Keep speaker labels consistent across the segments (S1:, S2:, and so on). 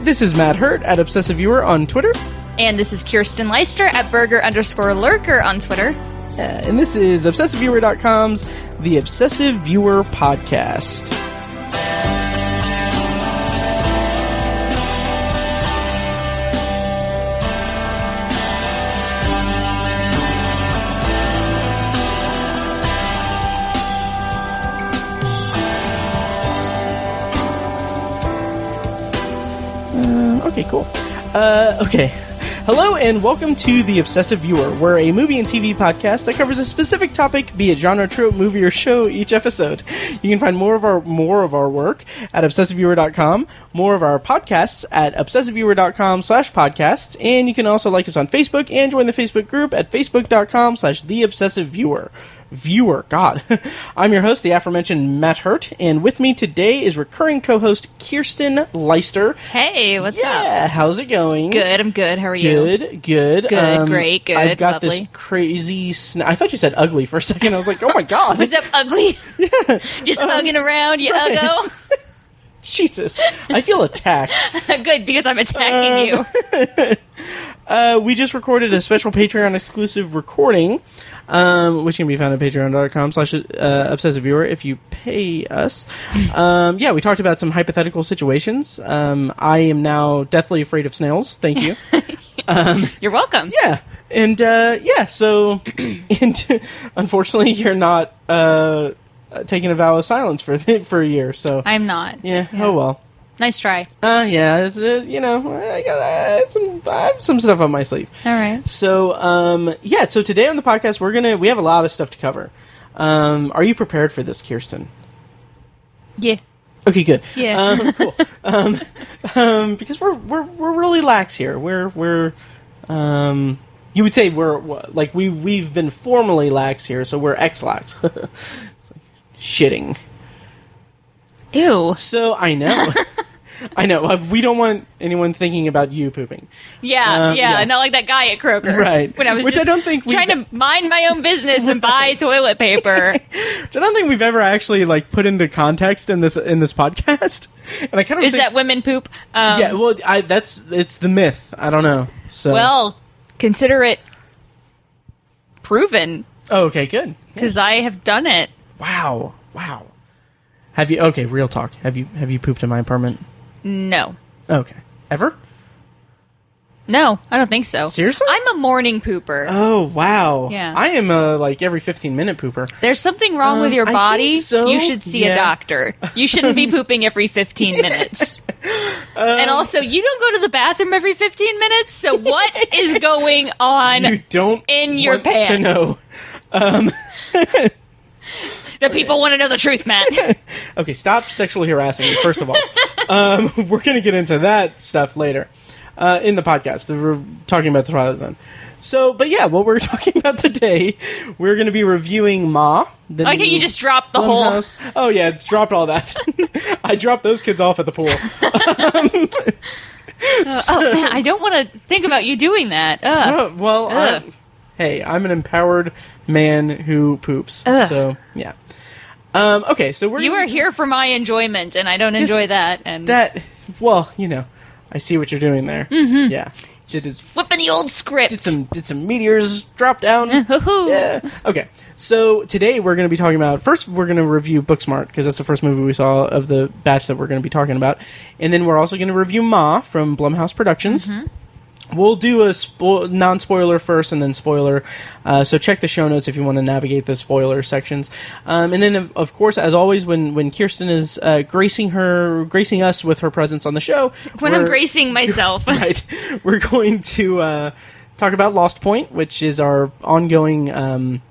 S1: This is Matt Hurt at Obsessive Viewer on Twitter.
S2: And this is Kirsten Leister at burger underscore lurker on Twitter.
S1: Uh, and this is ObsessiveViewer.com's The Obsessive Viewer Podcast. Uh, okay, cool. Uh, okay. Hello and welcome to The Obsessive Viewer. We're a movie and TV podcast that covers a specific topic, be it genre, trope, movie, or show each episode. You can find more of our more of our work at obsessiveviewer.com, more of our podcasts at obsessiveviewer.com slash podcasts, and you can also like us on Facebook and join the Facebook group at facebook.com slash the obsessive viewer viewer. God. I'm your host, the aforementioned Matt Hurt, and with me today is recurring co host Kirsten Leister.
S2: Hey, what's up?
S1: Yeah, how's it going?
S2: Good, I'm good. How are you?
S1: Good, good, Um,
S2: Good, great, good,
S1: I've got this
S2: lovely.
S1: crazy. Sn- I thought you said ugly for a second. I was like, oh my god,
S2: What's up, ugly? Just ugging around, you
S1: Um, right.
S2: uggo.
S1: Jesus, I feel attacked.
S2: good, because I'm attacking you.
S1: Um, Uh, we just recorded a special Patreon exclusive recording, um, which can be found at Patreon.com/slash uh, Obsessive Viewer if you pay us. Um, yeah, we talked about some hypothetical situations. Um, I am now deathly afraid of snails. Thank you.
S2: You're welcome.
S1: Yeah, and uh, yeah, so and unfortunately, you're not uh, taking a vow of silence for for a year. So
S2: I'm not.
S1: yeah, oh well.
S2: Nice try.
S1: Uh, yeah, it's, uh, you know, I got I had some I have some stuff on my sleeve.
S2: All right.
S1: So um, yeah, so today on the podcast, we're gonna we have a lot of stuff to cover. Um, are you prepared for this, Kirsten?
S2: Yeah.
S1: Okay, good.
S2: Yeah.
S1: Um, cool. um, um, because we're we're we're really lax here. We're we're um, you would say we're wha- like we we've been formally lax here, so we're ex lax. It's like shitting.
S2: Ew.
S1: So I know. I know. Uh, we don't want anyone thinking about you pooping.
S2: Yeah,
S1: Um,
S2: yeah,
S1: yeah.
S2: Not like that guy at Kroger.
S1: Right.
S2: When I was
S1: Which I
S2: just
S1: don't think we-
S2: trying to mind my own business and buy toilet paper.
S1: Which I don't think we've ever actually like put into context in this in this podcast. And I kind of
S2: Is
S1: think,
S2: that women poop? Um,
S1: yeah. Well, I that's it's the myth. I don't know. So
S2: Well, consider it proven
S1: oh, okay, good.
S2: because I have done it.
S1: Wow. Wow. Have you okay, real talk. Have you have you pooped in my apartment?
S2: No.
S1: Okay. Ever?
S2: No, I don't think so.
S1: Seriously?
S2: I'm a morning pooper.
S1: Oh wow.
S2: Yeah.
S1: I am a like every fifteen minute pooper.
S2: There's something wrong
S1: um,
S2: with your
S1: I
S2: body.
S1: think so.
S2: You should see
S1: Yeah.
S2: a doctor. You shouldn't be pooping every 15 minutes.
S1: Um,
S2: and also, you don't go to the bathroom every 15 minutes, so what is going on?
S1: You don't
S2: In your
S1: want to
S2: pants.
S1: know.
S2: the people want to know the truth, Matt.
S1: Okay, stop sexually harassing me, first of all. um, we're going to get into that stuff later uh, in the podcast. We're talking about the Twilight Zone. So, but yeah, what we're talking about today, we're going to be reviewing Ma. The
S2: Why can't
S1: new
S2: you just drop the whole-
S1: Blumhouse- Oh, yeah, dropped all that. I dropped those kids off at the pool.
S2: oh, Matt, I don't want to think about you doing that. Ugh.
S1: Uh, well,
S2: Ugh.
S1: I- hey, I'm an empowered man who poops.
S2: Ugh.
S1: So, yeah. Um, okay, so we're
S2: you
S1: gonna-
S2: are here for my enjoyment, and I don't enjoy that. And
S1: that. Well, you know, I see what you're doing there. Mm-hmm. Yeah. Did it
S2: flipping the old script.
S1: did some did some meteors drop down.
S2: Hoo-hoo.
S1: yeah. Okay. So today we're going to be talking about first we're going to review Booksmart because that's the first movie we saw of the batch that we're going to be talking about, and then we're also going to review Ma from Blumhouse Productions.
S2: Mm-hmm.
S1: We'll do a spo- non spoiler first and then spoiler. Uh, so check the show notes if you want to navigate the spoiler sections. Um, and then, of, of course, as always, when, when Kirsten is uh, gracing her, gracing us with her presence on the show,
S2: When I'm
S1: we're-
S2: gracing myself.
S1: right. We're going to uh, talk about Lost Point, which is our ongoing um,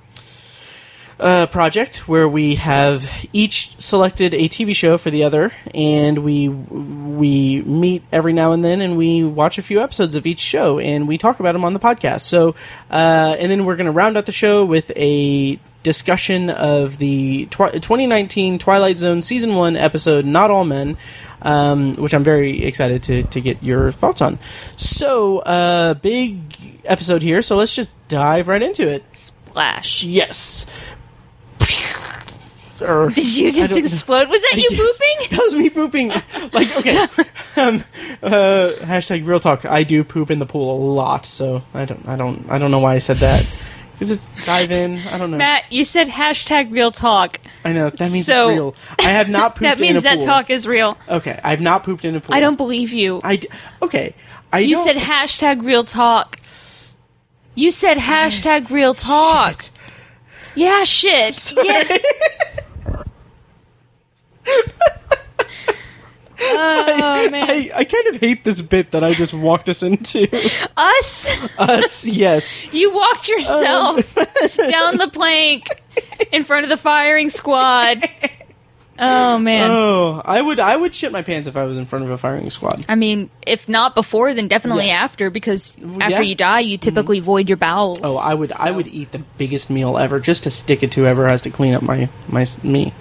S1: uh, project where we have each selected a TV show for the other, and we we meet every now and then, and we watch a few episodes of each show, and we talk about them on the podcast. So, uh, and then we're going to round out the show with a discussion of the twi- 2019 Twilight Zone season one episode "Not All Men," um, which I'm very excited to to get your thoughts on. So, uh, big episode here. So let's just dive right into it.
S2: Splash.
S1: Yes. or
S2: Did you just explode? Was that you pooping?
S1: That was Er, me pooping. Like okay, um, uh, hashtag real talk. I do poop in the pool a lot, so I don't, I don't, I don't know why I said that. Is it dive in? I don't know.
S2: Matt, you said hashtag real talk.
S1: I know that means
S2: so-
S1: it's real. I have not pooped
S2: That
S1: in a
S2: means that
S1: pool.
S2: talk is real.
S1: Okay, I've not pooped in a pool.
S2: I don't believe you.
S1: I d- okay. I
S2: you
S1: don't-
S2: said hashtag real talk. You said hashtag real talk. Yeah, shit. Yeah. oh man,
S1: I, I kind of hate this bit that I just walked us into.
S2: us.
S1: us, yes.
S2: You walked yourself
S1: Uh.
S2: down the plank in front of the firing squad. Oh man.
S1: Oh, I would I would shit my pants if I was in front of a firing squad.
S2: I mean, if not before, then definitely
S1: Yes.
S2: after, because
S1: yeah.
S2: after you die, you typically void your bowels.
S1: Oh, I would I
S2: So-
S1: would eat the biggest meal ever just to stick it to whoever has to clean up my my s- me.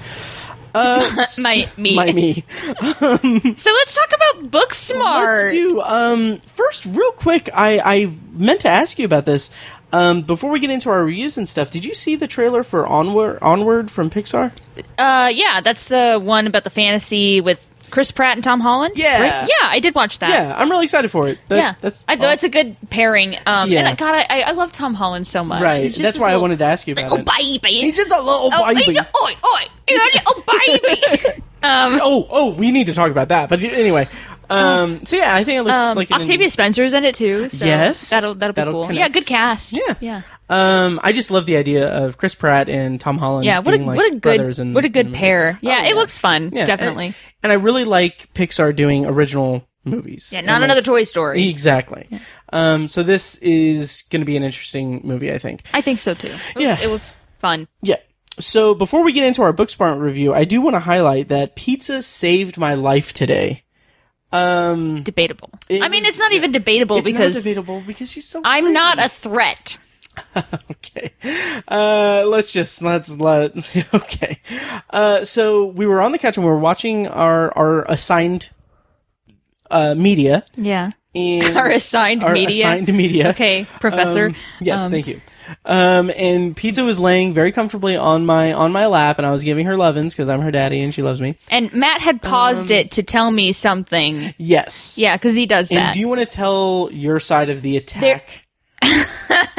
S1: Uh,
S2: My me.
S1: my me.
S2: So let's talk about Booksmart.
S1: Let's do. Um, first, real quick, I, I meant to ask you about this. Um, before we get into our reviews and stuff, did you see the trailer for Onward Onward from Pixar?
S2: uh, yeah, that's the one about the fantasy with Chris Pratt and Tom Holland.
S1: Yeah.
S2: right? yeah, I did watch that.
S1: Yeah, I'm really excited for it. That-
S2: yeah.
S1: that's
S2: I thought it's a good pairing. Um,
S1: Yeah.
S2: and I, God, I, I love Tom Holland so much.
S1: right.
S2: He's just
S1: That's
S2: this
S1: why I
S2: little-
S1: wanted to ask you about
S2: Oh,
S1: it.
S2: baby.
S1: He's just a little
S2: Oh,
S1: baby.
S2: he's a- oi, oi. You're a little Oh, baby. Um,
S1: Oh, oh, we need to talk about that. But anyway, um, so yeah, I think it looks
S2: Oh. um,
S1: like an-
S2: Octavia Spencer's in it too. So
S1: Yes.
S2: that'll that'll be
S1: That'll
S2: cool.
S1: connect.
S2: Yeah, good cast.
S1: Yeah.
S2: yeah.
S1: Um, I just love the idea of Chris Pratt and Tom Holland.
S2: Yeah, what a
S1: being, like,
S2: what a good
S1: brothers and,
S2: what a good
S1: and-
S2: pair. Yeah,
S1: Oh, yeah.
S2: it looks fun.
S1: Yeah,
S2: definitely.
S1: And, and I really like Pixar doing original movies.
S2: yeah, not
S1: And, like,
S2: another Toy Story.
S1: Exactly. Um, so this is going to be an interesting movie, I think.
S2: I think so too. It looks,
S1: Yeah.
S2: it looks fun.
S1: Yeah. So before we get into our Booksmart review, I do want to highlight that pizza saved my life today. Um,
S2: Debatable.
S1: It
S2: I mean,
S1: was-
S2: it's not even debatable
S1: it's
S2: because
S1: not debatable because she's so.
S2: I'm not a threat.
S1: okay. Uh, let's just let's let okay. Uh, so we were on the couch and we were watching our our assigned uh media
S2: Yeah,
S1: in
S2: our assigned
S1: our
S2: media.
S1: assigned media.
S2: okay, Professor.
S1: Um, yes,
S2: Um,
S1: thank you. Um, and pizza was laying very comfortably on my on my lap, and I was giving her lovins because I'm her daddy and she loves me.
S2: And Matt had paused
S1: um,
S2: it to tell me something.
S1: Yes.
S2: Yeah, because he does
S1: And
S2: that.
S1: do you want to tell your side of the attack?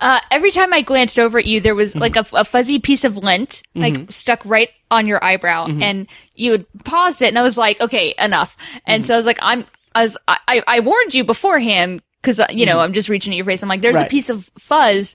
S2: uh, every time I glanced over at you, there was like a, a fuzzy piece of lint, like
S1: Mm-hmm.
S2: stuck right on your eyebrow, and you had paused it, and I was like, okay, enough. And
S1: Mm-hmm.
S2: so I was like, I'm, I was, I, I- I warned you beforehand because you know I'm just reaching at your face. I'm like, there's
S1: Mm-hmm.
S2: a
S1: Right. Mm-hmm.
S2: piece of fuzz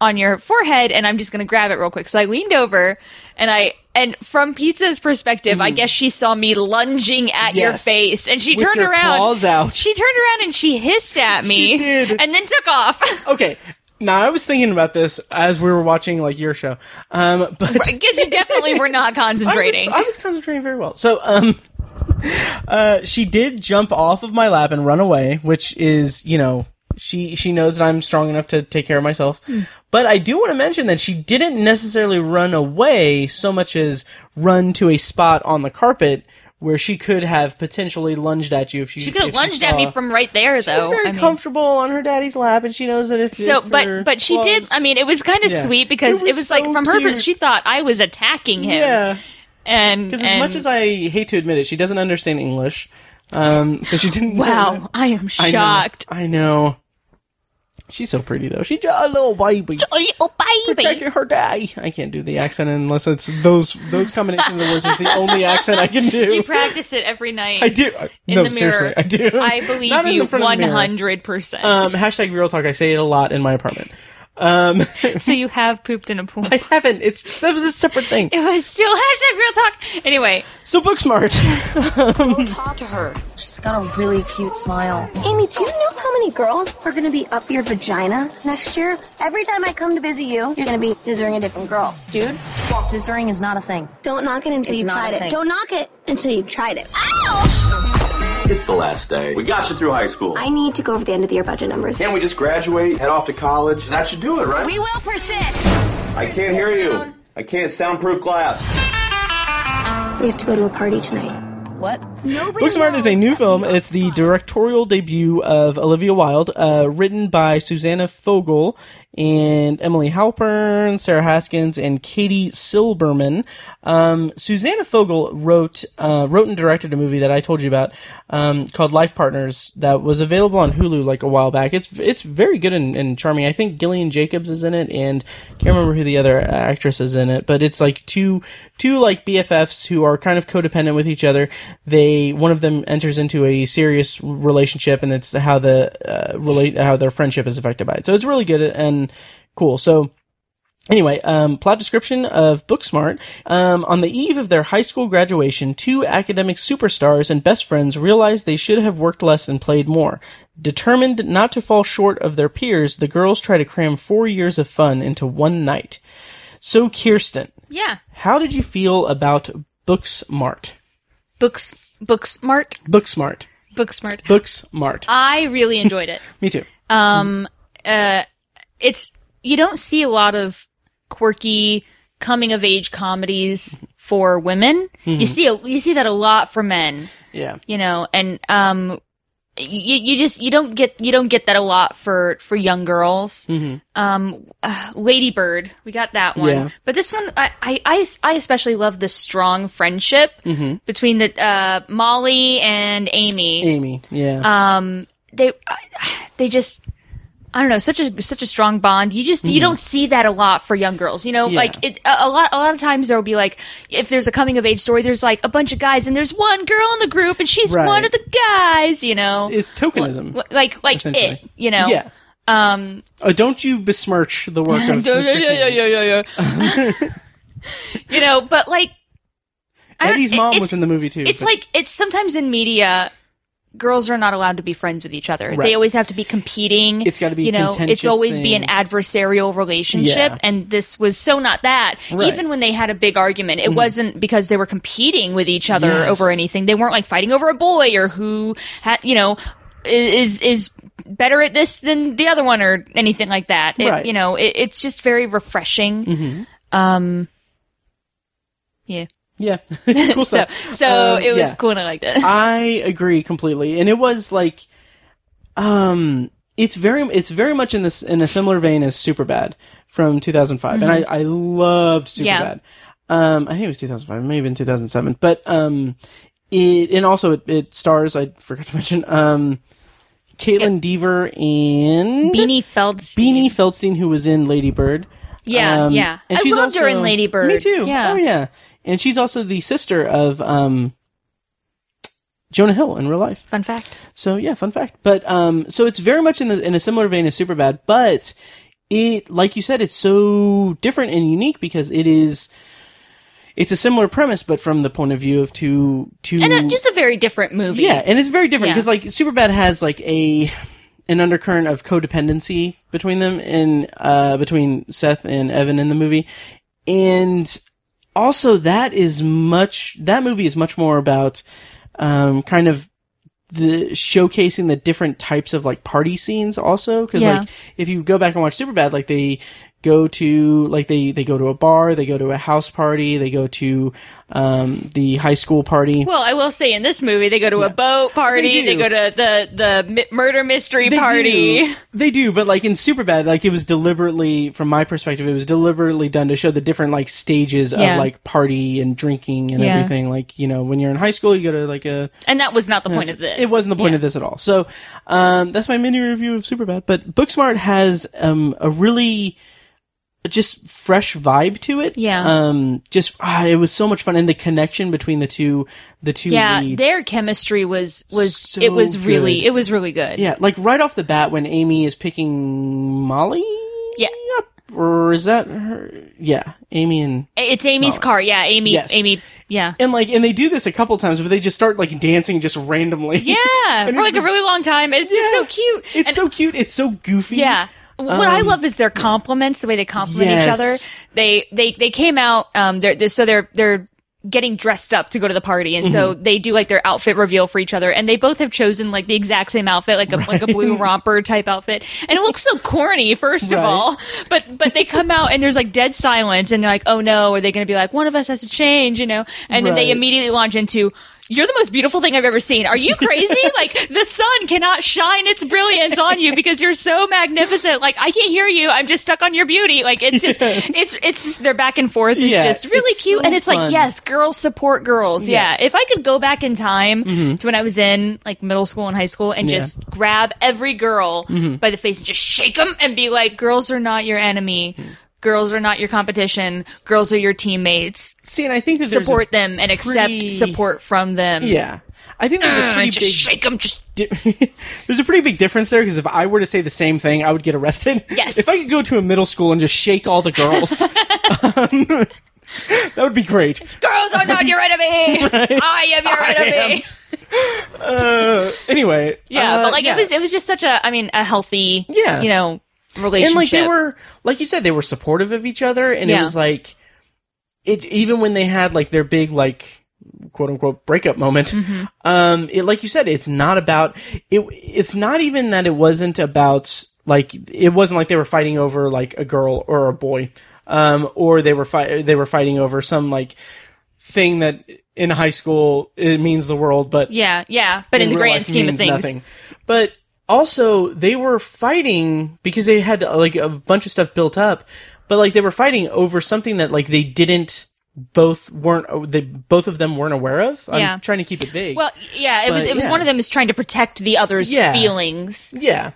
S2: on your forehead, and I'm just gonna grab it real quick. So I leaned over, and I. And from Pizza's perspective, I guess she saw me lunging at your
S1: Mm-hmm. Yes.
S2: face, and she
S1: With
S2: turned
S1: your
S2: around.
S1: claws out.
S2: She turned around and she hissed at me,
S1: She did.
S2: and then took off.
S1: Okay. Now I was thinking about this as we were watching like your show, um, but
S2: I guess you definitely were not
S1: I was-
S2: concentrating.
S1: I was, concentrating very well. So, um, uh, she did jump off of my lap and run away, which is, you know, she she knows that I'm strong enough to take care of myself.
S2: Hmm.
S1: But I do want to mention that she didn't necessarily run away so much as run to a spot on the carpet where she could have potentially lunged at you if she
S2: she could have
S1: if
S2: lunged at me
S1: saw-
S2: from right there,
S1: She's
S2: though.
S1: very
S2: I mean,
S1: comfortable on her daddy's lap, and she knows that if
S2: so,
S1: if her
S2: but but she did.
S1: claws-
S2: I mean, it was kind of
S1: Yeah.
S2: sweet because
S1: It was
S2: it was, like
S1: so
S2: from her,
S1: cute.
S2: pers- she thought I was attacking him.
S1: yeah.
S2: and
S1: Because as much as I hate to admit it, she doesn't understand English, um, so she didn't.
S2: wow, I am
S1: I know.
S2: shocked.
S1: I know. She's so pretty though. She just a little baby.
S2: Oh, baby.
S1: Protecting her daddy. I can't do the accent unless it's those those combination of the words is the only accent I can
S2: You
S1: do.
S2: practice it every night.
S1: I do.
S2: in
S1: no,
S2: the mirror.
S1: seriously, I do.
S2: I believe
S1: Not in
S2: you
S1: the front of
S2: one
S1: the mirror.
S2: hundred percent.
S1: Um, hashtag real talk. I say it a lot in my apartment. Um,
S2: So you have pooped in a pool.
S1: I haven't. It's that was a separate thing.
S2: it was still hashtag real talk. Anyway,
S1: So Booksmart. um,
S3: talk to her. She's got a really cute smile.
S4: Amy, do you know how many girls are gonna be up your vagina next year? Every time I come to visit you, you're gonna be scissoring a different girl.
S3: Dude, scissoring is not a thing.
S4: Don't knock it until
S3: It's
S4: you've
S3: not a
S4: tried
S3: thing.
S4: it. Don't knock it until you've tried it.
S5: It's the last day. We got you through high school.
S4: I need to go over the end of the year budget numbers.
S5: Can't we just graduate, head off to college? That should do it, right?
S4: We will persist.
S5: I can't hear you. I can't soundproof glass.
S4: We have to go to a party tonight.
S3: What?
S4: Nobody
S1: Booksmart is a new film. It's the directorial debut of Olivia Wilde, uh, written by Susanna Fogel and Emily Halpern, Sarah Haskins, and Katie Silberman. Um, Susanna Fogel wrote uh, wrote and directed a movie that I told you about um, called Life Partners that was available on Hulu like a while back. It's it's very good and, and charming. I think Gillian Jacobs is in it, and can't remember who the other actress is in it, but it's like two two like BFFs who are kind of codependent with each other. They one of them enters into a serious relationship, and it's how the uh, relate how their friendship is affected by it. So it's really good and cool. So Anyway, um, plot description of Booksmart. Um, on the eve of their high school graduation, two academic superstars and best friends realize they should have worked less and played more. Determined not to fall short of their peers, the girls try to cram four years of fun into one night. So, Kirsten,
S2: Yeah.
S1: how did you feel about Booksmart?
S2: Books, book smart,
S1: Booksmart.
S2: book smart.
S1: Booksmart.
S2: I really enjoyed it.
S1: Me too.
S2: It's, you don't see a lot of quirky coming of age comedies for women. You see, a, you see that a lot for men.
S1: Yeah.
S2: you know and um you you just you don't get you don't get that a lot for for young girls um uh, ladybird we got that one
S1: Yeah.
S2: but this one I, I i I especially love the strong friendship between the uh molly and amy
S1: Amy. Yeah.
S2: they I- they just I don't know such a such a strong bond. You just you don't see that a lot for young girls. You know,
S1: Mm-hmm. Yeah.
S2: like it, a, a lot a lot of times there will be like if there's a coming of age story, there's like a bunch of guys and there's one girl in the group and she's
S1: Right.
S2: one of the guys. You know,
S1: it's tokenism.
S2: L- like like
S1: essentially.
S2: it. You know,
S1: yeah.
S2: Um,
S1: Oh, don't you besmirch the work of
S2: yeah,
S1: Mr.
S2: yeah, yeah,
S1: King.
S2: yeah, yeah, yeah. you know, but like I don't-
S1: Eddie's
S2: it-
S1: mom
S2: it's-
S1: was in the movie too.
S2: It's
S1: but-
S2: like it's sometimes in media. Girls are not allowed to be friends with each other.
S1: Right.
S2: They always have to be competing.
S1: It's gotta be a
S2: you know.
S1: contentious
S2: It's always be
S1: thing.
S2: an adversarial relationship,
S1: Yeah.
S2: and this was so not that.
S1: Right. Mm-hmm.
S2: Even when they had a big argument, it wasn't because they were competing with each other
S1: Yes.
S2: over anything. They weren't like fighting over a boy or who had you know i- is is better at this than the other one or anything like that. It-
S1: Right. Mm-hmm.
S2: You know, it, it's just very refreshing. Um, yeah.
S1: yeah, cool
S2: So,
S1: stuff.
S2: so
S1: Um,
S2: it was
S1: yeah.
S2: cool, and I liked it.
S1: I agree completely, and it was like, um, it's very, it's very much in this in a similar vein as Superbad from 2005, and I I loved Superbad.
S2: Mm-hmm. Yeah.
S1: Um, I think it was 2005, maybe in 2007, but um, it and also it, it stars I forgot to mention um, Caitlin Deaver and
S2: Beanie Feldstein.
S1: Beanie Feldstein, who was in Lady Bird.
S2: Yeah,
S1: Um,
S2: yeah.
S1: and
S2: I
S1: she's
S2: loved her
S1: also-
S2: in Lady Bird.
S1: Me too.
S2: Yeah.
S1: Oh yeah. And she's also the sister of um, Jonah Hill in real life.
S2: Fun fact.
S1: So yeah, fun fact. But um, so it's very much in the in a similar vein as Superbad, but it, like you said, it's so different and unique because it is. It's a similar premise, but from the point of view of two two
S2: And uh, just a very different movie.
S1: Mm. yeah, and it's very different
S2: Yeah.
S1: because like Superbad has like a an undercurrent of codependency between them and uh, between Seth and Evan in the movie, and also that is much that movie is much more about um, kind of the showcasing the different types of like party scenes also because
S2: Yeah.
S1: like if you go back and watch Superbad like they go to like they they go to a bar they go to a house party they go to um, the high school party
S2: Well, I will say in this movie, they go to a boat party.
S1: do.
S2: They, go to the the mi- murder mystery party.
S1: Do. They do, but like in Superbad, like it was deliberately, from my perspective, it was deliberately done to show the different like stages
S2: Yeah.
S1: of like party and drinking and
S2: Yeah.
S1: everything. Like you know, when you're in high school, you go to like a.
S2: And that was not the point of this.
S1: It wasn't the point of this at all. So um, that's my mini review of Superbad. But Booksmart has um, a really just fresh vibe to it.
S2: Yeah.
S1: Um. Just ah, it was so much fun, and the connection between the two, the two.
S2: Yeah,
S1: leads.
S2: their chemistry was was
S1: So
S2: it was really
S1: good.
S2: it was really good.
S1: Yeah, like right off the bat when Amy is picking Molly?
S2: Yeah.
S1: up, Or is that her? Yeah, Amy and.
S2: It's Amy's car. Yeah, Amy.
S1: Yes.
S2: Amy. Yeah.
S1: And like, and they do this a couple times, but they just start like dancing just randomly.
S2: Yeah,
S1: And
S2: for
S1: it's-
S2: like a really long time. It's just so cute.
S1: It's so cute. It's so goofy. Um,
S2: Yeah. What I love is their compliments, the way they compliment each
S1: Yes.
S2: other. They they they came out um they're, they're so they're they're getting dressed up to go to the party and so
S1: Mm-hmm.
S2: they do like their outfit reveal for each other and they both have chosen like the exact same outfit like a like a blue romper type outfit and it looks so corny first of
S1: Right.
S2: all but but they come out and there's like dead silence and they're like oh no are they going to be like one of us has to change you know and then they
S1: Right.
S2: immediately launch into You're the most beautiful thing I've ever seen. Are you crazy? like, the sun cannot shine its brilliance on you because you're so magnificent. Like, I can't hear you. I'm just stuck on your beauty. Like, it's just, it's, it's just, their back and forth is
S1: Yeah,
S2: just really
S1: it's
S2: cute.
S1: so
S2: and it's
S1: fun.
S2: like, yes, girls support girls.
S1: Yes. Mm-hmm.
S2: Yeah. If I could go back in time to when I was in like middle school and high school and just grab every girl
S1: Mm-hmm.
S2: by the face and just shake them and be like, girls are not your enemy.
S1: Mm.
S2: Girls are not your competition. Girls are your teammates
S1: See, and I think that there's a
S2: support them and accept
S1: pretty-
S2: support from them.
S1: Yeah, I think there's a
S2: Uh,
S1: pretty
S2: just
S1: big
S2: shake them. Just
S1: di- there's a pretty big difference there because if I were to say the same thing, I would get arrested.
S2: Yes.
S1: If I could go to a middle school and just shake all the girls, um, that would be great.
S2: girls
S1: oh,
S2: are not your enemy. I am your
S1: I
S2: enemy.
S1: Uh, anyway,
S2: Yeah,
S1: uh,
S2: but like it was, it was just such a, I mean, a healthy,
S1: Yeah.
S2: you know, relationship.
S1: and like they were, like you said, they were supportive of each other, and it
S2: Yeah.
S1: was like it. Even when they had like their big like quote unquote breakup moment,
S2: Mm-hmm.
S1: um, it like you said, it's not about it. It's not even that it wasn't about like it wasn't like they were fighting over like a girl or a boy, um, or they were fi- they were fighting over some like thing that in high school it means the world, but
S2: Yeah, yeah, but in, the
S1: real
S2: grand
S1: life
S2: scheme of
S1: means
S2: things,
S1: nothing. But also, they were fighting because they had like a bunch of stuff built up, but like they were fighting over something that like they didn't both weren't uh, they both of them weren't aware of.
S2: Yeah.
S1: I'm trying to keep it vague.
S2: Well, yeah, it was.
S1: But,
S2: It was
S1: yeah.
S2: one of them is trying to protect the other's
S1: Yeah.
S2: feelings,
S1: yeah.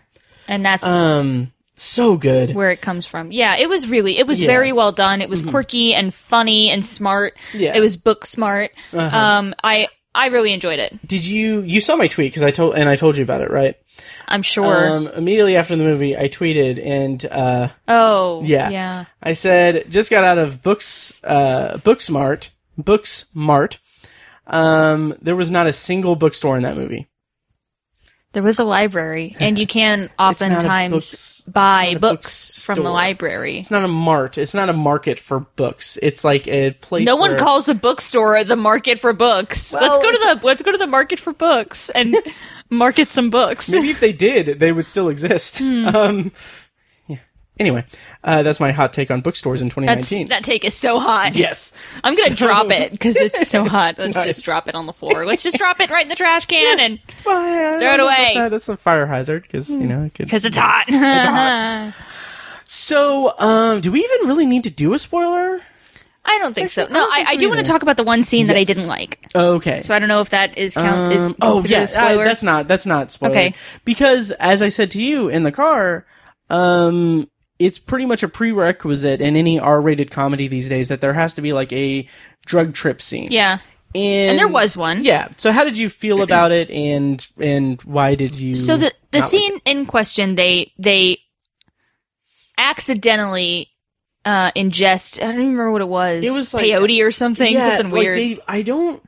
S2: and that's
S1: Um. So good.
S2: where it comes from. Yeah, it was really. It was
S1: Yeah. Mm-hmm.
S2: very well done. It was quirky and funny and smart.
S1: Yeah. Uh-huh.
S2: it was book smart. Um, I I really enjoyed it.
S1: Did you you saw my tweet because I told and I told you about it right?
S2: I'm sure.
S1: Um. Immediately after the movie, I tweeted and uh.
S2: oh,
S1: Yeah.
S2: yeah.
S1: I said, just got out of books, uh, Booksmart, Booksmart. Um, there was not a single bookstore in that movie.
S2: There was a library, and you can oftentimes
S1: books- it's
S2: buy
S1: not a
S2: books from the
S1: bookstore.
S2: library.
S1: It's not a mart. It's not a market for books. It's like a place.
S2: No one
S1: where-
S2: calls a bookstore the market for books. let's go to the let's go to the market for books and market some books.
S1: Maybe if they did, they would still exist.
S2: Hmm.
S1: Um, yeah. Anyway, uh, that's my hot take on bookstores in
S2: That's
S1: 2019.
S2: that take is so hot.
S1: yes.
S2: I'm gonna
S1: So-
S2: drop it because it's so hot. Let's
S1: Nice.
S2: just drop it on the floor. Let's just drop it right in the trash can and
S1: Well, I- I
S2: Throw it
S1: don't know about
S2: away.
S1: That. That's a fire hazard because you know it could.
S2: because it's hot. uh-huh.
S1: So, um, do we even really need to do a spoiler?
S2: I don't think so.
S1: I
S2: No,
S1: don't
S2: I,
S1: think
S2: I
S1: so
S2: do want to
S1: either.
S2: talk about the one scene that I
S1: Yes.
S2: didn't like.
S1: Okay.
S2: So I don't know if that is count is
S1: Um, oh
S2: considered
S1: yeah,
S2: a spoiler.
S1: uh, that's not that's not spoiler.
S2: Okay.
S1: because as I said to you in the car, um, it's pretty much a prerequisite in any R-rated comedy these days that there has to be like a drug trip scene.
S2: yeah.
S1: and,
S2: there was one.
S1: Yeah. So how did you feel about it, and and why did you?
S2: So the the
S1: not like
S2: scene in question, they they accidentally uh ingest. I don't even remember what it was.
S1: It was like-
S2: peyote or something,
S1: Yeah,
S2: something
S1: like,
S2: weird,
S1: they- I don't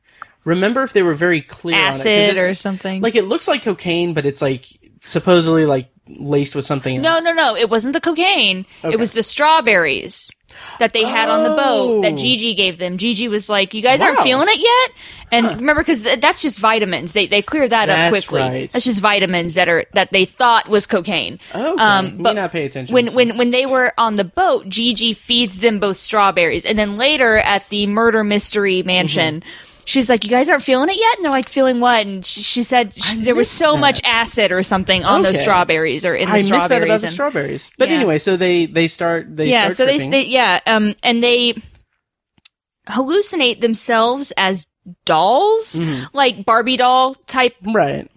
S1: remember if they were very clear on it, 'cause
S2: acid or
S1: it's-
S2: something.
S1: Like it looks like cocaine, but it's like supposedly like laced with something.
S2: No,
S1: else.
S2: no, no. It wasn't the cocaine.
S1: Okay.
S2: It was the strawberries that they had on the boat
S1: Oh.
S2: that Gigi gave them. Gigi was like, "You guys aren't
S1: Wow.
S2: feeling it yet." And remember, because that's just vitamins. They they clear that
S1: That's
S2: up quickly.
S1: right.
S2: That's just vitamins that are that they thought was cocaine.
S1: Okay. Me not pay attention
S2: Um, When
S1: to-
S2: when when they were on the boat, Gigi feeds them both strawberries, and then later at the murder mystery mansion.
S1: Mm-hmm.
S2: She's like, you guys aren't feeling it yet, and they're like, feeling what? And she, she said she, there was
S1: missed
S2: so
S1: that.
S2: much acid or something on those
S1: Okay.
S2: strawberries or in the
S1: I missed
S2: strawberries.
S1: that about the
S2: and-
S1: strawberries. But
S2: Yeah.
S1: anyway, so they they start they
S2: yeah
S1: start
S2: so they,
S1: tripping.
S2: they yeah um and they hallucinate themselves as dolls
S1: Mm-hmm.
S2: like barbie doll type
S1: right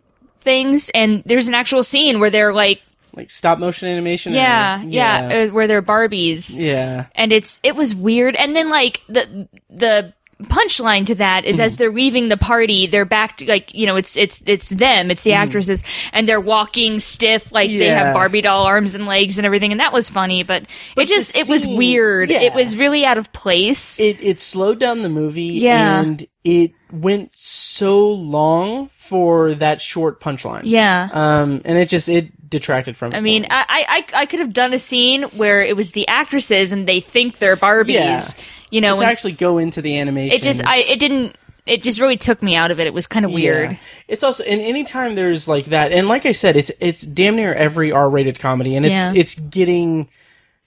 S2: things and there's an actual scene where they're like
S1: like stop motion animation. or-
S2: yeah yeah,
S1: yeah.
S2: uh, where they're barbies
S1: yeah.
S2: and it's it was weird and then like the the punchline to that is
S1: Mm-hmm.
S2: as they're leaving the party they're back to like you know it's it's it's them it's the actresses and they're walking stiff like they
S1: Mm-hmm. Yeah.
S2: have barbie doll arms and legs and everything and that was funny but, it just it was
S1: scene-
S2: weird
S1: yeah.
S2: it was really out of place
S1: It it slowed down the movie.
S2: Yeah.
S1: and it went so long for that short punchline.
S2: yeah
S1: Um, and it just it detracted from. It
S2: I mean,
S1: for me.
S2: I, I I- I could have done a scene where it was the actresses and they think they're Barbies.
S1: Yeah.
S2: You know,
S1: to
S2: and
S1: actually go into the animation,
S2: it just I it didn't it just really took me out of it. It was kind of weird.
S1: Yeah. It's also and anytime there's like that, and like I said, it's it's damn near every R-rated comedy, and it's
S2: Yeah.
S1: it's getting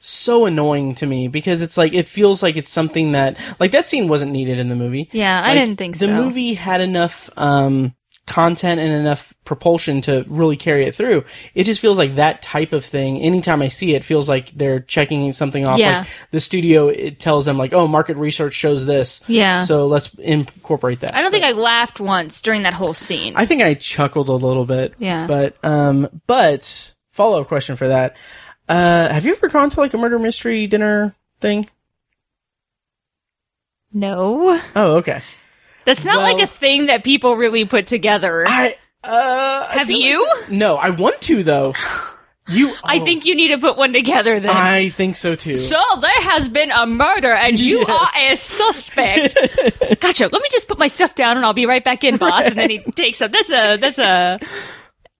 S1: so annoying to me because it's like it feels like it's something that like that scene wasn't needed in the movie.
S2: Yeah, I
S1: Like,
S2: didn't think
S1: the
S2: so.
S1: movie had enough um, content and enough propulsion to really carry it through. It just feels like that type of thing. Anytime I see it, feels like they're checking something off.
S2: Yeah.
S1: Like the studio it tells them like, oh, market research shows this.
S2: Yeah.
S1: So let's incorporate that.
S2: I don't think I laughed once during that whole scene.
S1: I think I chuckled a little bit.
S2: Yeah.
S1: But um, but follow up question for that: uh, Have you ever gone to like a murder mystery dinner thing?
S2: no.
S1: Oh, okay.
S2: That's not like
S1: Well-
S2: a thing that people really put together.
S1: I uh, I
S2: Have
S1: feel
S2: you?
S1: like- no, I want to though. You,
S2: I
S1: oh,
S2: think you need to put one together then.
S1: I think so too.
S2: so there has been a murder and you
S1: Yes.
S2: are a suspect. gotcha. Let me just put my stuff down and I'll be right back in, boss. And then he takes up that's a that's a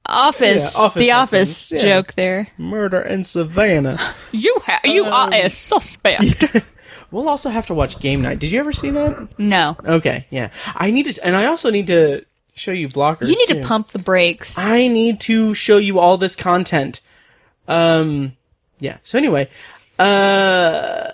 S2: office,
S1: Yeah, office
S2: the
S1: reference,
S2: office
S1: yeah.
S2: joke there.
S1: Murder in Savannah.
S2: You ha- you are
S1: Um,
S2: a suspect.
S1: We'll also have to watch game night. Did you ever see that?
S2: No.
S1: Okay, yeah. I need to, and I also need to show you blockers.
S2: You need
S1: too.
S2: to pump the brakes.
S1: I need to show you all this content. Um, yeah. So anyway, uh,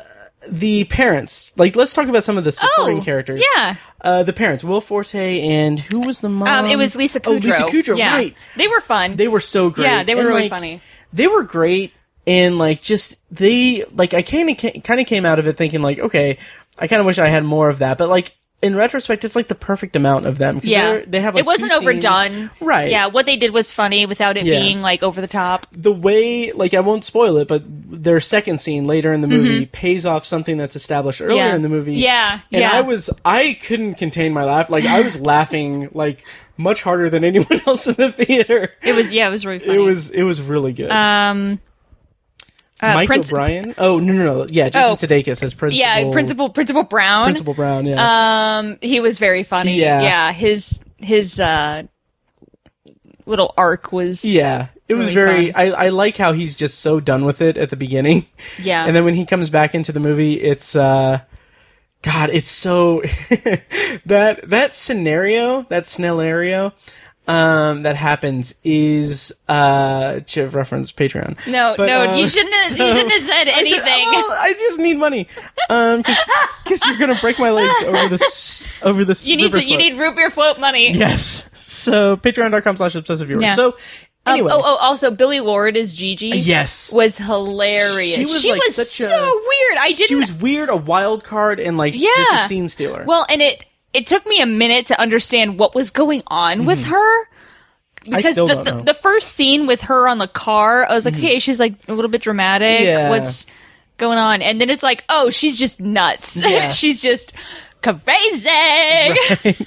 S1: the parents. Like, let's talk about some of the supporting
S2: Oh,
S1: characters.
S2: yeah.
S1: Uh, the parents, Will Forte, and who was the mom?
S2: Um, it was Lisa Kudrow.
S1: Oh, Lisa Kudrow.
S2: Yeah.
S1: Right.
S2: They were fun.
S1: They were so great.
S2: Yeah, they were
S1: And,
S2: really
S1: like,
S2: funny.
S1: They were great, and like just they like I kind of kind of came out of it thinking like, okay, I kind of wish I had more of that, but like. In retrospect, it's like the perfect amount of them. 'cause
S2: yeah.
S1: they're- they have. Like,
S2: it wasn't
S1: two scenes-
S2: overdone.
S1: right?
S2: Yeah, what they did was funny without it
S1: Yeah.
S2: being like over the top.
S1: the way like I won't spoil it, but their second scene later in the movie pays off something that's established earlier
S2: Mm-hmm. Yeah.
S1: in the movie.
S2: Yeah,
S1: And
S2: yeah.
S1: I was I couldn't contain my laugh. Like I was laughing like much harder than anyone else in the theater.
S2: It was yeah, it was really funny.
S1: It was it was really good.
S2: um uh,
S1: Mike
S2: Prince-
S1: O'Brien. Oh no no no. Yeah, Jason
S2: Oh.
S1: Sudeikis as principal.
S2: Yeah, Principal Principal Brown.
S1: Principal Brown. Yeah.
S2: Um he was very funny.
S1: Yeah.
S2: Yeah, his his uh little arc was
S1: yeah. It was
S2: really
S1: very.
S2: fun.
S1: I, I like how he's just so done with it at the beginning,
S2: yeah.
S1: and then when he comes back into the movie, it's uh, God, it's so that that scenario, that scenario, um, that happens is uh, to reference Patreon.
S2: no,
S1: But,
S2: no,
S1: um,
S2: you shouldn't have,
S1: so-
S2: you shouldn't have said
S1: I should-
S2: anything.
S1: well, I just need money, um, because you're gonna break my legs over this over this.
S2: you need to, you need root beer float money.
S1: yes. So patreon.com slash obsessive viewer.
S2: Yeah.
S1: So
S2: Um,
S1: anyway,
S2: oh, oh, also Billy Ward is Gigi.
S1: yes,
S2: was hilarious.
S1: She
S2: She
S1: was,
S2: was,
S1: like, such a-
S2: so weird. I didn't.
S1: she was weird, a wild card, and like just
S2: Yeah.
S1: a scene stealer.
S2: well, and it it took me a minute to understand what was going on with her. Because
S1: Mm-hmm. still
S2: the,
S1: don't
S2: the,
S1: know. Mm-hmm.
S2: the first scene with her on the car, I was like, okay, she's like a little bit dramatic.
S1: Yeah.
S2: What's going on? And then it's like, oh, she's just nuts.
S1: Yeah.
S2: she's just crazy.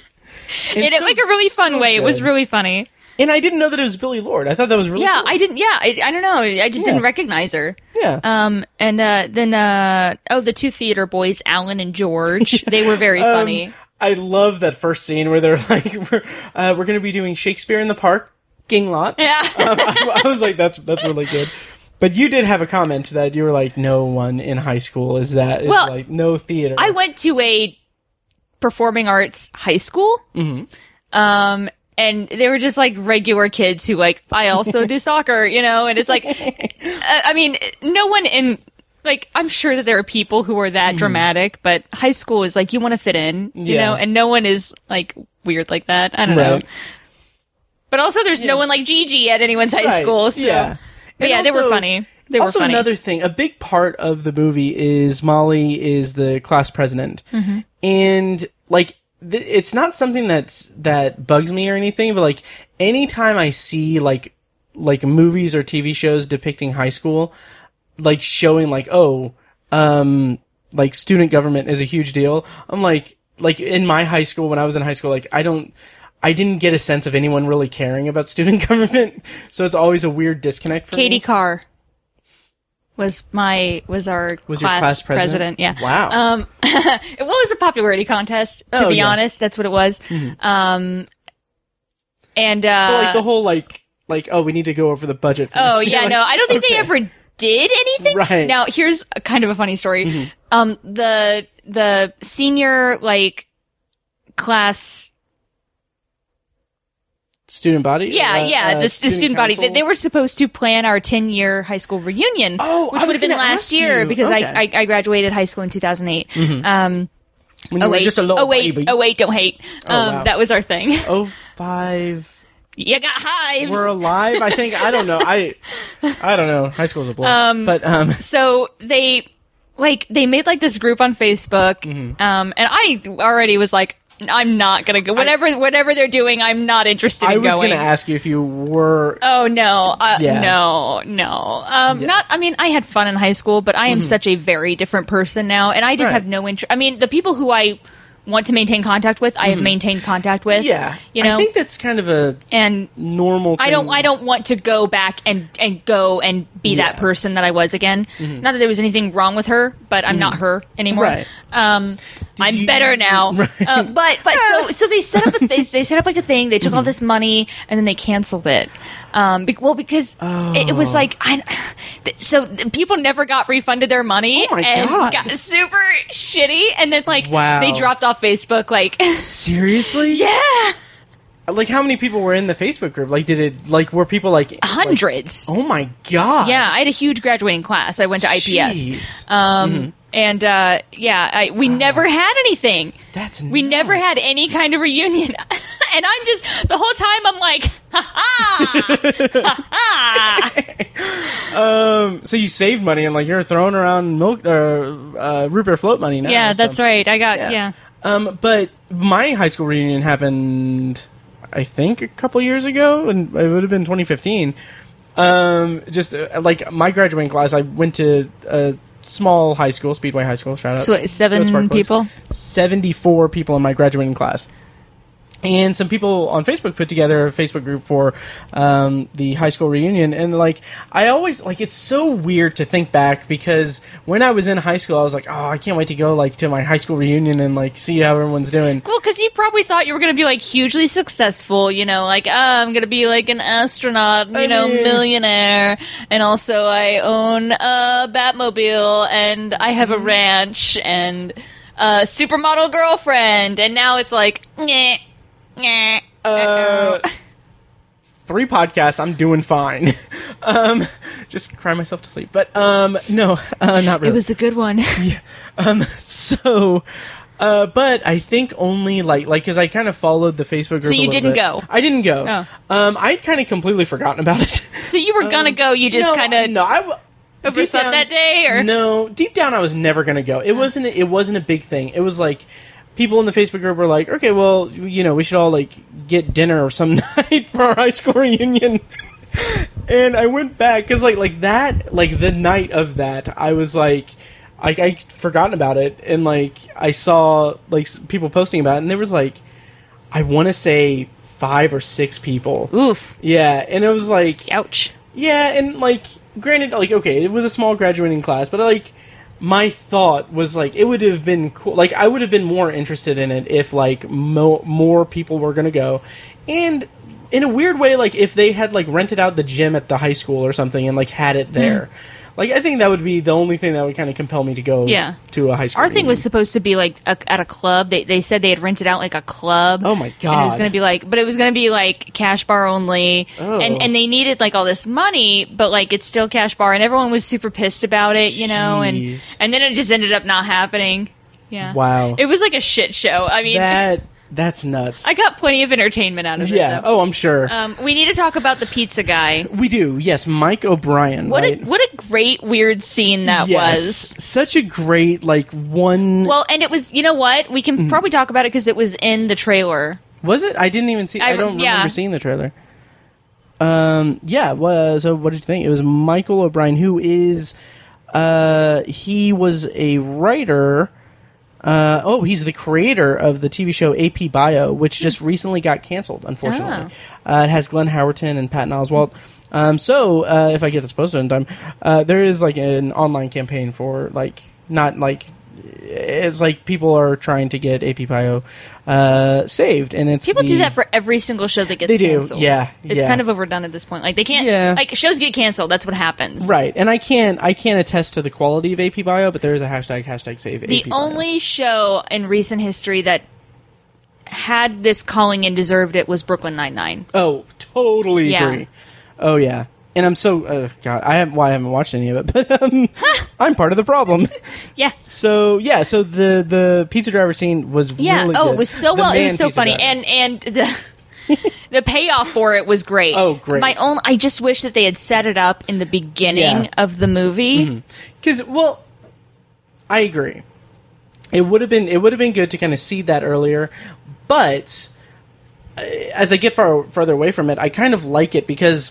S1: And
S2: In it,
S1: so-
S2: like a really fun
S1: so
S2: way. It was
S1: good.
S2: really funny.
S1: And I didn't know that it was Billy Lord. I thought that was really
S2: Yeah,
S1: cool.
S2: I didn't. Yeah, I, I don't know. I just
S1: Yeah.
S2: didn't recognize her.
S1: yeah.
S2: Um, and uh, then uh, oh, the two theater boys, Alan and George, they were very
S1: Um,
S2: funny.
S1: I love that first scene where they're like, "We're uh, we're going to be doing Shakespeare in the Park, King Lot."
S2: Yeah,
S1: Um, I, I was like, "That's that's really good." But you did have a comment that you were like, "No one in high school is that is
S2: Well,
S1: like no theater."
S2: I went to a performing arts high school.
S1: Mm-hmm.
S2: Um, and they were just like regular kids who like I also do soccer, you know. And it's like, uh, I I mean, no one in like I'm sure that there are people who are that dramatic, but high school is like you want to fit in, you
S1: Mm-hmm. Yeah.
S2: know, and no one is like weird like that. I don't know.
S1: Right.
S2: But also, there's no one like Gigi at anyone's high
S1: Right,
S2: school. So.
S1: yeah. And
S2: But yeah, they were
S1: also-
S2: funny. They were
S1: also,
S2: funny.
S1: another thing, a big part of the movie is Molly is the class president,
S2: Mm-hmm.
S1: and like th- it's not something that's that bugs me or anything, but like anytime I see like like movies or TV shows depicting high school, like showing like oh, um, like student government is a huge deal. I'm like like in my high school when I was in high school, like I don't. I didn't get a sense of anyone really caring about student government, so it's always a weird disconnect for me.
S2: Katie Carr was my was our
S1: Was your class
S2: class,
S1: president?
S2: Yeah.
S1: Wow.
S2: Um, it was a popularity contest. To
S1: Oh,
S2: be
S1: yeah. Mm-hmm.
S2: honest, that's what it was. Um, and
S1: But,
S2: uh,
S1: like the whole like like oh we need to go over the budget. for
S2: oh
S1: this.
S2: yeah,
S1: Like,
S2: no, I don't think
S1: okay.
S2: they ever did anything.
S1: Right. Mm-hmm.
S2: Now here's a kind of a funny story. Um, the the senior like class
S1: student body.
S2: Yeah,
S1: Uh,
S2: yeah.
S1: uh,
S2: the, the student body. They,
S1: council?
S2: they were supposed to plan our 10 year high school reunion,
S1: Oh, I
S2: which
S1: was
S2: would have been
S1: gonna
S2: last
S1: ask
S2: year
S1: you.
S2: because
S1: Okay.
S2: I, I, I graduated high school in 2008. Um,
S1: When you
S2: oh,
S1: were
S2: wait.
S1: just a little
S2: oh, wait.
S1: baby.
S2: Oh, wait. Don't hate. um,
S1: wow.
S2: That was our thing.
S1: Oh five.
S2: you got hives.
S1: We're alive. I think I don't know. I I don't know. High school's a blur. but um,
S2: so they like they made like this group on Facebook,
S1: Mm-hmm.
S2: um, and I already was like, I'm not gonna go. Whatever, whatever they're doing, I'm not interested
S1: I
S2: in
S1: was
S2: going.
S1: to ask you if you were.
S2: Oh no, uh,
S1: Yeah.
S2: no, no. Um, Not. I mean, I had fun in high school, but I am such a very different person now, and I just
S1: Mm-hmm. Right.
S2: have no interest. I mean, the people who I want to maintain contact with, I have maintained contact with.
S1: Mm-hmm. yeah,
S2: you know,
S1: I think that's kind of a
S2: and
S1: normal. Thing.
S2: I don't. I don't want to go back and and go and be that
S1: Yeah. Mm-hmm.
S2: person that I was again. Not that there was anything wrong with her, but I'm not her anymore.
S1: Right.
S2: Um, I'm
S1: you-
S2: better now. Uh, but but so so they set up a they, they set up like a thing. They took
S1: Mm-hmm.
S2: all this money and then they canceled it. Um, be, well because it, it
S1: Oh.
S2: was like I. th- So the people never got refunded their money
S1: Oh my
S2: and
S1: God.
S2: got super shitty. And then like
S1: Wow.
S2: they dropped off Facebook. Like
S1: seriously.
S2: yeah,
S1: Like how many people were in the Facebook group? Like did it? Like were people like like-
S2: hundreds.
S1: oh my god.
S2: Yeah, I had a huge graduating class. I went to IPS.
S1: Jeez. Mm-hmm.
S2: Um, And uh, yeah, I, we never had anything.
S1: That's
S2: we never
S1: nuts.
S2: had any kind of reunion. and I'm just the whole time I'm like, ha ha, ha ha.
S1: Um. So you saved money and like you're throwing around milk or uh, root beer float money now.
S2: Yeah,
S1: so-
S2: that's right. I got yeah.
S1: Um, but my high school reunion happened, I think, a couple years ago, and it would have been 2015. Um, just uh, like my graduating class, I went to a small high school, Speedway High School. Shout out.
S2: So, what, seven
S1: Go Sparkplugs.
S2: people?
S1: 74 people in my graduating class. And some people on Facebook put together a Facebook group for um, the high school reunion, and like I always like it's so weird to think back because when I was in high school, I was like, oh, I can't wait to go like to my high school reunion and like see how everyone's doing.
S2: Well, because you probably thought you were going to be like hugely successful, you know, like uh, I'm going to be like an astronaut, you
S1: I
S2: know,
S1: mean-
S2: millionaire, and also I own a Batmobile and I have a ranch and a supermodel girlfriend, and now it's like, nyeh, nyeh, uh-oh.
S1: Uh, three podcasts, I'm doing fine. um, just cry myself to sleep, but um, no, uh, not really.
S2: it was a good one.
S1: Um, so, uh, but I think only like like because I kind of followed the Facebook group.
S2: So
S1: a
S2: you
S1: little
S2: didn't
S1: bit.
S2: go?
S1: I didn't go.
S2: Oh.
S1: Um, I'd kind of completely forgotten about it.
S2: so you were going to go, you just
S1: Um, No,
S2: kind of
S1: no. I w- deep
S2: overslept
S1: down-
S2: that day, or
S1: no, deep down I was never gonna go. It wasn't. It wasn't a big thing. It was like people in the Facebook group were like, okay, well, you know, we should all like get dinner some night for our high school reunion. and I went back because like like that like the night of that I was like. I I forgotten about it, and like I saw like s- people posting about, it, and there was like, I want to say five or six people.
S2: oof,
S1: Yeah, and it was like,
S2: ouch.
S1: yeah, and like, granted, like, okay, it was a small graduating class, but like, my thought was like, it would have been cool. Like, I would have been more interested in it if like mo- more people were gonna go, and in a weird way, like, if they had like rented out the gym at the high school or something and like had
S2: Mm.
S1: it there. Like I think that would be the only thing that would kind of compel me to go
S2: Yeah.
S1: to a high school.
S2: Our thing
S1: reunion.
S2: was supposed to be like a, at a club. They, they said they had rented out like a club.
S1: Oh my
S2: And it was
S1: God.
S2: going to be like, but it was going to be like cash bar only,
S1: Oh.
S2: and and they needed like all this money, but like it's still cash bar, and everyone was super pissed about it, you know, and
S1: Jeez.
S2: and then it just ended up not happening. Yeah,
S1: Wow.
S2: it was like a shit show. I mean,
S1: that that's nuts.
S2: I got plenty of entertainment out of
S1: yeah.
S2: it. though.
S1: Oh, I'm sure
S2: Um, we need to talk about the pizza guy.
S1: we do. Yes, Mike O'Brien.
S2: What
S1: right?
S2: a what a great weird scene that was.
S1: such a great like one.
S2: Well, and it was, you know what? We
S1: Mm.
S2: can probably talk about it because it was in the trailer.
S1: was it? I didn't even see.
S2: I
S1: I,
S2: re-
S1: don't
S2: yeah.
S1: remember seeing the trailer. Um. Yeah. Well, so what did you think? It was Michael O'Brien, who is, uh, he was a writer. Uh, oh, he's the creator of the TV show AP Bio, which just recently got canceled, unfortunately.
S2: Oh.
S1: Uh, it has Glenn Howerton and Patton Oswalt. Um, so, uh, if I get this posted in time, uh, there is like an online campaign for like, not like, it's like people are trying to get AP Bio, uh, saved. And it's
S2: People
S1: the-
S2: do that for every single show that gets
S1: They do,
S2: canceled.
S1: yeah,
S2: It's
S1: yeah.
S2: kind of overdone at this point. Like they can't
S1: Yeah.
S2: like shows get canceled, that's what happens.
S1: Right, and I can't I can't attest to the quality of AP Bio, but there is a hashtag hashtag save
S2: The
S1: AP Bio.
S2: only show in recent history that had this calling and deserved it was Brooklyn Nine Nine.
S1: Oh, totally
S2: Yeah.
S1: agree. Oh yeah. And I'm so uh, God. I haven't. Why I haven't watched any of it, but um, I'm part of the problem.
S2: Yes.
S1: So yeah. So the the pizza driver scene was
S2: Yeah.
S1: Really
S2: oh,
S1: good.
S2: it was so
S1: The
S2: well. It
S1: man
S2: was so
S1: pizza
S2: funny,
S1: driver.
S2: and and the the payoff for it was great.
S1: Oh, great.
S2: My own. I just wish that they had set it up in the beginning
S1: Yeah. Mm-hmm.
S2: of the movie.
S1: Because well, I agree. It would have been it would have been good to kind of see that earlier, but uh, as I get far further away from it, I kind of like it because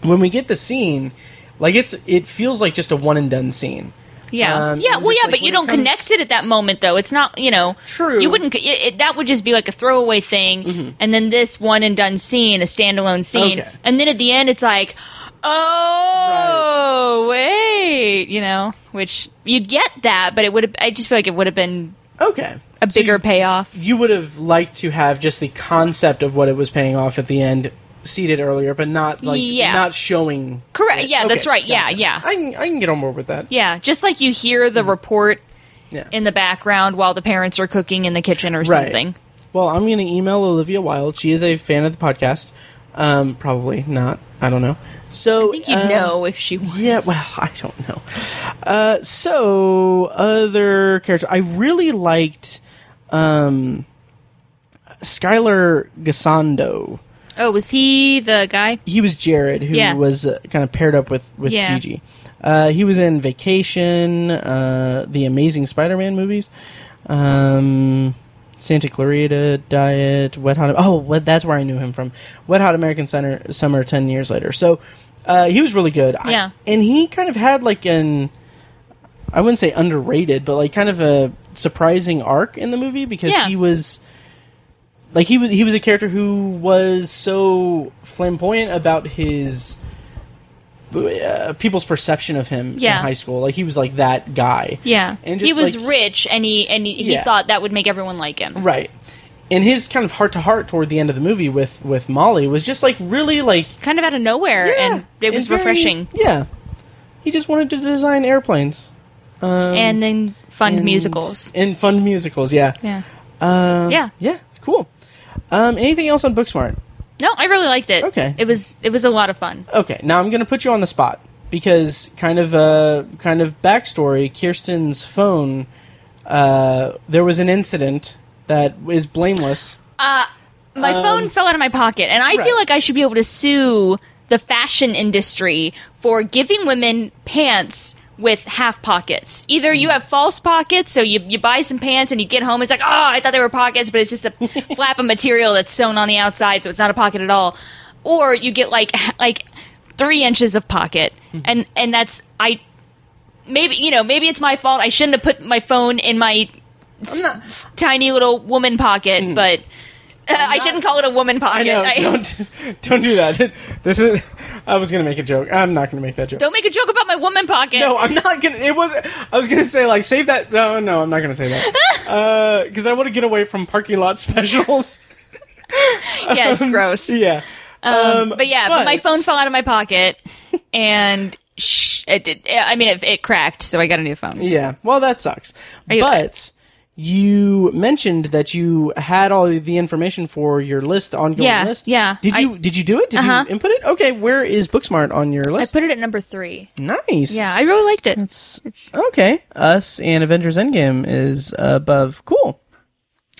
S1: when we get the scene, like it's it feels like just a one and done scene.
S2: Yeah.
S1: Um,
S2: yeah.
S1: and
S2: Well,
S1: just,
S2: yeah,
S1: like,
S2: but
S1: when
S2: you
S1: it
S2: don't
S1: comes-
S2: connect it at that moment, though. It's not, you know.
S1: True. Mm-hmm.
S2: You wouldn't. It, it, that would just be like a throwaway thing, and then this one and done scene, a standalone scene,
S1: Okay.
S2: and then at the end, it's like, oh wait, you know, which you get that, but it would. have I just feel like it would have been
S1: Okay,
S2: a
S1: So
S2: bigger
S1: you-
S2: payoff.
S1: you would have liked to have just the concept of what it was paying off at the end seated earlier, but not like
S2: Yeah.
S1: not showing.
S2: Correct. Yeah, that's
S1: Okay,
S2: right. Yeah,
S1: gotcha.
S2: yeah,
S1: I can, I can get on board with that.
S2: yeah. Just like you hear the report
S1: Yeah.
S2: in the background while the parents are cooking in the kitchen or
S1: Right.
S2: something.
S1: Well, I'm going to email Olivia Wilde. She is a fan of the podcast. Um, probably not. I don't know. So
S2: I think you
S1: uh,
S2: know if she. Was.
S1: Yeah, well, I don't know. Uh, so other character, I really liked um, Skylar Gasando.
S2: Oh, was he the guy?
S1: He was Jared, who
S2: Yeah.
S1: was uh, kind of paired up with with
S2: Yeah.
S1: Gigi. Uh, he was in Vacation, uh, the Amazing Spider-Man movies, um, Santa Clarita Diet, Wet Hot. Oh, what, that's where I knew him from. Wet Hot American Center, Summer, ten years later. So uh, he was really good. I-
S2: Yeah.
S1: and he kind of had like an. I wouldn't say underrated, but like kind of a surprising arc in the movie because
S2: Yeah.
S1: he was like he was he was a character who was so flamboyant about his uh, people's perception of him
S2: Yeah.
S1: in high school. Like he was like that guy.
S2: Yeah,
S1: And
S2: he
S1: just,
S2: was
S1: like-
S2: rich, and he and he, he
S1: Yeah.
S2: thought that would make everyone like him.
S1: Right. And his kind of heart to heart toward the end of the movie with with Molly was just like really like
S2: Kind of out of nowhere,
S1: yeah,
S2: and it was
S1: very-
S2: refreshing.
S1: Yeah. He just wanted to design airplanes. Um,
S2: and then fund
S1: and-
S2: musicals.
S1: and fund musicals. Yeah.
S2: Yeah.
S1: Um,
S2: Yeah.
S1: Yeah. Cool. Um, anything else on Booksmart?
S2: No, I really liked it.
S1: Okay.
S2: It was it was a lot of fun.
S1: Okay, now I'm going to put you on the spot because kind of uh, kind of backstory. Kirsten's phone. Uh, there was an incident that is blameless.
S2: Uh, My phone fell out of my pocket, and I
S1: right.
S2: feel like I should be able to sue the fashion industry for giving women pants with half pockets. Either you have false pockets, so you, you buy some pants and you get home, it's like, oh, I thought they were pockets, but it's just a flap of material that's sewn on the outside, so it's not a pocket at all. Or you get like like three inches of pocket, and and that's I maybe you know maybe it's my fault. I shouldn't have put my phone in my s-
S1: not-
S2: s- tiny little woman pocket, but. uh, I shouldn't call it a woman
S1: Hmm. I
S2: pocket.
S1: know. don't don't do that. This is. I was going to make a joke. I'm not going to make that joke.
S2: don't make a joke about my woman pocket.
S1: no, I'm not gonna. It was. I was gonna say like save that. No, no, I'm not gonna say that. Because I want to get away from parking lot specials.
S2: yeah, it's gross.
S1: yeah.
S2: Um, but yeah, but, my phone fell out of my pocket, and sh- it did. I mean, it, it cracked, so I got a new phone.
S1: Yeah. Well, that sucks.
S2: you-
S1: but you mentioned that you had all the information for your list, ongoing
S2: Yeah,
S1: list.
S2: yeah.
S1: Did
S2: I-
S1: you did you do it? Did
S2: Uh-huh.
S1: you input it? Okay. Where is Booksmart on your
S2: I
S1: list?
S2: put it at number three.
S1: nice.
S2: Yeah, I really liked it.
S1: It's-
S2: It's
S1: okay. Us and Avengers Endgame is above. Cool.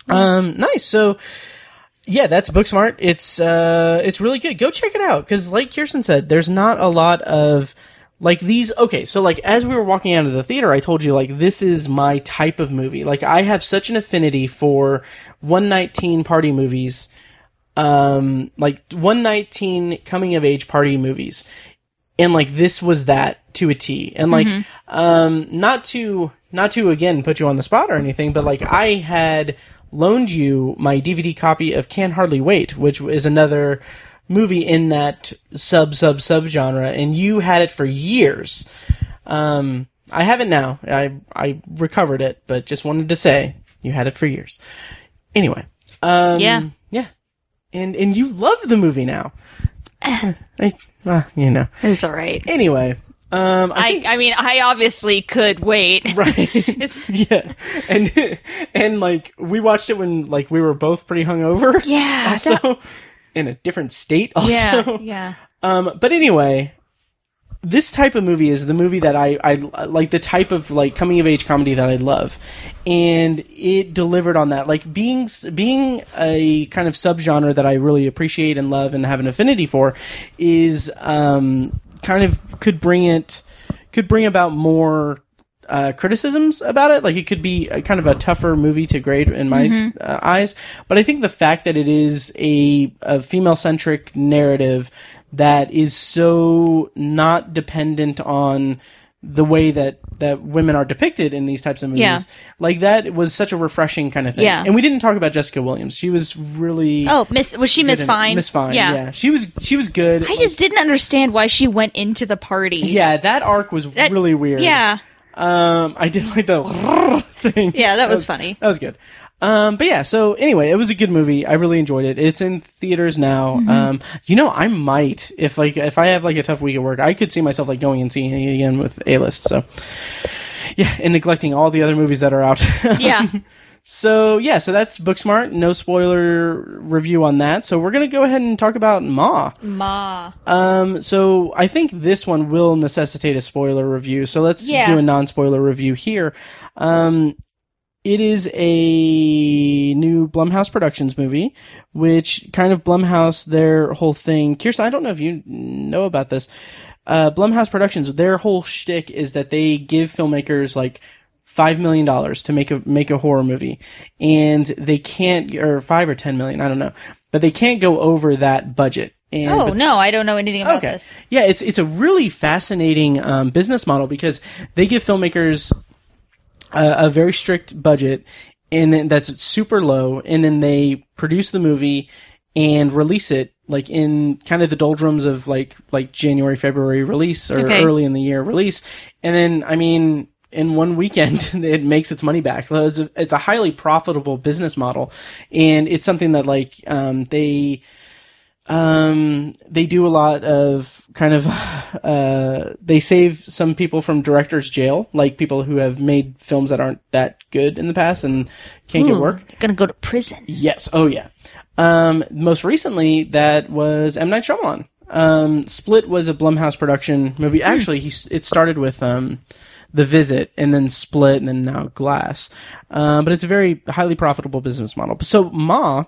S1: Um. Nice. So. Yeah, that's Booksmart. It's uh, it's really good. Go check it out because, like Kirsten said, there's not a lot of like these. Okay, so like as we were walking out of the theater, I told you like this is my type of movie. Like I have such an affinity for one night teen party movies, um, like one night teen coming of age party movies, and like this was that to a T. And like, um, not to not to again put you on the spot or anything, but like I had loaned you my DVD copy of Can Hardly Wait, which is another movie in that sub sub sub genre, and you had it for years. Um, I have it now. I I recovered it, but just wanted to say you had it for years. Anyway, um,
S2: Yeah.
S1: yeah, and and you love the movie now. I, well, you know.
S2: it's all right.
S1: Anyway, Um, I,
S2: I, I mean, I obviously could wait.
S1: right.
S2: It's
S1: yeah, and and like we watched it when like we were both pretty hungover.
S2: yeah,
S1: Also,
S2: that-
S1: in a different state. Also,
S2: yeah, yeah.
S1: Um, but anyway, this type of movie is the movie that I, I like the type of like coming of age comedy that I love, and it delivered on that. Like being s- being a kind of subgenre that I really appreciate and love and have an affinity for is um, kind of could bring it could bring about more. Uh, criticisms about it, like it could be a, kind of a tougher movie to grade in my
S2: Mm-hmm.
S1: uh, eyes, but I think the fact that it is a, a female centric narrative that is so not dependent on the way that that women are depicted in these types of movies.
S2: Yeah.
S1: Like that was such a refreshing kind of thing.
S2: Yeah.
S1: And we didn't talk about Jessica Williams. She was really
S2: Oh, Miss was she Miss Fine?
S1: Miss Fine. Yeah. She was she was good.
S2: I just didn't understand why she went into the party.
S1: Yeah, that arc was
S2: That-
S1: really weird.
S2: Yeah.
S1: Um I did like the thing.
S2: Yeah, that was funny.
S1: That was good. Um, but yeah, so anyway, it was a good movie. I really enjoyed it. It's in theaters now.
S2: Mm-hmm.
S1: Um, you know, I might if like if I have like a tough week at work, I could see myself like going and seeing it again with A list. So yeah, and neglecting all the other movies that are out.
S2: Yeah.
S1: so yeah, so that's Booksmart. No spoiler review on that. So we're gonna go ahead and talk about Ma.
S2: Ma.
S1: Um, so I think this one will necessitate a spoiler review. So let's
S2: Yeah.
S1: do a non-spoiler review here. Um, it is a new Blumhouse Productions movie, which kind of Blumhouse their whole thing. Kirsten, I don't know if you know about this. Uh, Blumhouse Productions, their whole shtick is that they give filmmakers like five million dollars to make a make a horror movie, and they can't or five or ten million, I don't know, but they can't go over that budget. And,
S2: Oh
S1: but
S2: no, I don't know anything about this.
S1: yeah, it's it's a really fascinating um, business model because they give filmmakers a, a very strict budget, and then that's super low, and then they produce the movie and release it like in kind of the doldrums of like like January February release or
S2: Okay.
S1: early in the year release, and then I mean. In one weekend, it makes its money back. It's a, it's a highly profitable business model, and it's something that like um, they um, they do a lot of kind of uh, they save some people from directors jail like people who have made films that aren't that good in the past and can't get work
S2: Gonna go to prison.
S1: yes oh yeah um, most recently that was m night Shyamalan. um, split was a blumhouse production movie actually he, s- it started with um, the visit and then split and then now glass um, but it's a very highly profitable business model so ma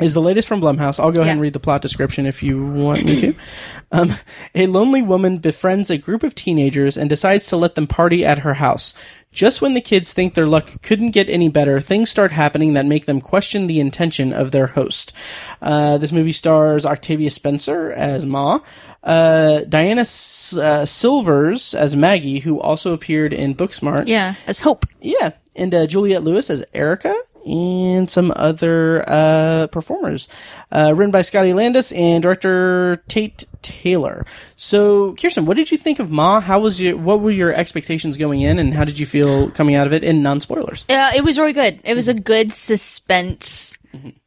S1: is the latest from Blumhouse. I'll go ahead and
S2: Yeah.
S1: read the plot description if you want me to. Um, a lonely woman befriends a group of teenagers and decides to let them party at her house. Just when the kids think their luck couldn't get any better, things start happening that make them question the intention of their host. Uh, this movie stars Octavia Spencer as Ma, uh, Diana S- uh, Silvers as Maggie, who also appeared in Booksmart.
S2: Yeah. As hope.
S1: Yeah, and uh, Juliette Lewis as Erica and some other uh, performers. Uh, written by Scotty Landis and director Tate Taylor. So, Kirsten, what did you think of Ma? How was your? What were your expectations going in, and how did you feel coming out of it? In non spoilers.
S2: Uh, it was really good. It
S1: Mm-hmm.
S2: was a good suspense,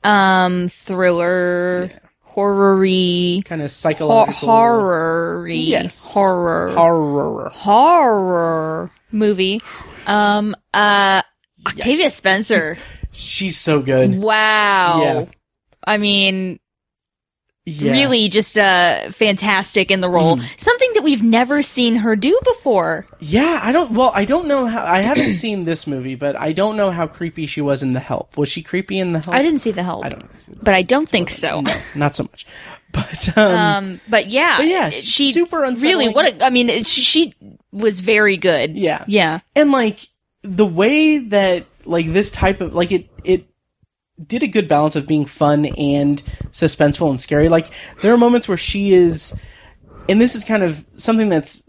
S2: um, thriller, horror-y,
S1: Kind of
S2: ho-
S1: psychological
S2: horror-y,
S1: Yes.
S2: horror,
S1: horror.
S2: horror movie. Um, uh, Octavia Spencer.
S1: She's so good.
S2: Wow.
S1: Yeah.
S2: I mean,
S1: Yeah. Mm-hmm.
S2: really just uh fantastic in the role. Something that we've never seen her do before.
S1: Yeah, I don't. Well, I don't know how. I haven't seen this movie, but I don't know how creepy she was in The Help. Was she creepy in The Help?
S2: I didn't see the help.
S1: I don't know.
S2: But I don't think so.
S1: Not so much. But um,
S2: Um, but yeah,
S1: But yeah,
S2: she
S1: super
S2: Really,
S1: unsettling.
S2: what a, I mean, it- she, she was very good.
S1: Yeah.
S2: yeah,
S1: and like the way that like this type of like it it did a good balance of being fun and suspenseful and scary like there are moments where she is and this is kind of something that's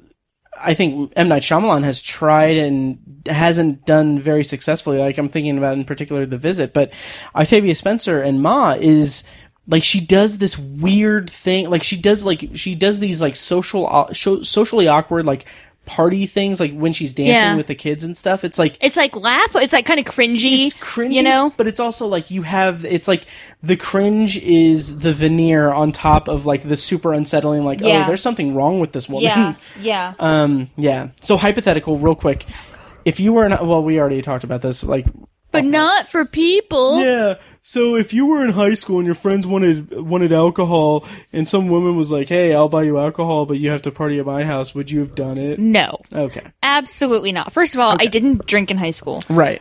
S1: I think M Night Shyamalan has tried and hasn't done very successfully. Like I'm thinking about in particular The Visit, but Octavia Spencer and Ma is like she does this weird thing. Like she does like she does these like social au- sho- socially awkward like party things, like when she's dancing
S2: Yeah.
S1: with the kids and stuff. It's like
S2: It's like laugh. It's like kind of cringy.
S1: it's cringy,
S2: You know?
S1: but it's also like you have it's like the cringe is the veneer on top of like the super unsettling. Like, oh,
S2: Yeah.
S1: there's something wrong with this woman.
S2: Yeah. Yeah.
S1: um, yeah. So hypothetical, real quick. If you were not, well, we already talked about this. Like,
S2: but not for people.
S1: yeah. So if you were in high school and your friends wanted wanted alcohol, and some woman was like, "Hey, I'll buy you alcohol, but you have to party at my house," would you have done it?
S2: No.
S1: Okay.
S2: Absolutely not. First of all, I didn't drink in high school.
S1: Right.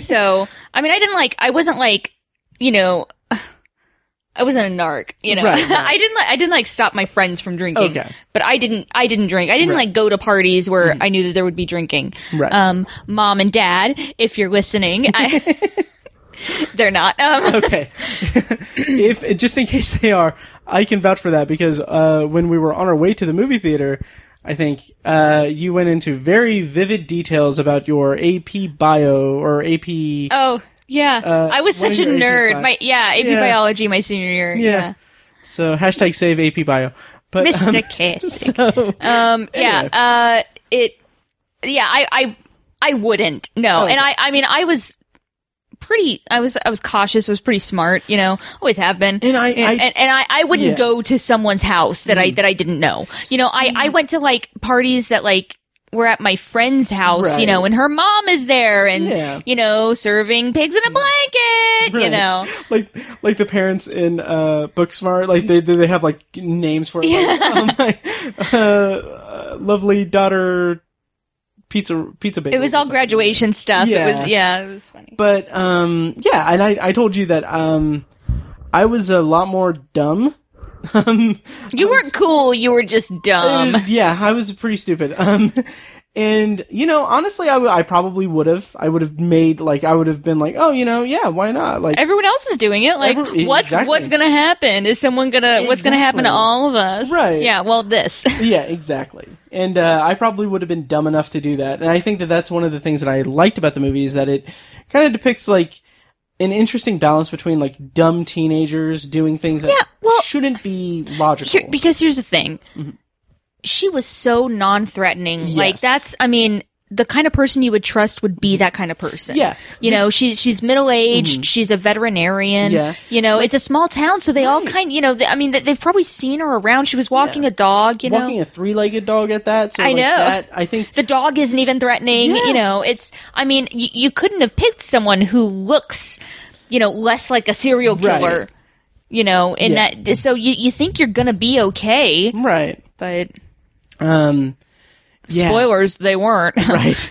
S2: so I mean, I didn't like. I wasn't like, you know, I wasn't a narc. You know,
S1: Right, right.
S2: I didn't. Like, I didn't like stop my friends from drinking.
S1: Okay.
S2: But I didn't. I didn't drink. I didn't
S1: Right. Mm.
S2: like go to parties where I knew that there would be drinking.
S1: Right.
S2: Um, mom and dad, if you're listening, I, they're not. Um,
S1: okay. if just in case they are, I can vouch for that because uh, when we were on our way to the movie theater, I think uh, you went into very vivid details about your AP bio or AP.
S2: oh. Yeah,
S1: Uh,
S2: I was
S1: one of
S2: such a
S1: your AP
S2: nerd.
S1: class.
S2: My yeah, AP
S1: Yeah.
S2: biology my senior year. Yeah,
S1: So hashtag save AP bio. But um,
S2: Mr. Kiss.
S1: so
S2: Um, yeah, uh, it, yeah, I, I, I wouldn't, no.
S1: Okay.
S2: And I, I mean, I was pretty, I was, I was cautious, I was pretty smart, you know, always have been.
S1: And I-
S2: and,
S1: I-
S2: and, and I, I wouldn't
S1: Yeah. Mm.
S2: go to someone's house that I, that I didn't know. You know, I, I went to like parties that like, were at my friend's house, you
S1: Right.
S2: know, and her mom is there and,
S1: Yeah.
S2: you know, serving pigs in a blanket, you
S1: Right.
S2: know.
S1: like like the parents in uh Booksmart, like they they have like names for it. Like, oh, my uh, uh, lovely daughter pizza pizza baby.
S2: It was all graduation stuff.
S1: Yeah.
S2: It was, yeah, it was funny.
S1: But um yeah, and I I told you that um I was a lot more dumb. um
S2: You weren't cool, you were just dumb.
S1: yeah, I was pretty stupid. Um, and you know, honestly, I, w- I probably would have. I would have made like I would have been like, oh, you know, yeah, why not? Like,
S2: everyone else is doing it. Like,
S1: Every-
S2: what's
S1: exactly.
S2: what's gonna happen? Is someone gonna what's gonna happen to
S1: Exactly.
S2: all of us?
S1: Right.
S2: Yeah. Well, this.
S1: yeah, exactly. And uh, I probably would have been dumb enough to do that. And I think that that's one of the things that I liked about the movie is that it kind of depicts like an interesting balance between like dumb teenagers doing things that
S2: well-
S1: shouldn't be logical.
S2: Here- because here's the thing. She was so non-threatening. Like
S1: Mm-hmm. Yes.
S2: that's. I mean. The kind of person you would trust would be that kind of person.
S1: Yeah. Mm-hmm.
S2: you know she's she's middle aged. She's a veterinarian.
S1: Yeah.
S2: you know it's a small town, so they all kind. You know, they, I mean, they, they've probably seen her around. She was walking a dog. You know,
S1: Walking a three-legged dog at that. So
S2: I
S1: like,
S2: know.
S1: That, I think
S2: the dog isn't even threatening.
S1: Yeah.
S2: You know, it's, I mean, y- you couldn't have picked someone who looks, you know, less like a serial
S1: Right.
S2: killer, you know, and
S1: Yeah.
S2: that, so you, you think you're going to be okay,
S1: right.
S2: but
S1: Um, yeah.
S2: spoilers, they weren't.
S1: right.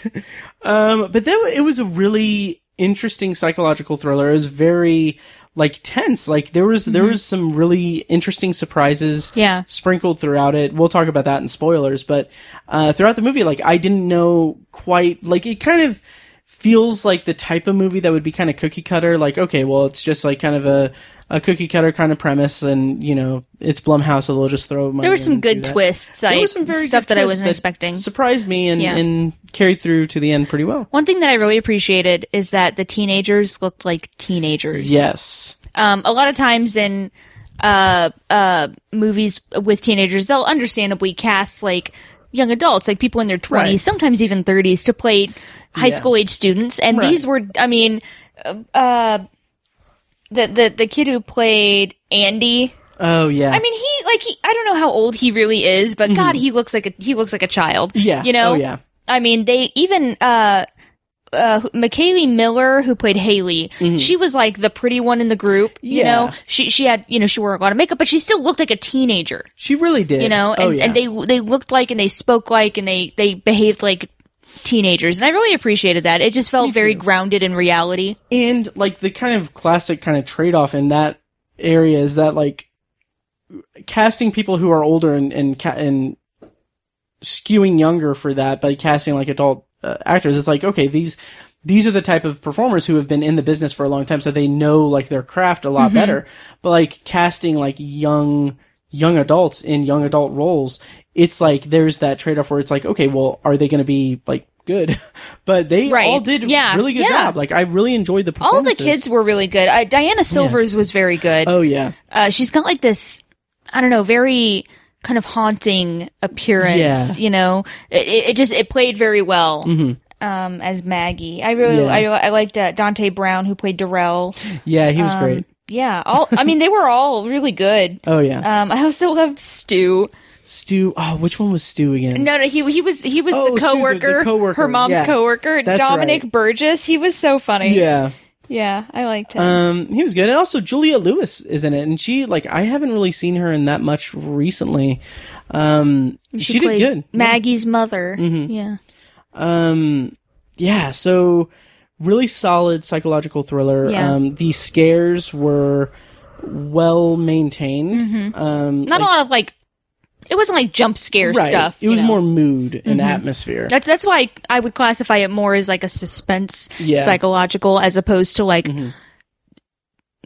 S1: um, but then it was a really interesting psychological thriller. It was very like tense. Like there was there was some really interesting surprises
S2: Mm-hmm. Yeah.
S1: sprinkled throughout it. We'll talk about that in spoilers, but uh, throughout the movie, like I didn't know quite like it kind of feels like the type of movie that would be kind of cookie cutter. Like okay, well it's just like kind of a a cookie cutter kind of premise, and you know it's Blumhouse, so they'll just throw. Money
S2: there were
S1: in
S2: some
S1: and do
S2: good
S1: that.
S2: twists.
S1: There
S2: I,
S1: were some very
S2: stuff
S1: good
S2: that I
S1: twists
S2: wasn't expecting.
S1: Surprised me and,
S2: Yeah.
S1: and carried through to the end pretty well.
S2: One thing that I really appreciated is that the teenagers looked like teenagers.
S1: Yes.
S2: um, a lot of times in uh, uh, movies with teenagers, they'll understandably cast like young adults, like people in their 20s,
S1: Right.
S2: sometimes even 30s, to play high
S1: Yeah.
S2: school age students. And
S1: Right.
S2: these were, I mean, uh, uh, the, the, the kid who played Andy.
S1: Oh yeah.
S2: I mean, he like he, I don't know how old he really is, but God, he looks like a he looks like a child.
S1: Mm-hmm. yeah.
S2: you know.
S1: Oh yeah.
S2: I mean, they even uh, uh, McKaylee Miller, who played Haley, she was like the pretty one in the group. You
S1: Mm-hmm. Yeah.
S2: know, she she had you know she wore a lot of makeup, but she still looked like a teenager.
S1: She really did.
S2: You know, and,
S1: oh, yeah.
S2: and they they looked like and they spoke like and they they behaved like teenagers, and I really appreciated that. It just felt very grounded in reality.
S1: and like the kind of classic kind of trade off in that area is that like casting people who are older and and ca- and skewing younger for that by casting like adult uh, actors it's like okay these these are the type of performers who have been in the business for a long time so they know like their craft a lot
S2: Mm-hmm.
S1: better but like casting like young young adults in young adult roles it's like there's that trade off where it's like okay well are they going to be like good but they
S2: Right.
S1: all did
S2: Yeah.
S1: really good
S2: Yeah.
S1: job like I really enjoyed the
S2: All the
S1: performances.
S2: kids were really good. Uh, Diana Silvers was very good.
S1: Oh yeah,
S2: uh, she's got like this, I don't know, very kind of haunting appearance.
S1: Yeah.
S2: You know, it, it it just it played very well. Um, as Maggie, I really,
S1: Mm-hmm. Yeah.
S2: I, I liked uh, Dante Brown who played Darrell.
S1: Yeah, he was
S2: Um,
S1: great.
S2: Yeah, all I mean, they were all really good.
S1: Oh yeah,
S2: Um, I also loved Stu.
S1: Stu. Oh, which one was Stu again?
S2: No, no, he he was he was
S1: Oh, Stu, the-
S2: the
S1: the
S2: coworker,
S1: coworker,
S2: her mom's
S1: yeah.
S2: coworker,
S1: That's
S2: Dominic
S1: right.
S2: Burgess. He was so funny.
S1: Yeah,
S2: yeah, I liked him.
S1: um, he was good. And also Julia Lewis is in it, and she like I haven't really seen her in that much recently. Um, she, did
S2: played
S1: good. Mm-hmm.
S2: Maggie's mother. Yeah.
S1: Um, yeah, so really solid psychological thriller.
S2: Yeah.
S1: Um, the scares were well maintained. Um,
S2: Mm-hmm. Not a lot of like it wasn't like jump scare
S1: right.
S2: stuff.
S1: It was
S2: you know. Mm-hmm.
S1: more mood and atmosphere.
S2: that's that's why I would classify it more as like a suspense
S1: Yeah. Mm-hmm.
S2: psychological as opposed to like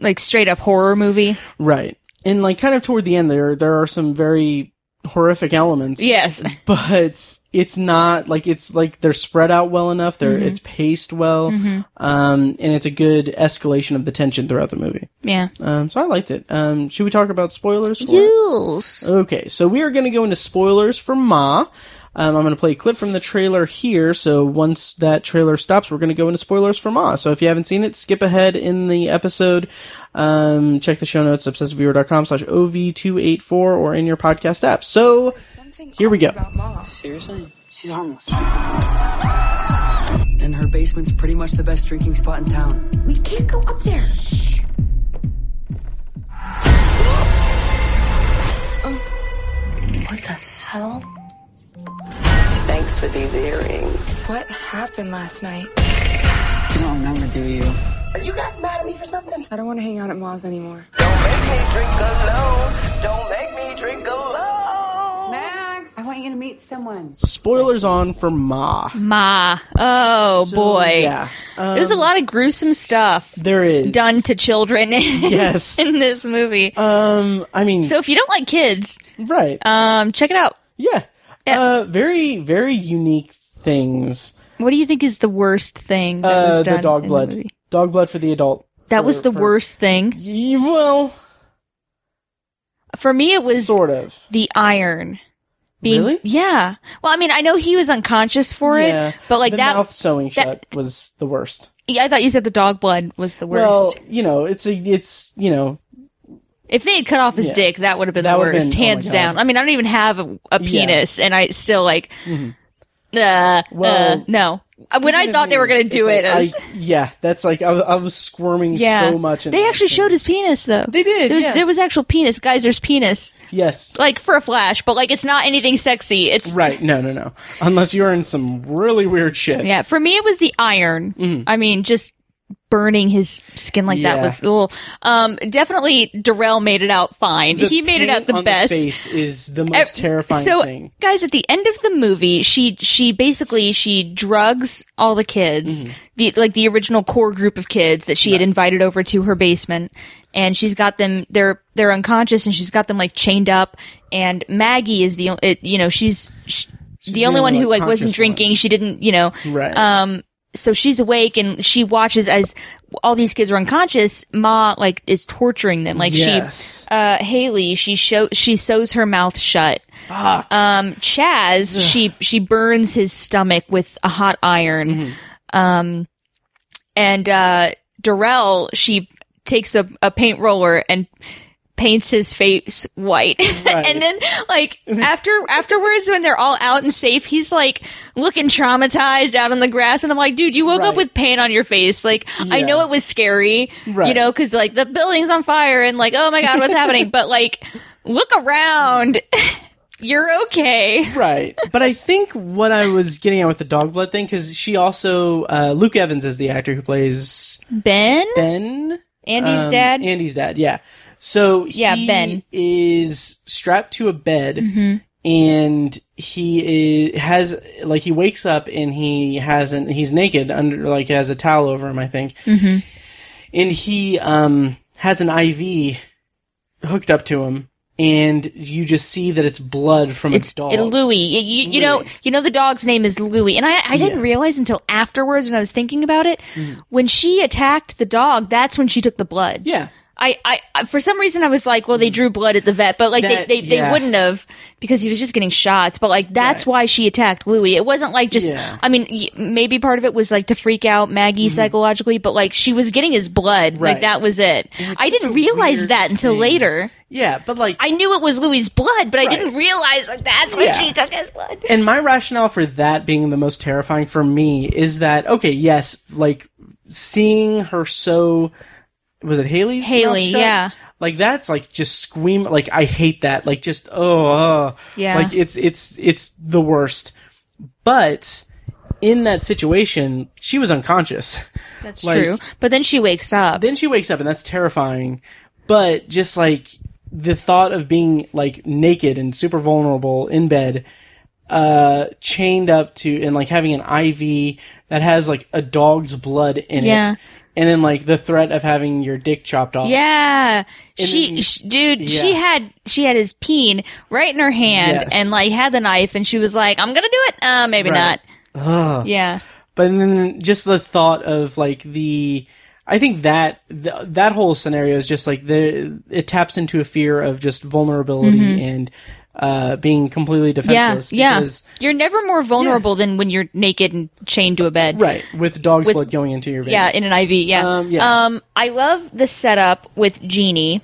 S2: like straight up horror movie.
S1: Right. And like kind of toward the end there there are some very horrific elements.
S2: Yes.
S1: But it's not like it's like they're spread out well enough, they're it's paced well. Um and it's a good escalation of the tension throughout the movie.
S2: Yeah.
S1: Um so I liked it. Um should we talk about spoilers for it?
S2: Yes.
S1: Okay, so we are going to go into spoilers for Ma. Um, I'm going to play a clip from the trailer here. So once that trailer stops, we're going to go into spoilers for Ma. So if you haven't seen it, skip ahead in the episode. Um, check the show notes, obsessiveviewer.com slash OV284 or in your podcast app. So here we go.
S6: Seriously? She's harmless. And her basement's pretty much the best drinking spot in town.
S4: We can't go up there.
S3: What the hell?
S7: Thanks for these earrings.
S8: What happened last night?
S6: You don't remember, do you?
S7: Are you guys mad at me for something?
S8: I don't want to hang out at Ma's anymore.
S7: Don't make me drink alone. Don't make me drink alone.
S9: Max, I want you to meet someone.
S1: Spoilers on for Ma.
S2: Ma. Oh
S1: So,
S2: boy.
S1: Yeah. Um,
S2: There's a lot of gruesome stuff
S1: there is.
S2: done to children
S1: Yes.
S2: in this movie.
S1: Um, I mean,
S2: so if you don't like kids,
S1: right.
S2: um, check it out.
S1: yeah. Uh, very, very unique things.
S2: What do you think is the worst thing that
S1: Uh,
S2: was done?
S1: the dog
S2: in
S1: blood.
S2: movie?
S1: dog blood for the adult.
S2: That
S1: For-
S2: was the
S1: for-
S2: worst thing.
S1: Y- Well,
S2: For me, it was
S1: sort of.
S2: the iron. Being,
S1: Really?
S2: Yeah. Well, I mean, I know he was unconscious for
S1: yeah.
S2: it, but like
S1: the
S2: that,
S1: mouth sewing
S2: that-
S1: shut was the worst.
S2: Yeah, I thought you said the dog blood was the worst.
S1: Well, you know, it's a, it's you know,
S2: if they had cut off his
S1: yeah.
S2: dick, that would have been
S1: That
S2: the
S1: would've
S2: worst,
S1: been- oh my
S2: hands
S1: God.
S2: down. I mean, I don't even have a, a
S1: Yeah. Mm-hmm.
S2: penis, and I still like, uh,
S1: Well,
S2: uh, no. When I
S1: Even
S2: thought
S1: if
S2: they
S1: you-
S2: were going to
S1: it's
S2: do
S1: like,
S2: it, I was-
S1: I- yeah, that's like I, was- I was squirming
S2: yeah,
S1: so much. in
S2: they
S1: that
S2: actually
S1: scene.
S2: showed his penis though.
S1: They did,
S2: There was,
S1: yeah.
S2: there was actual penis, guys. There's penis,
S1: Yes.
S2: like for a flash, but like it's not anything sexy. It's
S1: Right. No. No. No. Unless you're in some really weird shit.
S2: Yeah, for me it was the iron. I mean, just burning his skin like
S1: Mm-hmm. Yeah.
S2: that was little. Um, definitely Darrell made it out fine.
S1: The
S2: he made it
S1: paint
S2: out the
S1: on
S2: best.
S1: face is the
S2: Uh,
S1: most terrifying
S2: so,
S1: thing.
S2: guys, at the end of the movie, she she basically she drugs all the kids,
S1: Mm-hmm.
S2: the like the original core group of kids that she had invited over to her basement, and she's got them they're they're unconscious and she's got them like chained up. And Maggie is the o- it, you know she's, sh the only
S1: only,
S2: one who
S1: like,
S2: like wasn't
S1: conscious one.
S2: drinking. She didn't you know
S1: Right.
S2: um, so she's awake and she watches as all these kids are unconscious. Ma like is torturing them. Like
S1: Yes.
S2: she, uh, Haley, she show she sews her mouth shut. Um, Chaz, she she burns his stomach with a hot iron.
S1: Mm-hmm.
S2: Um, and uh, Darrell, she takes a, a paint roller and paints his face white and then like after afterwards when they're all out and safe he's like looking traumatized out on the grass and i'm like dude you woke
S1: Right.
S2: up with paint on your face like i know
S1: Yeah.
S2: it was scary you
S1: Right.
S2: know because like the building's on fire and like oh my god what's happening but like look around you're okay
S1: Right. But I think what I was getting at with the dog blood thing, because she also, uh, Luke Evans is the actor who plays
S2: ben
S1: Ben.
S2: andy's
S1: Um,
S2: dad
S1: Andy's dad, yeah. So
S2: Yeah,
S1: he
S2: Ben. Mm-hmm.
S1: is strapped to a bed, and he is, has like he wakes up and he hasn't. He's naked under like has a towel over him, I think,
S2: Mm-hmm.
S1: and he um has an IV hooked up to him, and you just see that it's blood from
S2: it's
S1: a dog.
S2: it- Louis. You, you, you know, you know the dog's name is Louis, and I, I didn't
S1: Yeah. Mm.
S2: realize until afterwards when I was thinking about it. When she attacked the dog, that's when she took the blood.
S1: yeah,
S2: I, I, I- for some reason I was like, well, they drew blood at the vet, but like
S1: Mm. That-
S2: they, they,
S1: yeah.
S2: they wouldn't have because he was just getting shots. But like that's why she attacked Louis. It wasn't like just.
S1: Yeah. Mm-hmm.
S2: I mean, y- maybe part of it was like to freak out Maggie psychologically, but like she was getting his blood.
S1: Right.
S2: Like that was it. I didn't
S1: such a
S2: realize
S1: weird
S2: that until
S1: thing.
S2: later.
S1: Yeah, but like
S2: I knew it was Louis's blood, but I
S1: Right.
S2: didn't realize like that's when
S1: Yeah.
S2: she took his blood.
S1: and my rationale for that being the most terrifying for me is that okay, yes, like seeing her so was it Haley's
S2: Haley,
S1: mouth shut?
S2: yeah.
S1: Like that's like just scream like I hate that. Like just oh, oh.
S2: Yeah.
S1: Like it's it's it's the worst. But in that situation, she was unconscious.
S2: That's
S1: Like-
S2: true. But then she wakes up.
S1: Then she wakes up and that's terrifying. But just like the thought of being like naked and super vulnerable in bed, uh, chained up to and like having an IV that has like a dog's blood in
S2: Yeah.
S1: it. And then like the threat of having your dick chopped off.
S2: Yeah, she,
S1: then-
S2: sh dude, she
S1: yeah.
S2: had she had his peen right in her hand
S1: Yes.
S2: and like had the knife, and she was like, "I'm gonna do it." Uh, maybe
S1: Right.
S2: not. Yeah,
S1: But then just the thought of like the, I think that th- that whole scenario is just like the it taps into a fear of just vulnerability and uh, being completely
S2: Mm-hmm. yeah,
S1: defenseless.
S2: yeah.
S1: because-
S2: You're never more vulnerable than when you're naked and chained to a bed.
S1: right with dog's
S2: With-
S1: blood going into your veins.
S2: Yeah, in an IV. Yeah.
S1: Um, yeah.
S2: Um, I love the setup with Genie.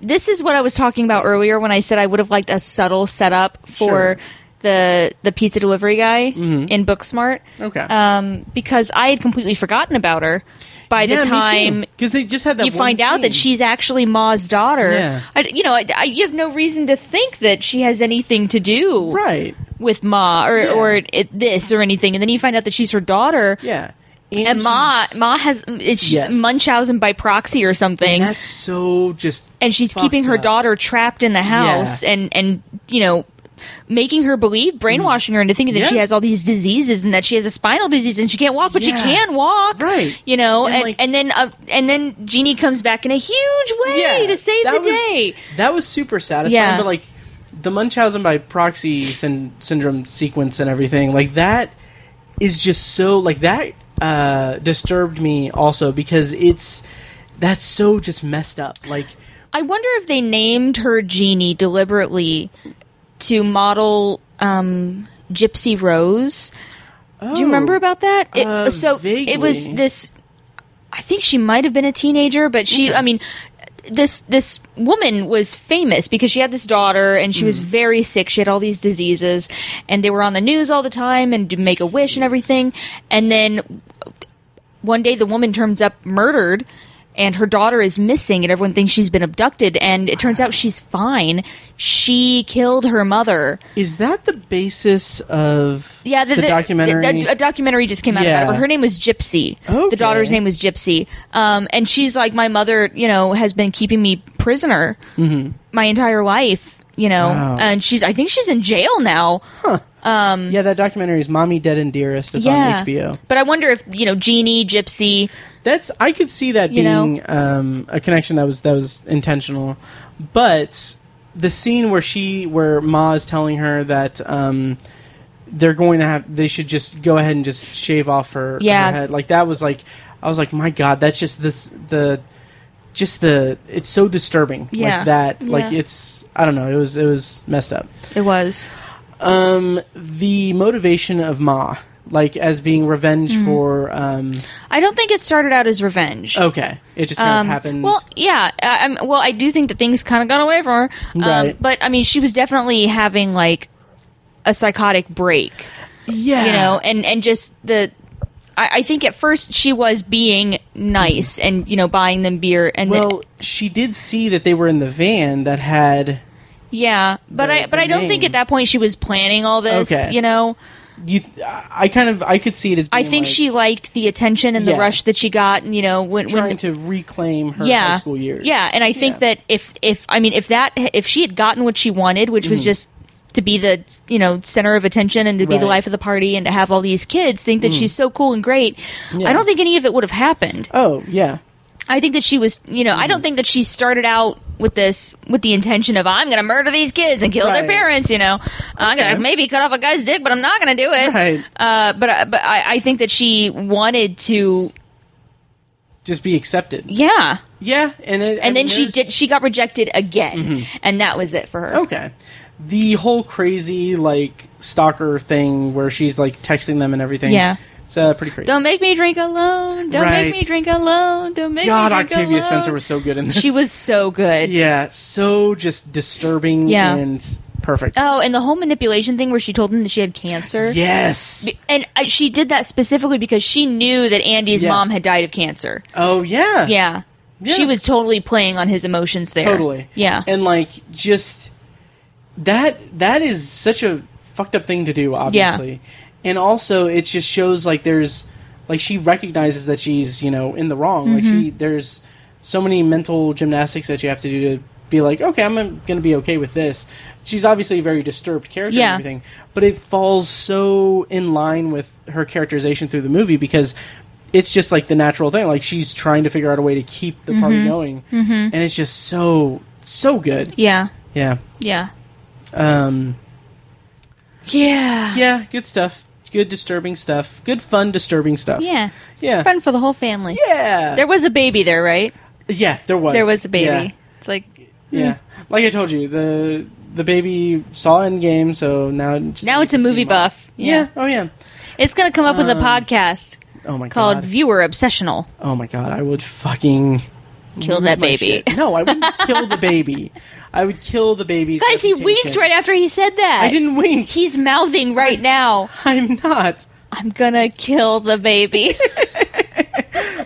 S2: This is what I was talking about earlier when I said I would have liked a subtle setup for
S1: Sure. Mm-hmm.
S2: the the pizza delivery guy in Booksmart.
S1: okay.
S2: um, because I had completely forgotten about her by the time
S1: because they just had that
S2: you
S1: one
S2: find out
S1: scene.
S2: that she's actually Ma's daughter.
S1: Yeah.
S2: I, you know, I, I- you have no reason to think that she has anything to do
S1: right.
S2: with Ma or or it, this or anything, and then you find out that she's her daughter.
S1: Yeah.
S2: And Ma,
S1: she's-
S2: Ma has it's she's
S1: Yes.
S2: Munchausen by proxy or something,
S1: and
S2: and,
S1: that's so just
S2: she's
S1: fucked
S2: keeping her
S1: up.
S2: daughter trapped in the house, and and you know, making her believe, brainwashing her into thinking that she
S1: Mm-hmm. Yeah.
S2: has all these diseases and that she has a spinal disease and she can't walk, but she
S1: Yeah.
S2: can walk,
S1: Right.
S2: You know, and
S1: And,
S2: and,
S1: like-
S2: then uh, and then Jeannie comes back in a huge way to save the
S1: that was-
S2: day.
S1: That was super satisfying.
S2: Yeah.
S1: But like the Munchausen by proxy syn- syndrome sequence and everything, like that is just so like that uh, disturbed me also because it's that's so just messed up. Like
S2: I wonder if they named her Jeannie deliberately to model um, Gypsy Rose. Do you remember about that? It,
S1: uh,
S2: so it was
S1: vaguely.
S2: this. I think she might have been a teenager, but she. I mean, this this woman was famous because she had this daughter and she was very sick. She had all these diseases, and they were on the news all the time and to make a wish and everything. And then one day, the woman turns up murdered. And her daughter is missing, and everyone thinks she's been abducted. And it turns out she's fine. She killed her mother.
S1: Is that the basis of
S2: Yeah, the,
S1: the,
S2: the-
S1: documentary?
S2: the- a documentary just came out
S1: Yeah.
S2: about her. Her name was Gypsy. The
S1: Okay.
S2: daughter's name was Gypsy. Um, and she's like, my mother, you know, has been keeping me prisoner my entire life, you know,
S1: Mm-hmm. Wow.
S2: and she's, I think she's in jail now.
S1: yeah, that documentary is "Mommy Dead and Dearest." It's
S2: yeah.
S1: on HBO.
S2: But I wonder if, you know, Jeannie, Gypsy,
S1: That's I could see that
S2: You know?
S1: being um, a connection that was that was intentional, but the scene where she where Ma is telling her that um, they're going to have they should just go ahead and just shave off her, her
S2: Yeah.
S1: head like that was like I was like my god that's just this the just the it's so disturbing
S2: Yeah.
S1: like that like
S2: Yeah.
S1: it's I don't know it was it was messed up.
S2: it was.
S1: Um, the motivation of Ma like as being revenge
S2: Mm-hmm.
S1: for um
S2: I don't think it started out as revenge.
S1: okay it just kind of happened
S2: Well, yeah. I, I'm, well, I do think that things kind of got away from her. Um,
S1: Right.
S2: But I mean, she was definitely having like a psychotic break.
S1: yeah
S2: you know and and just the I, I think at first she was being nice and you know buying them beer and then-
S1: Well, she did see that they were in the van that had.
S2: yeah but
S1: the-
S2: i but
S1: the
S2: i don't think
S1: name.
S2: at that point she was planning all this
S1: Okay.
S2: you know
S1: You, th- I kind of I could see it as.
S2: i
S1: being,
S2: think
S1: like,
S2: she liked the attention and the
S1: Yeah.
S2: rush that she got and you know when when
S1: trying to
S2: the-
S1: reclaim her
S2: yeah
S1: high school years.
S2: yeah and i think
S1: Yeah.
S2: that if if i mean if that if she had gotten what she wanted which
S1: Mm.
S2: was just to be the you know center of attention and to be
S1: Right.
S2: the
S1: Mm.
S2: life of the party and to have all these kids think that she's so cool and great i
S1: Yeah.
S2: don't think any of it would have happened
S1: Oh yeah.
S2: I think that she was, you know,
S1: Mm.
S2: I don't think that she started out with this with the intention of I'm going to murder these kids and kill their
S1: Right.
S2: parents. You know, I'm going to maybe cut off a guy's dick, but I'm not going to do it.
S1: Right.
S2: Uh, but I- but I, I think that she wanted to,
S1: Just be accepted.
S2: yeah,
S1: Yeah, and it,
S2: and then she did. She got rejected again,
S1: Mm-hmm.
S2: and that was it for her.
S1: Okay. The whole crazy like stalker thing where she's like texting them and everything.
S2: Yeah.
S1: it's uh, pretty crazy.
S2: Don't make me drink alone. Don't
S1: Right.
S2: make me drink alone. Don't make
S1: God,
S2: me drink
S1: Octavia
S2: alone.
S1: Spencer was so good in this.
S2: She was so good.
S1: yeah, so just disturbing
S2: Yeah.
S1: and perfect.
S2: Oh, and the whole manipulation thing where she told him that she had cancer.
S1: yes.
S2: And uh, she did that specifically because she knew that Andy's
S1: Yeah.
S2: mom had died of cancer.
S1: Oh yeah.
S2: Yeah. She was totally playing on his emotions there.
S1: totally.
S2: Yeah.
S1: and like just that that is such a fucked up thing to do, obviously. And also, it just shows like there's like she recognizes that she's you know in the wrong. Like she there's so many mental gymnastics that you have to do to be like, okay, I'm going to be okay with this. She's obviously a very disturbed character
S2: Yeah.
S1: and everything, but it falls so in line with her characterization through the movie because it's just like the natural thing. Like she's trying to figure out a way to keep the party
S2: Mm-hmm.
S1: going, and it's just so so good.
S2: yeah.
S1: Yeah.
S2: Yeah.
S1: Um,
S2: Yeah.
S1: yeah, good stuff. Good disturbing stuff. Good fun disturbing stuff.
S2: Yeah.
S1: Yeah.
S2: Fun for the whole family.
S1: Yeah.
S2: There was a baby there, right?
S1: yeah, there was.
S2: There was a baby.
S1: Yeah.
S2: It's like
S1: yeah. Like I told you, the the baby saw Endgame, so now it just
S2: now
S1: needs
S2: it's a
S1: to see
S2: movie
S1: more.
S2: buff.
S1: Yeah. Oh yeah.
S2: It's going to come up with a
S1: Um,
S2: podcast
S1: Oh my
S2: called
S1: god.
S2: Viewer Obsessional.
S1: oh my god. I would fucking
S2: Kill
S1: lose
S2: that
S1: my
S2: baby.
S1: shit. No, I wouldn't kill the baby. I would kill the baby.
S2: Guys, he winked right after he said that.
S1: I didn't wink.
S2: He's mouthing right now,
S1: I'm not.
S2: I'm going to kill the baby.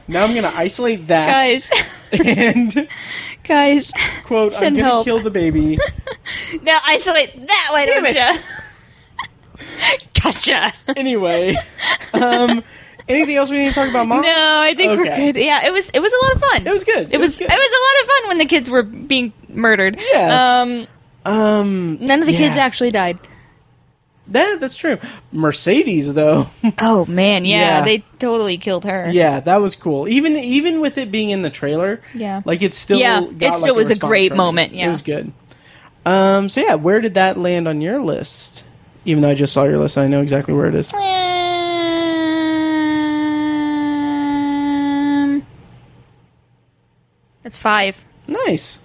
S1: Now I'm gonna isolate that
S2: Guys.
S1: and
S2: Guys.
S1: quote
S2: Send
S1: I'm gonna
S2: help.
S1: kill the baby.
S2: Now isolate that way,
S1: Damn
S2: don't ya? gotcha.
S1: anyway, um, anything else we need to talk about, Mom?
S2: No, I think we're
S1: Okay.
S2: good. Yeah, it was it was a lot of fun.
S1: It was good.
S2: It, was,
S1: good.
S2: it was a lot of fun when the kids were being murdered.
S1: Yeah.
S2: Um
S1: um,
S2: none of the kids
S1: yeah.
S2: actually died.
S1: That that's true. Mercedes, though,
S2: Oh man, yeah,
S1: Yeah.
S2: they totally killed her.
S1: yeah, that was cool. Even even with it being in the trailer,
S2: Yeah.
S1: like it still,
S2: Yeah,
S1: got,
S2: it
S1: like,
S2: still was a
S1: response
S2: great
S1: from
S2: moment,
S1: It.
S2: yeah.
S1: it was good. Um, so yeah, where did that land on your list? Even though I just saw your list, I know exactly where it is.
S2: Um, that's five.
S1: Nice.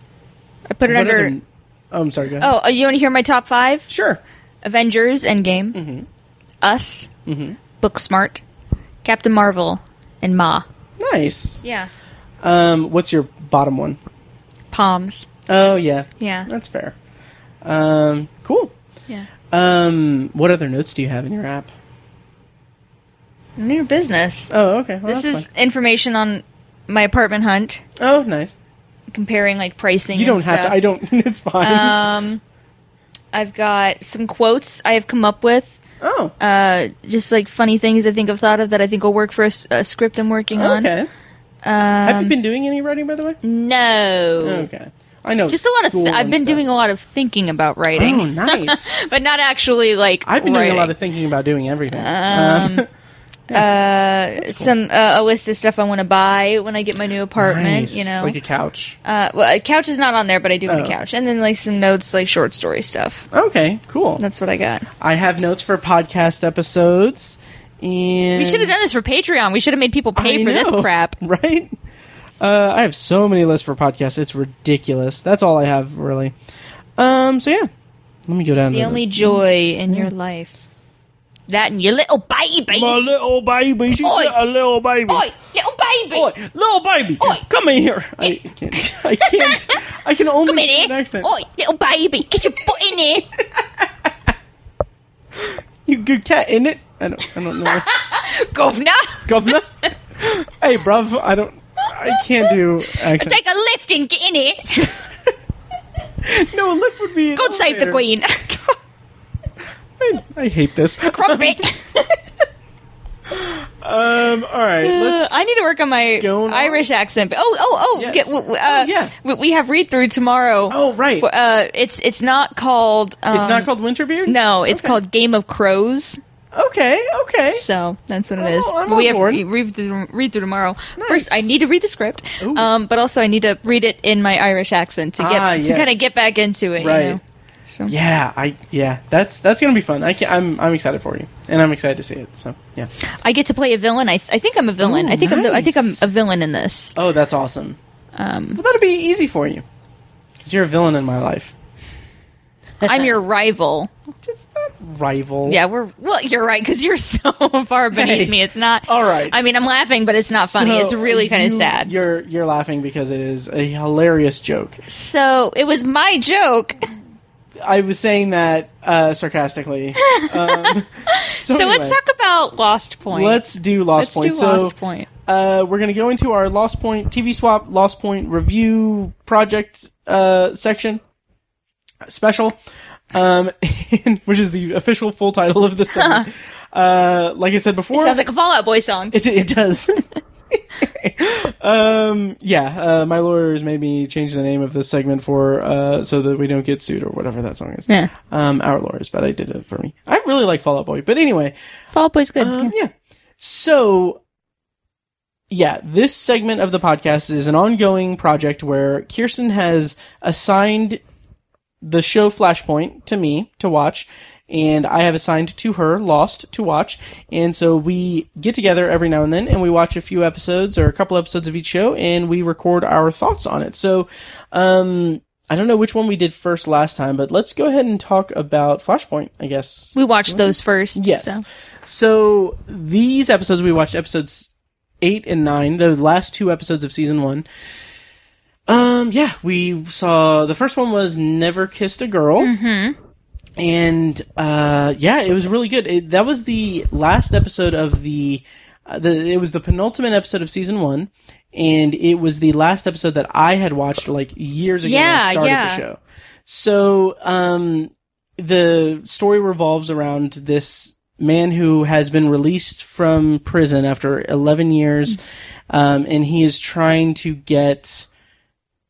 S2: I put it
S1: What are
S2: under.
S1: the- oh, I'm sorry. Go ahead.
S2: Oh, uh, you want to hear my top five?
S1: sure.
S2: Avengers Endgame,
S1: Mm-hmm.
S2: Us, Booksmart, Captain Marvel, and Ma.
S1: Nice.
S2: Yeah.
S1: Um, what's your bottom one?
S2: Palms.
S1: Oh yeah,
S2: Yeah.
S1: that's fair. Um, cool.
S2: Yeah.
S1: Um, what other notes do you have in your app?
S2: None of your business.
S1: Oh, okay. Well,
S2: this
S1: that's
S2: is
S1: fine.
S2: information on my apartment hunt,
S1: oh, nice.
S2: comparing like pricing.
S1: You
S2: and
S1: don't have
S2: stuff.
S1: to. I don't. It's fine.
S2: Um, I've got some quotes I have come up with.
S1: oh,
S2: Uh, just like funny things I think I've thought of that I think will work for a, s- a script I'm working on. Um,
S1: okay. have you been doing any writing, by the way?
S2: No.
S1: Okay. I know.
S2: Just a lot of.
S1: Oh. school
S2: Th- I've
S1: and
S2: been
S1: stuff.
S2: doing a lot of thinking about writing,
S1: Oh, nice.
S2: but not actually like.
S1: I've been doing a lot
S2: writing.
S1: of thinking about doing everything. um,
S2: some uh, a list of stuff I want to buy when I get my new apartment.
S1: nice.
S2: You know,
S1: like a couch.
S2: uh, well, a couch is not on there, but I do want
S1: Oh.
S2: a couch, and then like some notes, like short story stuff.
S1: Okay, cool.
S2: That's what I got.
S1: I have notes for podcast episodes, and
S2: We should have done this for Patreon. We should have made people pay
S1: I
S2: for this
S1: know,
S2: crap.
S1: right? Uh, I have so many lists for podcasts. It's ridiculous. That's all I have really. Um, so yeah, let me go down.
S2: The
S1: to
S2: only joy in your life. That and your little baby.
S1: My little baby, she's
S2: Oi.
S1: a little baby.
S2: Oi, little baby.
S1: Oi, little baby,
S2: Oi.
S1: come in here. I can't. I can't. I can only
S2: Come in
S1: do an
S2: here.
S1: accent.
S2: Oi, little baby. Get your butt in here.
S1: You good cat in it? I don't. I don't know.
S2: Governor.
S1: Governor. hey, bruv. I don't. I can't do accents.
S2: Take a lift and get in here.
S1: no, a lift would be.
S2: God save the queen.
S1: I, I hate this.
S2: Crumpet.
S1: Um. All right. Let's.
S2: Uh, I need to work on my
S1: going on.
S2: Irish accent. But, oh, oh, oh!
S1: Yes.
S2: Get, w- w-
S1: Oh,
S2: uh,
S1: yeah.
S2: we, we have read through tomorrow.
S1: Oh, right.
S2: For, uh, it's it's not called. Um,
S1: it's not called Winterbeard.
S2: No, it's called Game of Crows.
S1: Okay. Okay.
S2: So that's what it
S1: Oh,
S2: is.
S1: I'm
S2: we
S1: on
S2: have
S1: board.
S2: we read through, read through tomorrow.
S1: Nice.
S2: First, I need to read the script,
S1: Ooh.
S2: um, but also I need to read it in my Irish accent to get
S1: Ah,
S2: to
S1: yes.
S2: kind of get back into it.
S1: Right.
S2: You know? So
S1: Yeah, I yeah, that's that's gonna be fun. I can, I'm I'm excited for you, and I'm excited to see it. So yeah.
S2: I get to play a villain. I, th- I think I'm a villain.
S1: Ooh,
S2: I think I'm the, I think I'm
S1: nice.
S2: a villain in this.
S1: Oh, that's awesome.
S2: Um.
S1: Well, that'll be easy for you because you're a villain in my life.
S2: I'm your rival.
S1: It's not rival.
S2: Yeah, we're well. You're right because you're so far beneath
S1: Hey.
S2: me. It's not
S1: All right.
S2: I mean, I'm laughing, but it's not funny.
S1: So
S2: it's really kind of
S1: you-
S2: sad.
S1: You're you're laughing because it is a hilarious joke.
S2: So it was my joke.
S1: I was saying that uh, sarcastically. um, so
S2: So
S1: anyway,
S2: let's talk about Lost Point.
S1: Let's do Lost
S2: Let's
S1: Point.
S2: do
S1: so
S2: Lost Point.
S1: Uh, we're going to go into our Lost Point TV swap, Lost Point review project uh, section special, um, which is the official full title of the segment. uh, like I said before,
S2: Sounds like a Fallout Boy song.
S1: it, it does. um, yeah, uh, my lawyers made me change the name of this segment for uh, so that we don't get sued or whatever that song is.
S2: Yeah.
S1: Um, our lawyers, but I did it for me. I really like Fallout Boy, but anyway,
S2: Fallout Boy's good.
S1: um, yeah. So, yeah, this segment of the podcast is an ongoing project where Kirsten has assigned the show Flashpoint to me to watch, and I have assigned to her Lost to watch. And so we get together every now and then and we watch a few episodes or a couple episodes of each show and we record our thoughts on it. So, um,. I don't know which one we did first last time, but let's go ahead and talk about Flashpoint, I guess.
S2: We watched those first.
S1: Yes.
S2: so.
S1: So. these episodes we watched episodes eight and nine, the last two episodes of season one. Um, yeah, we saw the first one was Never Kissed a Girl. Mm-hmm. And uh, yeah, it was really good. It, that was the last episode of the, uh, the. It was the penultimate episode of season one, and it was the last episode that I had watched like years ago. when I
S2: Yeah,
S1: started
S2: yeah.
S1: the show. So um, the story revolves around this man who has been released from prison after 11 years um, and he is trying to get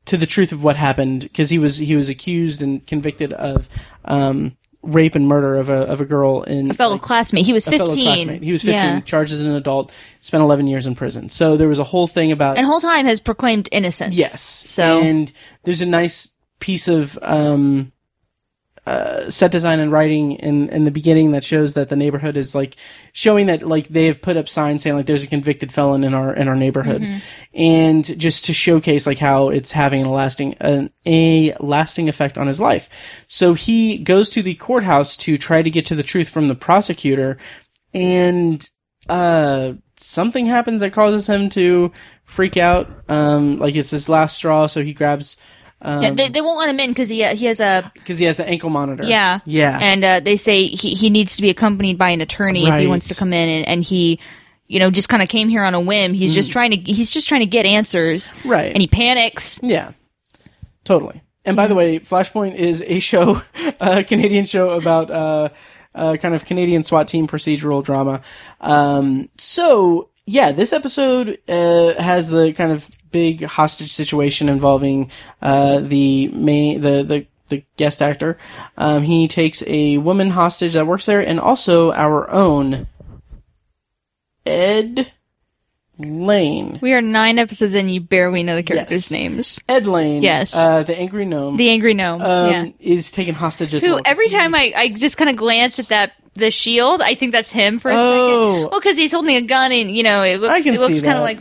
S1: to the truth of what happened because he was he was accused and convicted of um, rape and murder of a of a girl in
S2: Fellow classmate. He was 15.
S1: fellow classmate. He was 15,
S2: Yeah.
S1: charged as an adult, spent 11 years in prison. So there was a whole thing about
S2: And whole time has proclaimed innocence.
S1: Yes.
S2: So
S1: and there's a nice piece of um, uh, set design and writing in in the beginning that shows that the neighborhood is like showing that like they have put up signs saying like there's a convicted felon in our in our neighborhood, and just to showcase like how it's having a lasting an, a lasting effect on his life. So he goes to the courthouse to try to get to the truth from the prosecutor, and uh something happens that causes him to freak out um like it's his last straw so he grabs
S2: Yeah,
S1: um,
S2: they, they won't let him in because he, uh, he has a.
S1: because he has the ankle monitor
S2: Yeah.
S1: yeah
S2: And uh, they say he, he needs to be accompanied by an attorney if he
S1: Right.
S2: wants to come in and, and he you know just kind of came here on a whim. He's just trying to he's just trying to get answers.
S1: Mm. Right.
S2: And he panics.
S1: yeah totally and by the way flashpoint is a show a canadian show about uh uh, kind of Canadian SWAT team procedural drama. Um, so yeah, this episode uh, has the kind of big hostage situation involving uh, the main the the the guest actor. Um, he takes a woman hostage that works there, and also our own Ed Lane.
S2: We are nine episodes in. You barely know the characters'
S1: Yes.
S2: names.
S1: Ed Lane.
S2: Yes.
S1: Uh, the angry gnome.
S2: The angry gnome.
S1: um,
S2: yeah.
S1: is taken hostage as
S2: Who
S1: well.
S2: every time I, I just kind of glance at that the shield, I think that's him for a
S1: Oh.
S2: second. Well, because he's holding a gun and you know it looks
S1: I can
S2: it looks
S1: see
S2: kind
S1: that.
S2: of like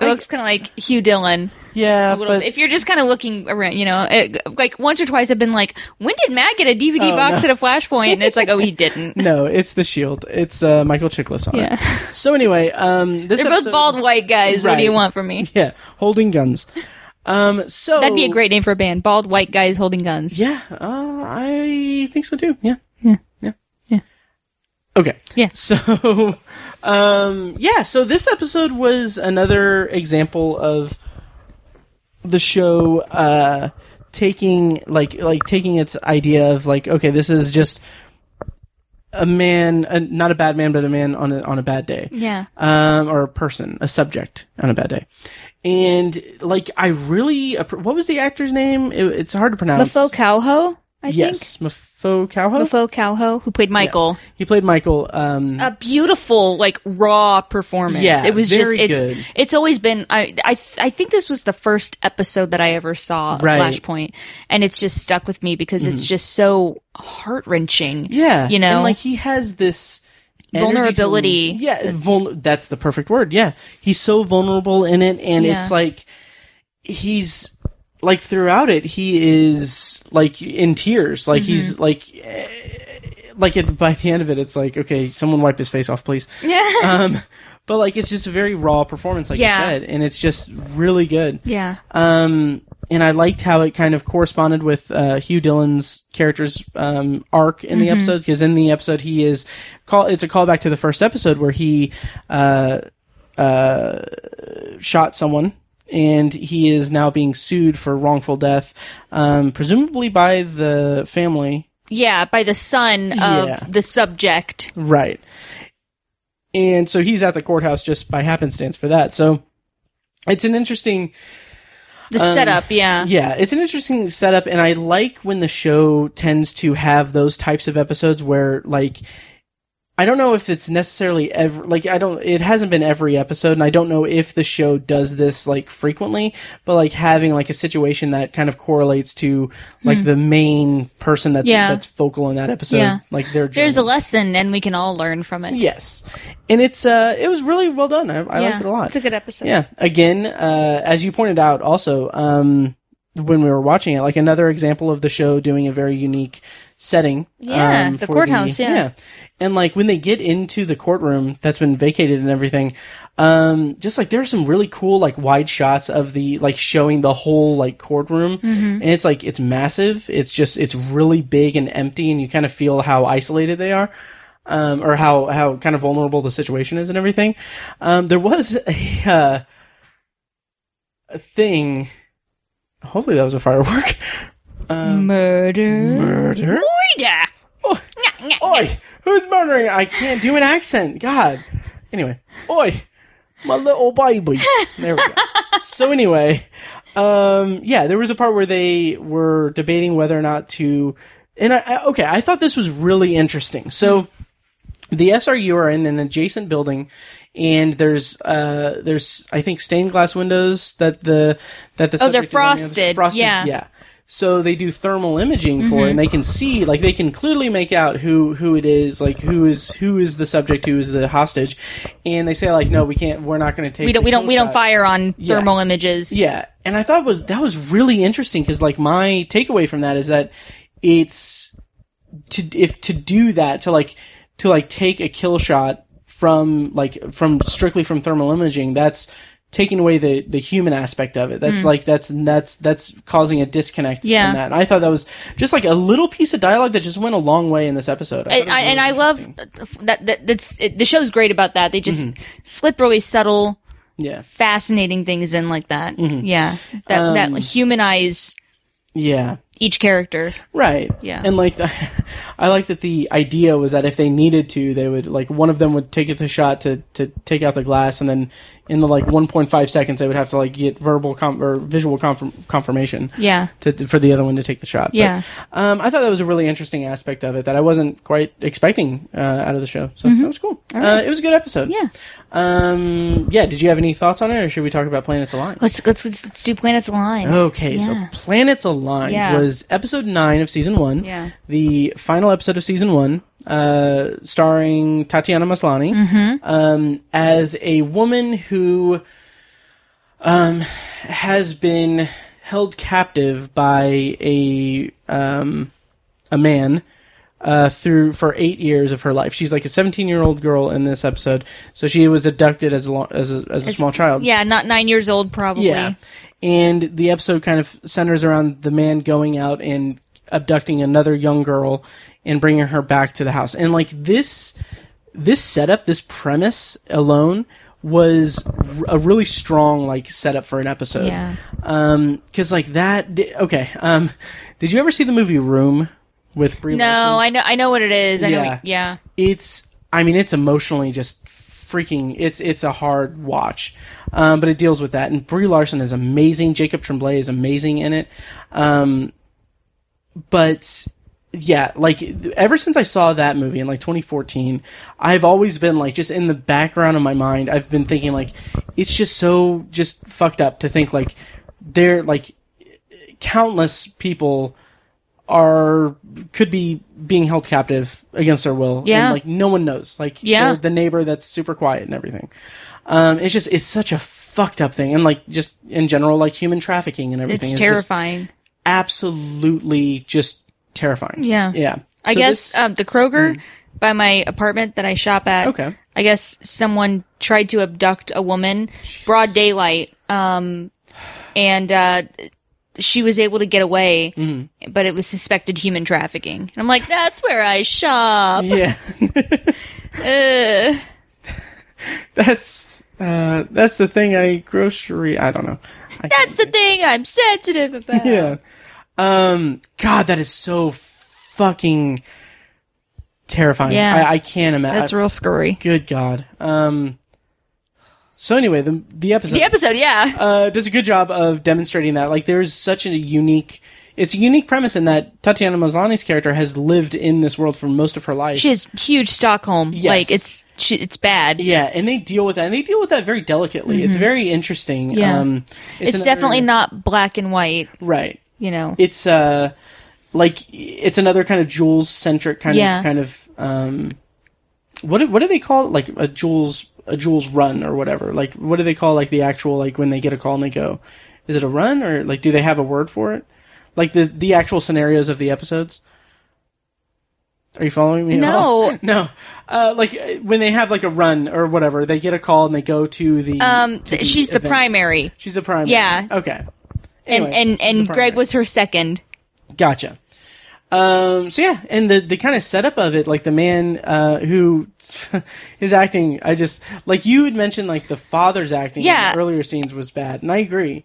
S2: it looks kind of like Hugh Dillon.
S1: yeah,
S2: a little
S1: but
S2: bit. If you're just kind of looking around, you know, it, like once or twice I've been like, when did Matt get a DVD box at a Flashpoint? And it's like, oh, he didn't.
S1: Oh, no, it's the shield. It's uh, Michael Chiklis on
S2: Yeah.
S1: it. So anyway, um, this
S2: They're both
S1: episode-
S2: bald white guys. What do you
S1: Right.
S2: want from me?
S1: Yeah, holding guns. Um, so
S2: That'd be a great name for a band. Bald white guys holding guns.
S1: Yeah, uh, I think so too. Yeah,
S2: Yeah.
S1: yeah, yeah. Okay.
S2: Yeah.
S1: So, um, yeah. So this episode was another example of the show uh, taking like like taking its idea of like okay, this is just a man, a, not a bad man, but a man on a on a bad day
S2: Yeah.
S1: um, or a person, a subject on a bad day. And like, I really, appr- what was the actor's name? It, it's hard to pronounce.
S2: Mafo Cowho, I
S1: Yes, Mafo Cowho.
S2: think. Mafo Oh, Cowho, who played Michael.
S1: He played Michael. Um,
S2: A beautiful, like raw performance.
S1: Yeah,
S2: it was just
S1: very
S2: it's
S1: good.
S2: it's always been. I I th- I think this was the first episode that I ever saw of
S1: Right. Mm-hmm.
S2: Flashpoint, and it's just stuck with me because it's just so heart wrenching.
S1: yeah,
S2: you know,
S1: and like he has this energy to-
S2: Vulnerability
S1: yeah,
S2: that's-
S1: that's, vul- that's the perfect word. Yeah, he's so vulnerable in it, and
S2: Yeah.
S1: it's like he's like throughout it he is like in tears like
S2: Mm-hmm.
S1: he's like eh, like at, by the end of it it's like okay someone wipe his face off please um but like it's just a very raw performance like
S2: Yeah.
S1: you said and it's just really good
S2: yeah.
S1: um and i liked how it kind of corresponded with uh hugh dylan's character's um arc in the episode because in the episode he is call it's a callback to the first episode where he uh uh shot someone and he is now being sued for wrongful death um presumably by the family
S2: Yeah, by the son
S1: Yeah.
S2: of the subject.
S1: Right. And so he's at the courthouse just by happenstance for that. So it's an interesting
S2: The setup, yeah.
S1: Um, yeah, it's an interesting setup and I like when the show tends to have those types of episodes where like I don't know if it's necessarily ever like I don't it hasn't been every episode and I don't know if the show does this like frequently but like having like a situation that kind of correlates to like the main person that's
S2: Hmm. Yeah.
S1: that's focal in that episode
S2: Yeah.
S1: like their
S2: There's a
S1: journey.
S2: lesson, and we can all learn from it.
S1: Yes, and it's uh, it was really well done. I, I liked it a lot.
S2: It's a good episode.
S1: yeah. Again, uh, as you pointed out, also um, when we were watching it, like another example of the show doing a very unique setting. um,
S2: Yeah, the
S1: for
S2: courthouse, yeah.
S1: and like when they get into the courtroom that's been vacated and everything, um, just like there are some really cool like wide shots of the like showing the whole like courtroom,
S2: Mm-hmm.
S1: and it's like it's massive. It's just it's really big and empty, and you kind of feel how isolated they are um, or how how kind of vulnerable the situation is and everything. Um, there was a, uh, a thing. Hopefully, that was a firework. Mm.
S2: Murder.
S1: Murder.
S2: Murder.
S1: Oi, who's murdering? I can't do an accent. God. Anyway, oi, my little baby. There we go. so anyway, um, yeah, there was a part where they were debating whether or not to, and I, I okay, I thought this was really interesting. So the SRU are in an adjacent building, and there's uh, there's I think stained glass windows that the that the
S2: Oh, they're
S1: subject is on the other side-
S2: frosted, yeah.
S1: yeah. So they do thermal imaging for it, and they
S2: Mm-hmm.
S1: can see, like, they can clearly make out who who it is, like, who is who is the subject, who is the hostage, and they say, like, no, we can't, we're not going to take.
S2: We don't.
S1: the
S2: We don't.
S1: kill
S2: We don't
S1: shot.
S2: fire on thermal images.
S1: Oh, Yeah, and I thought was that was really interesting because, like, my takeaway from that is that it's to if to do that to like to like take a kill shot from like from strictly from thermal imaging that's taking away the the human aspect of it that's like that's that's that's causing a disconnect
S2: Yeah.
S1: in that and i thought that was just like a little piece of dialogue that just went a long way in this episode I thought it
S2: And
S1: was
S2: I, and
S1: really
S2: I love
S1: interesting. Mm-hmm.
S2: that, that that's it, the show's great about that. They just slip really subtle,
S1: yeah
S2: fascinating things in like that.
S1: Mm-hmm.
S2: Yeah, that that humanize
S1: yeah
S2: each character.
S1: Right.
S2: Yeah.
S1: And like, the, I like that the idea was that if they needed to, they would like one of them would take the shot to to take out the glass, and then in the like 1.5 seconds, they would have to like get verbal com- or visual confirm- confirmation.
S2: Yeah.
S1: To, for the other one to take the shot. But,
S2: Yeah.
S1: um, I thought that was a really interesting aspect of it that I wasn't quite expecting uh, out of the show. So that was cool. Uh, it was a good episode.
S2: Mm-hmm. Yeah.
S1: Um, yeah. Did you have any thoughts on it, or should we talk about Planets Align?
S2: Let's let's let's, let's do planets align.
S1: Okay,
S2: Yeah.
S1: so Planets Aligned
S2: Yeah.
S1: was episode nine of season one.
S2: Yeah.
S1: The final episode of season one, uh, starring Tatiana Maslany
S2: Mm-hmm.
S1: um, as a woman who um, has been held captive by a um, a man uh, through for eight years of her life. She's like a 17 year old girl in this episode, so she was abducted as a lo- as a, as a small child.
S2: Yeah, not nine years old probably.
S1: Yeah. And the episode kind of centers around the man going out and abducting another young girl and bringing her back to the house. And like this this setup, this premise alone was r- a really strong like setup for an episode.
S2: Yeah.
S1: Um cuz like that di- okay, um did you ever see the movie Room with Brie Larson?
S2: No, I know I know what it is. I know.
S1: Yeah.
S2: What, yeah.
S1: it's I mean it's emotionally just freaking it's it's a hard watch um, but it deals with that and Brie Larson is amazing Jacob Tremblay is amazing in it um, but yeah like ever since I saw that movie in like 2014 I've always been like just in the background of my mind I've been thinking like it's just so just fucked up to think like they're like countless people are could be being held captive against their will. and,
S2: Yeah.
S1: like no one knows. Like
S2: Yeah.
S1: they're the neighbor that's super quiet and everything. Um, it's just it's such a fucked up thing, and like just in general, like human trafficking and everything.
S2: It's
S1: is just
S2: terrifying.
S1: absolutely, just terrifying.
S2: Yeah.
S1: yeah.
S2: I
S1: So
S2: guess
S1: this- Hmm.
S2: um, the Kroger by my apartment that I shop at.
S1: Okay.
S2: I guess someone tried to abduct a woman, broad daylight, um, and uh, she was able to get away,
S1: Mm-hmm.
S2: but it was suspected human trafficking. And I'm like, that's where I shop.
S1: yeah.
S2: Ugh.
S1: that's uh, that's the thing. I grocery. I don't know. I
S2: that's the thing I'm sensitive about.
S1: yeah. Um, God, that is so fucking terrifying.
S2: Yeah.
S1: I, I can't imagine.
S2: That's real scary.
S1: Good God. Um. So anyway, the the episode
S2: The episode, yeah.
S1: uh, does a good job of demonstrating that. Like, there's such a unique. It's a unique premise in that Tatiana Maslany's character has lived in this world for most of her life.
S2: She has huge Stockholm.
S1: Yes.
S2: Like it's she, it's bad.
S1: yeah, and they deal with that, and they deal with that very delicately. It's very interesting.
S2: Mm-hmm. Yeah.
S1: um,
S2: it's
S1: another-
S2: definitely not black and white.
S1: right.
S2: You know.
S1: It's uh, like it's another kind of Jules centric kind
S2: Yeah.
S1: of kind of um, what do- what do they call it? Like a Jules a Jules run or whatever. Like what do they call like the actual like when they get a call and they go, is it a run or like do they have a word for it? Like the the actual scenarios of the episodes. Are you following me? at all?
S2: no.
S1: no. Uh, like uh, when they have like a run or whatever, they get a call and they go to the.
S2: Um,
S1: to
S2: th- she's the
S1: event.
S2: primary,
S1: She's the primary.
S2: Yeah.
S1: Okay.
S2: and
S1: Anyway,
S2: and
S1: she's the
S2: and Greg
S1: primary.
S2: was her second.
S1: Gotcha. Um, so yeah, and the the kind of setup of it, like the man uh, who is acting, I just like you had mentioned, like the father's acting
S2: Yeah.
S1: in the earlier scenes was bad, and I agree.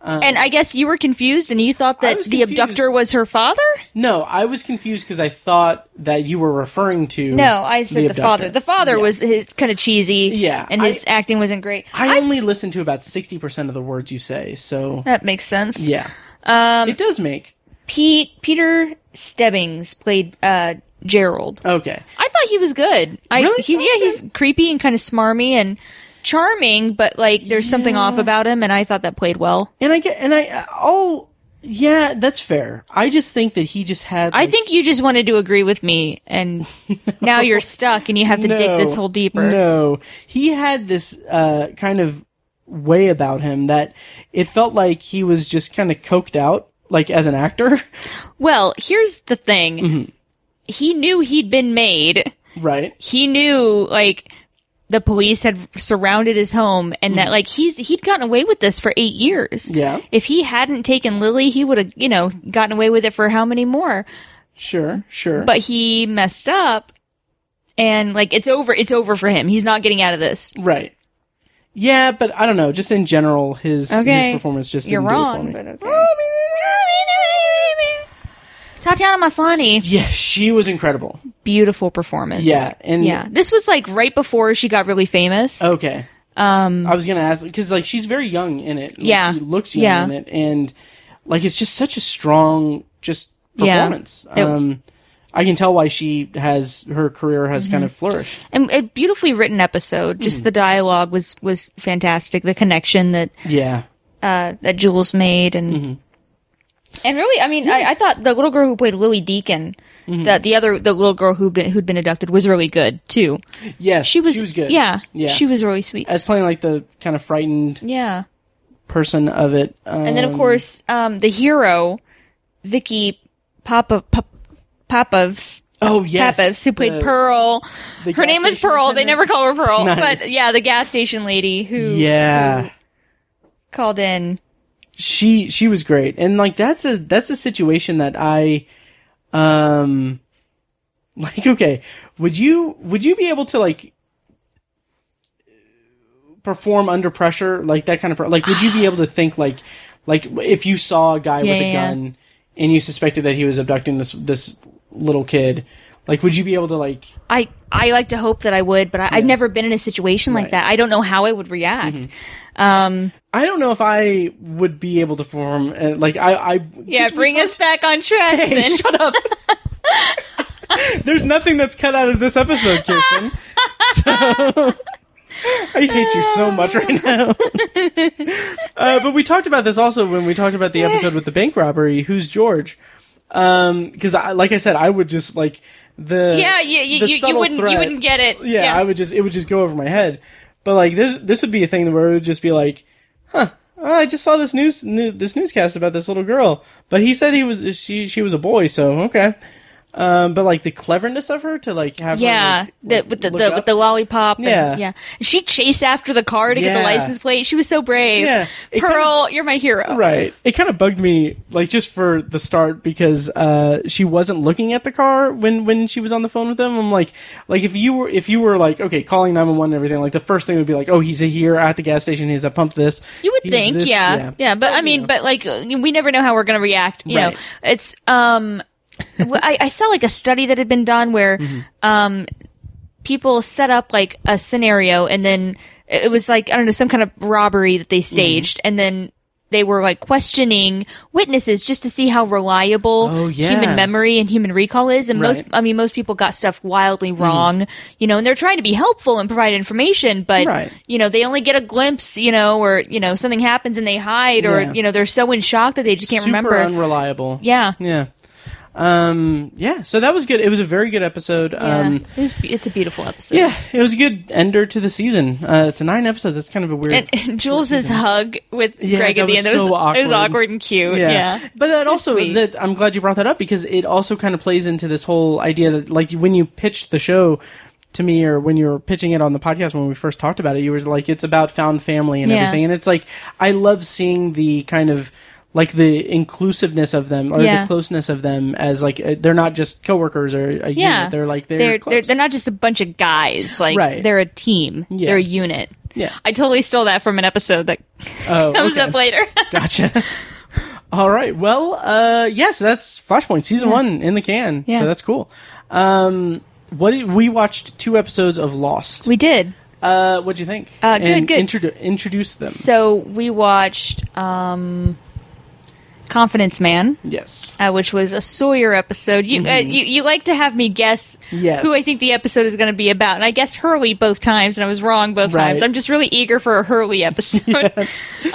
S2: and I guess you were confused, and you thought
S1: Uh-huh. I
S2: that
S1: was
S2: the
S1: confused.
S2: abductor was her father.
S1: No, I was confused because I thought that you were referring to
S2: No, I said the, father.
S1: abductor.
S2: The father was his kind of cheesy.
S1: Yeah,
S2: and his acting wasn't great.
S1: I only listen to about sixty percent of the words you say, so
S2: That makes sense.
S1: yeah, um, it does make
S2: Pete Peter Stebbings played uh, Gerald.
S1: okay.
S2: I thought he was good. I,
S1: Really?
S2: He's yeah, he's creepy and kind of smarmy and charming, but like there's something off about him, and I thought that played well.
S1: And I get and I oh yeah, that's fair. I just think that he just had.
S2: I
S1: like,
S2: think you just wanted to agree with me, and now you're stuck, and you have to dig this hole deeper.
S1: No, he had this uh, kind of way about him that it felt like he was just kind of coked out, like as an actor,
S2: Well, here's the thing. He knew he'd been made.
S1: right?
S2: He knew like the police had surrounded his home and that like he's he'd gotten away with this for 8 years.
S1: Yeah.
S2: If he hadn't taken Lily, he would have, you know, gotten away with it for how many more?
S1: Sure, sure.
S2: But he messed up and like it's over it's over for him. He's not getting out of this.
S1: right. Yeah, but I don't know. Just in general, his
S2: Okay.
S1: his performance just
S2: You're
S1: didn't do it
S2: wrong,
S1: for
S2: but
S1: me.
S2: okay. Tatiana Maslany.
S1: Yeah, she was incredible.
S2: beautiful performance.
S1: Yeah, and- Oh.
S2: yeah, this was like right before she got really famous.
S1: Okay. Um, I was gonna ask because like she's very young in it. Like,
S2: Yeah.
S1: she looks young
S2: Yeah.
S1: in it, and like it's just such a strong just
S2: Yeah.
S1: performance.
S2: It-
S1: Um, I can tell why she has her career has kind of
S2: Mm-hmm.
S1: flourished.
S2: and a beautifully written episode.
S1: Hmm.
S2: Just the dialogue was was fantastic. The connection that
S1: Yeah,
S2: uh, that Jules made, and
S1: Mm-hmm.
S2: and really, I mean, I, I thought the little girl who played Lily Deacon,
S1: Mm-hmm.
S2: the the other the little girl who been, who'd been abducted was really good too.
S1: yes,
S2: She was
S1: good.
S2: Yeah,
S1: yeah.
S2: she was really sweet.
S1: as playing like the kind of frightened
S2: yeah,
S1: person of it. Um,
S2: and then of course um, the hero, Vicky Papa. Pop- Popovs,
S1: oh yes,
S2: Pappas, who played
S1: the-
S2: Pearl.
S1: the
S2: Her
S1: gas
S2: name is
S1: station
S2: Pearl. They
S1: attendant.
S2: never call her Pearl,
S1: Nice.
S2: but yeah, the gas station lady who
S1: Yeah,
S2: called in.
S1: she she was great and like that's a that's a situation that i um like okay would you would you be able to like perform under pressure like that kind of pr- like would you be able to think like like if you saw a guy
S2: Yeah,
S1: with a
S2: yeah, yeah.
S1: gun and you suspected that he was abducting this this little kid like would you be able to like
S2: I I like to hope that I would, but I, I've never been in a situation like
S1: Right. Mm-hmm.
S2: that. I don't know how I would react.
S1: i don't know if i would be able to perform uh, like i i
S2: Yeah,
S1: just- we
S2: bring
S1: talked-
S2: us back on track.
S1: Hey,
S2: then.
S1: shut up. There's nothing that's cut out of this episode, Kirsten. So, I hate you so much right now. uh, but we talked about this also when we talked about the episode with the bank robbery. Who's George? Because, I like I said, I would just like the
S2: yeah, you, you,
S1: the
S2: you, you
S1: subtle
S2: wouldn't you
S1: threat-
S2: wouldn't get it.
S1: Yeah, I would just it would just go over my head. But like this, this would be a thing where it would just be like, huh, oh, I just saw this news, new, this newscast about this little girl, but he said he was she she was a boy, so okay. Um, but like the cleverness of her to like have her,
S2: Yeah,
S1: like, like,
S2: the, with the,
S1: look
S2: the
S1: up-
S2: with the lollipop.
S1: Yeah.
S2: and, yeah. She chased after the car to get the
S1: Yeah.
S2: license plate. She was so brave.
S1: Yeah. It kind
S2: Pearl, you're my hero.
S1: Right. It kind of bugged me, like just for the start, because uh, she wasn't looking at the car when when she was on the phone with them. I'm like, like if you were if you were like okay, calling nine one one and everything, like the first thing would be like, oh, he's here at the gas station. He's at pump this.
S2: You would
S1: He's
S2: think,
S1: this,
S2: yeah. yeah, But I mean, but like, uh, we never know how we're gonna react. You
S1: Right.
S2: know, it's um, w- I, I saw like a study that had been done where
S1: Mm-hmm.
S2: um, people set up like a scenario, and then it it was like I don't know some kind of robbery that they
S1: Mm-hmm.
S2: staged, and then they were like questioning witnesses just to see how reliable
S1: Oh, yeah.
S2: human memory and human recall is and most
S1: Right. Mm-hmm.
S2: i mean most people got stuff wildly wrong you know and they're trying to be helpful and provide information but
S1: Right.
S2: you know they only get a glimpse you know or you know something happens and they hide or
S1: Yeah.
S2: you know they're so in shock that they just can't
S1: super
S2: remember
S1: unreliable.
S2: yeah
S1: Yeah. Um. Yeah. So that was good. It was a very good episode.
S2: yeah.
S1: Um.
S2: it was, be- it's a beautiful episode
S1: Yeah, it was a good ender to the season. Uh, it's nine episodes. It's kind of a weird.
S2: and, and Jules's hug with
S1: Yeah,
S2: Greg
S1: that
S2: at the
S1: was
S2: end it
S1: so
S2: was, it
S1: awkward.
S2: was awkward and cute. Yeah,
S1: But that also
S2: sweet.
S1: that I'm glad you brought that up because it also kind of plays into this whole idea that like when you pitched the show to me or when you were pitching it on the podcast when we first talked about it, you were like it's about found family and
S2: Yeah.
S1: everything. And it's like I love seeing the kind of like the inclusiveness of them or
S2: Yeah.
S1: the closeness of them as like uh, they're not just coworkers or a
S2: yeah.
S1: unit. They're like they're
S2: they're, they're
S1: close.
S2: not just a bunch of guys. Like
S1: Right.
S2: they're a team.
S1: Yeah.
S2: They're a unit.
S1: Yeah.
S2: I totally stole that from an episode that
S1: Oh,
S2: comes
S1: okay.
S2: up later.
S1: Gotcha. All right. Well, uh, yes, that's Flashpoint season one in the can.
S2: Yeah.
S1: So that's cool. Um, what did- we watched two episodes of Lost.
S2: we did.
S1: uh, what'd you think?
S2: Uh, good,
S1: And
S2: good.
S1: introdu- introduce them.
S2: So we watched um, Confidence Man,
S1: yes.
S2: uh, which was a Sawyer episode. You, uh, you you like to have me guess
S1: Mm-hmm. Yes.
S2: who I think the episode is going to be about, and I guessed Hurley both times, and I was wrong both
S1: Right.
S2: times. I'm just really eager for a Hurley episode. uh, well, he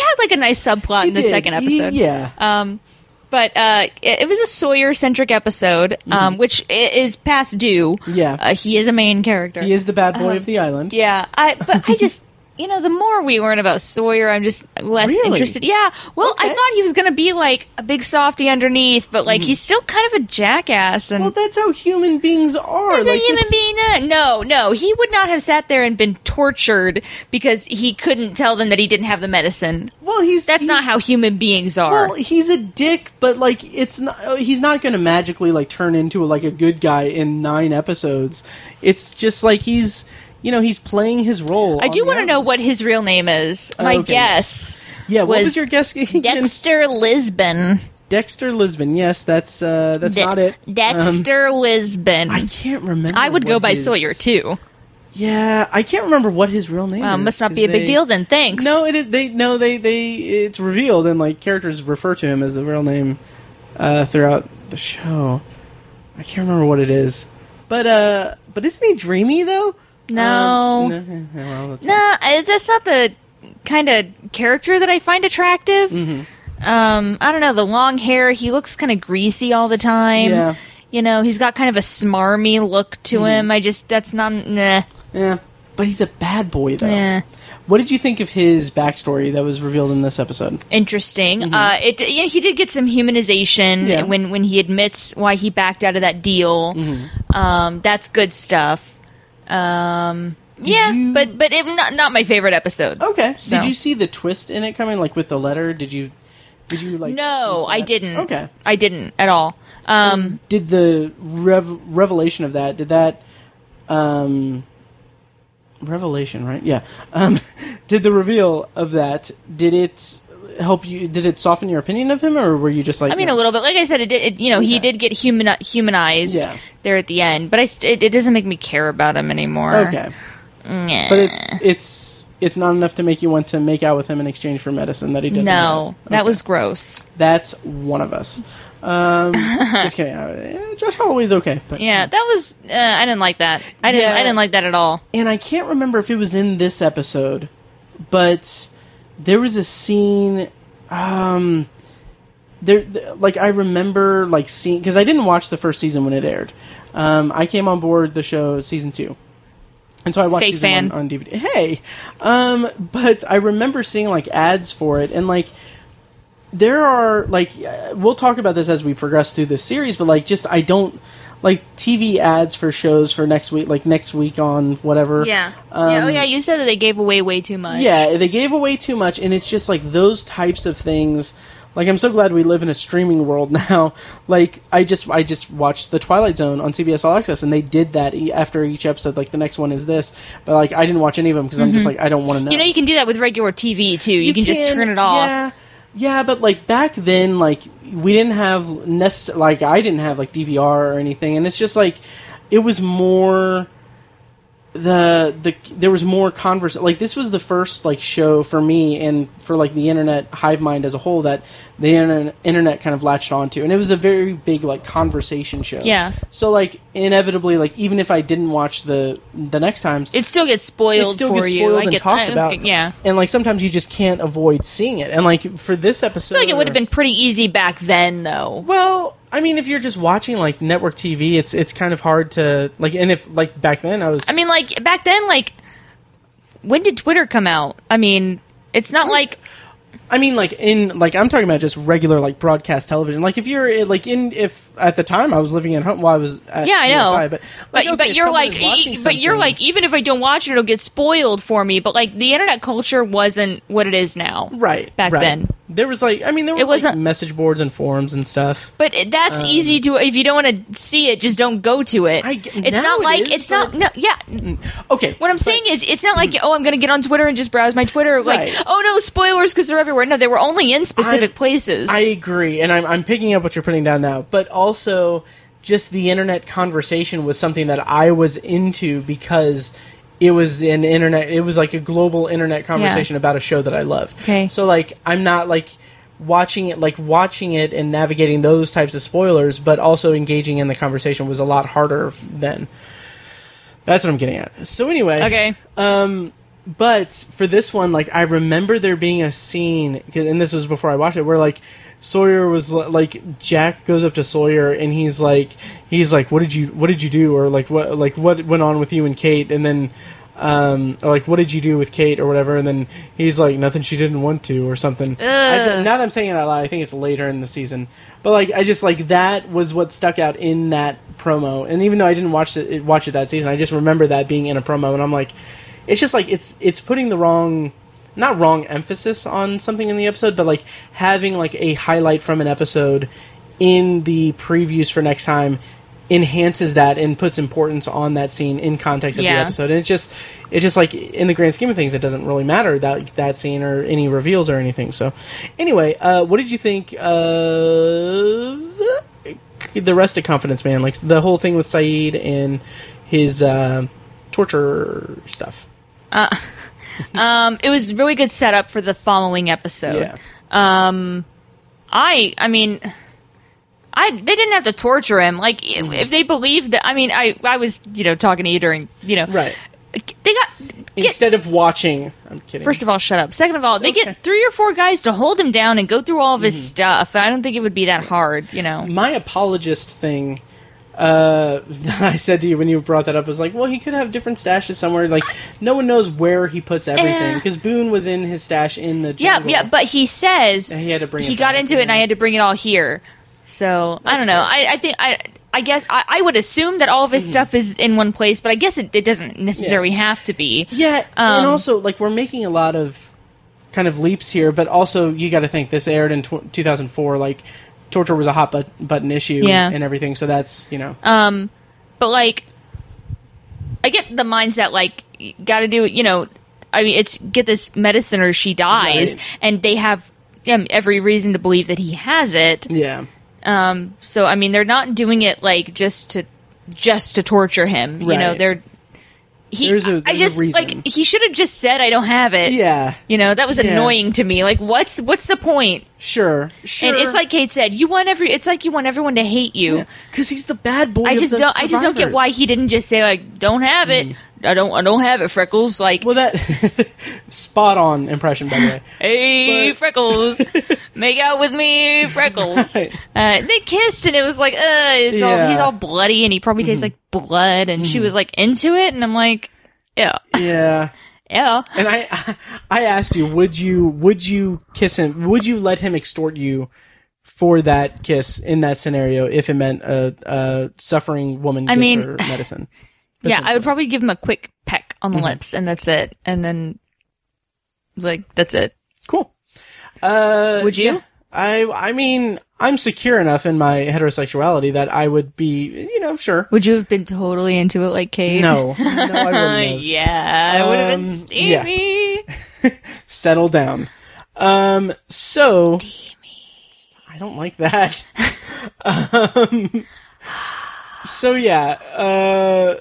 S2: had like a nice subplot in the
S1: Did-
S2: second
S1: y-
S2: episode. Uh,
S1: Yeah.
S2: But uh, it, it was a Sawyer centric episode, um, which i- is past due.
S1: Mm-hmm. Yeah.
S2: uh, he is a main character.
S1: he is the bad boy of the island.
S2: uh-huh. Yeah, I but I just you know the more we learn about Sawyer, I'm just less
S1: Really?
S2: interested. Yeah, well, I
S1: Okay. Mm.
S2: thought he was gonna be like a big softy underneath, but like he's still kind of a jackass and.
S1: Well, that's how human beings are.
S2: He's a
S1: Like,
S2: human
S1: it's-
S2: being. uh, No, no, he would not have sat there and been tortured because he couldn't tell them that he didn't have the medicine.
S1: Well, he's
S2: That's not
S1: he's-
S2: how human beings are.
S1: Well, he's a dick, but like it's not. uh, He's not going to magically like turn into like a good guy in nine episodes. It's just like he's, you know, he's playing his role. Um,
S2: I
S1: on
S2: do
S1: the
S2: want to
S1: island.
S2: know what his real name is. My
S1: oh, okay.
S2: guess,
S1: Yeah, what was,
S2: was
S1: your guess? again?
S2: Dexter Lisbon.
S1: Dexter Lisbon. Yes, that's uh, that's
S2: De-
S1: not it. Um,
S2: Dexter Lisbon.
S1: I can't remember.
S2: I would
S1: what
S2: go by
S1: his-
S2: Sawyer too.
S1: Yeah, I can't remember what his real name.
S2: Well,
S1: is,
S2: Um, must not
S1: 'cause
S2: be a big
S1: they-
S2: deal then. Thanks.
S1: No, um, it is. They no, they they. It's revealed, and like characters refer to him as the real name uh, throughout the show. I can't remember what it is, but uh, but isn't he dreamy though?
S2: No.
S1: Um, no, yeah, well, that's fine.
S2: nah, I- that's not the kind of character that I find attractive.
S1: Mm-hmm.
S2: Um, I don't know. The long hair. He looks kind of greasy all the time.
S1: Yeah. Mm-hmm.
S2: You know, he's got kind of a smarmy look to him. I just that's not nah.
S1: yeah. But he's a bad boy though.
S2: nah.
S1: What did you think of his backstory that was revealed in this episode?
S2: Interesting. Uh, it yeah, he did get some humanization
S1: Mm-hmm. Yeah.
S2: when when he admits why he backed out of that deal.
S1: Mm-hmm.
S2: Um, that's good stuff. Um, yeah,
S1: you- Oh,
S2: but but it, not not my favorite episode.
S1: Okay.
S2: So-
S1: Did you see the twist in it coming, like with the letter? Did you? Did you like?
S2: No,
S1: sense
S2: I
S1: that?
S2: didn't.
S1: Okay.
S2: I didn't at all. Um,
S1: did the rev- revelation of that did that um revelation right yeah um did the reveal of that did it help you did it soften your opinion of him or were you just like
S2: I mean, a little bit. Like I said, it did. It, you know, he did get human humanized
S1: Yeah.
S2: there at the end, but I st- it, it doesn't make me care about him anymore.
S1: okay
S2: Nyeh.
S1: but it's it's it's not enough to make you want to make out with him in exchange for medicine that he doesn't
S2: no,
S1: have.
S2: that was gross.
S1: that's one of us um just kidding Uh, eh, josh holloway's okay but
S2: Yeah, that was. Uh, I didn't like that. I didn't.
S1: Yeah.
S2: I didn't like that at all.
S1: and I can't remember if it was in this episode, but there was a scene. Um, there, th- like I remember, like seeing because I didn't watch the first season when it aired. Um, I came on board the show season two, And so I watched
S2: Fake
S1: season
S2: fan.
S1: one on DVD. Hey, um, but I remember seeing like ads for it, and like there are like uh, we'll talk about this as we progress through this series, but like just I don't like TV ads for shows for next week, like next week on whatever.
S2: Yeah. yeah. Oh, yeah. You said that they gave away way too much.
S1: Um, Yeah, they gave away too much, and it's just like those types of things. Like I'm so glad we live in a streaming world now. Like I just I just watched The Twilight Zone on CBS All Access, and they did that e- after each episode. Like the next one is this, but like I didn't watch any of them because I'm just like I don't want to know.
S2: Mm-hmm. You know, you can do that with regular TV too. You, can, just turn it off.
S1: Yeah, yeah, but like back then, like we didn't have necess- like I didn't have like DVR or anything, and it's just like it was more the the there was more converse like this was the first like show for me and for like the internet hive mind as a whole that the inter- internet kind of latched onto and it was a very big like conversation show
S2: Yeah.
S1: so like inevitably like even if i didn't watch the the next times
S2: It still gets spoiled
S1: it still
S2: for
S1: gets
S2: you.
S1: spoiled
S2: I
S1: and
S2: get
S1: talked
S2: I-
S1: about.
S2: Yeah.
S1: and like sometimes you just can't avoid seeing it. And like for this episode,
S2: I feel like it would have been pretty easy back then, though.
S1: Well, I mean, if you're just watching like network TV, it's it's kind of hard to like. And if like back then, I was.
S2: I mean, like back then, like when did Twitter come out? I mean, it's not like
S1: I mean, like in like I'm talking about just regular like broadcast television. Like if you're eh, like in if at the time I was living at home, well, I was at
S2: yeah, I know.
S1: USI, but
S2: but,
S1: like, okay,
S2: but
S1: if
S2: you're
S1: someone
S2: like,
S1: is watching
S2: e- but you're
S1: something-
S2: like, even if I don't watch it, it'll get spoiled for me. But like, the internet culture wasn't what it is now,
S1: right
S2: Back
S1: right.
S2: then,
S1: There was like I mean there were
S2: It
S1: like,
S2: wasn't-
S1: message boards and forums and stuff.
S2: But it- that's easy to. If you don't want to see it, just don't go to it.
S1: Um, I get-
S2: it's
S1: now
S2: not
S1: it
S2: like
S1: is,
S2: it's not.
S1: but- Mm,
S2: No, yeah.
S1: Okay,
S2: What I'm saying is, it's not like oh, I'm going to get on Twitter and just browse my Twitter. Like,
S1: Right.
S2: oh no, spoilers because they're everywhere. No, they were only in specific
S1: I-
S2: places.
S1: I agree, and I'm I'm picking up what you're putting down now, but also just the internet conversation was something that I was into because it was an internet it was like a global internet conversation about a show that I loved.
S2: Okay.
S1: So like I'm not like watching it like watching it and navigating those types of spoilers, but also engaging in the conversation was a lot harder then. That's what I'm getting at. So anyway,
S2: okay.
S1: but for this one, like I remember there being a scene, 'cause- and this was before I watched it, where like Sawyer was li- like Jack goes up to Sawyer and he's like he's like what did you what did you do or like what like what went on with you and Kate and then um or, like what did you do with Kate or whatever and then he's like nothing she didn't want to or something. I th- now that I'm saying it out loud, I think it's later in the season, but like I just like that was what stuck out in that promo, and even though I didn't watch it, it watch it that season, I just remember that being in a promo, and I'm like it's just like it's it's putting the wrong not wrong emphasis on something in the episode but like having like a highlight from an episode in the previews for next time enhances that and puts importance on that scene in context of the
S2: Yeah.
S1: episode and it's just it's just like in the grand scheme of things it doesn't really matter that that scene or any reveals or anything so anyway uh what did you think of the rest of confidence man like the whole thing with saeed and his uh torture stuff
S2: Um, it was really good setup for the following episode.
S1: Yeah.
S2: I I mean I they didn't have to torture him. Like i- if they believed that I mean I I was, you know, talking to you during, you know.
S1: Right.
S2: They got get,
S1: Instead of watching, I'm kidding.
S2: First of all, shut up. Second of all, they
S1: Okay. Mm-hmm.
S2: get three or four guys to hold him down and go through all of his stuff. I don't think it would be that hard, you know.
S1: my apologist thing uh, that I said to you when you brought that up was like, well, he could have different stashes somewhere. Like, no one knows where he puts everything
S2: Eh.
S1: because Boone was in his stash in the
S2: Yeah,
S1: jungle.
S2: yeah, but he says
S1: he had to bring
S2: he
S1: it
S2: got
S1: back,
S2: into it, and
S1: yeah.
S2: I had to bring it all here. So I don't know. I, I think I I guess I, I would assume that all of
S1: Mm-hmm.
S2: his stuff is in one place, but I guess it, it doesn't necessarily have to be.
S1: Yeah, and
S2: Um,
S1: also like we're making a lot of kind of leaps here, but also you got to think this aired in tw- 2004. Like, torture was a hot but- button issue,
S2: Yeah. Um,
S1: and everything. So that's you know,
S2: but like i get the mindset like you gotta do you know i mean it's get this medicine or she dies
S1: Right.
S2: and they have um, every reason to believe that he has it
S1: yeah,
S2: um so i mean they're not doing it like just to just to torture him you know
S1: Right.
S2: they're he
S1: There's a-
S2: i
S1: there's a
S2: just
S1: reason.
S2: like he should have just said i don't have it
S1: yeah,
S2: you know that was
S1: Yeah.
S2: annoying to me like what's what's the point
S1: sure, sure.
S2: and it's like kate said you want every it's like you want everyone to hate you
S1: because he's the bad boy.
S2: I
S1: of
S2: just
S1: the
S2: don't. I just don't get
S1: survivors. Mm.
S2: why he didn't just say like, "Don't have it. I don't. I don't have it." Freckles, like,
S1: Well, that spot on impression, by the way.
S2: "Hey,
S1: but-
S2: Freckles, make out with me, Freckles."
S1: Right.
S2: Uh, they kissed, and it was like, "Uh, it's all,
S1: Yeah. Mm-hmm.
S2: he's all bloody, and he probably tastes like blood." And she was like into it, and I'm like, ew,
S1: Yeah.
S2: ew.
S1: And I, I asked you, would you, would you kiss him? Would you let him extort you for that kiss in that scenario if it meant a, a suffering woman?
S2: I
S1: gives
S2: mean-
S1: her medicine.
S2: Yeah, I would probably give him a quick peck on the
S1: Mm-hmm.
S2: lips, and that's it. And then, like, that's it.
S1: Cool. Uh,
S2: Would you?
S1: yeah. I, I mean, I'm secure enough in my heterosexuality that I would be, you know, sure.
S2: Would you have been totally into it, like Kate?
S1: No, no, I wouldn't have.
S2: yeah, I would have
S1: Um,
S2: been
S1: yeah.
S2: steamy.
S1: settle down. Um, so I don't like that. um, so yeah, uh,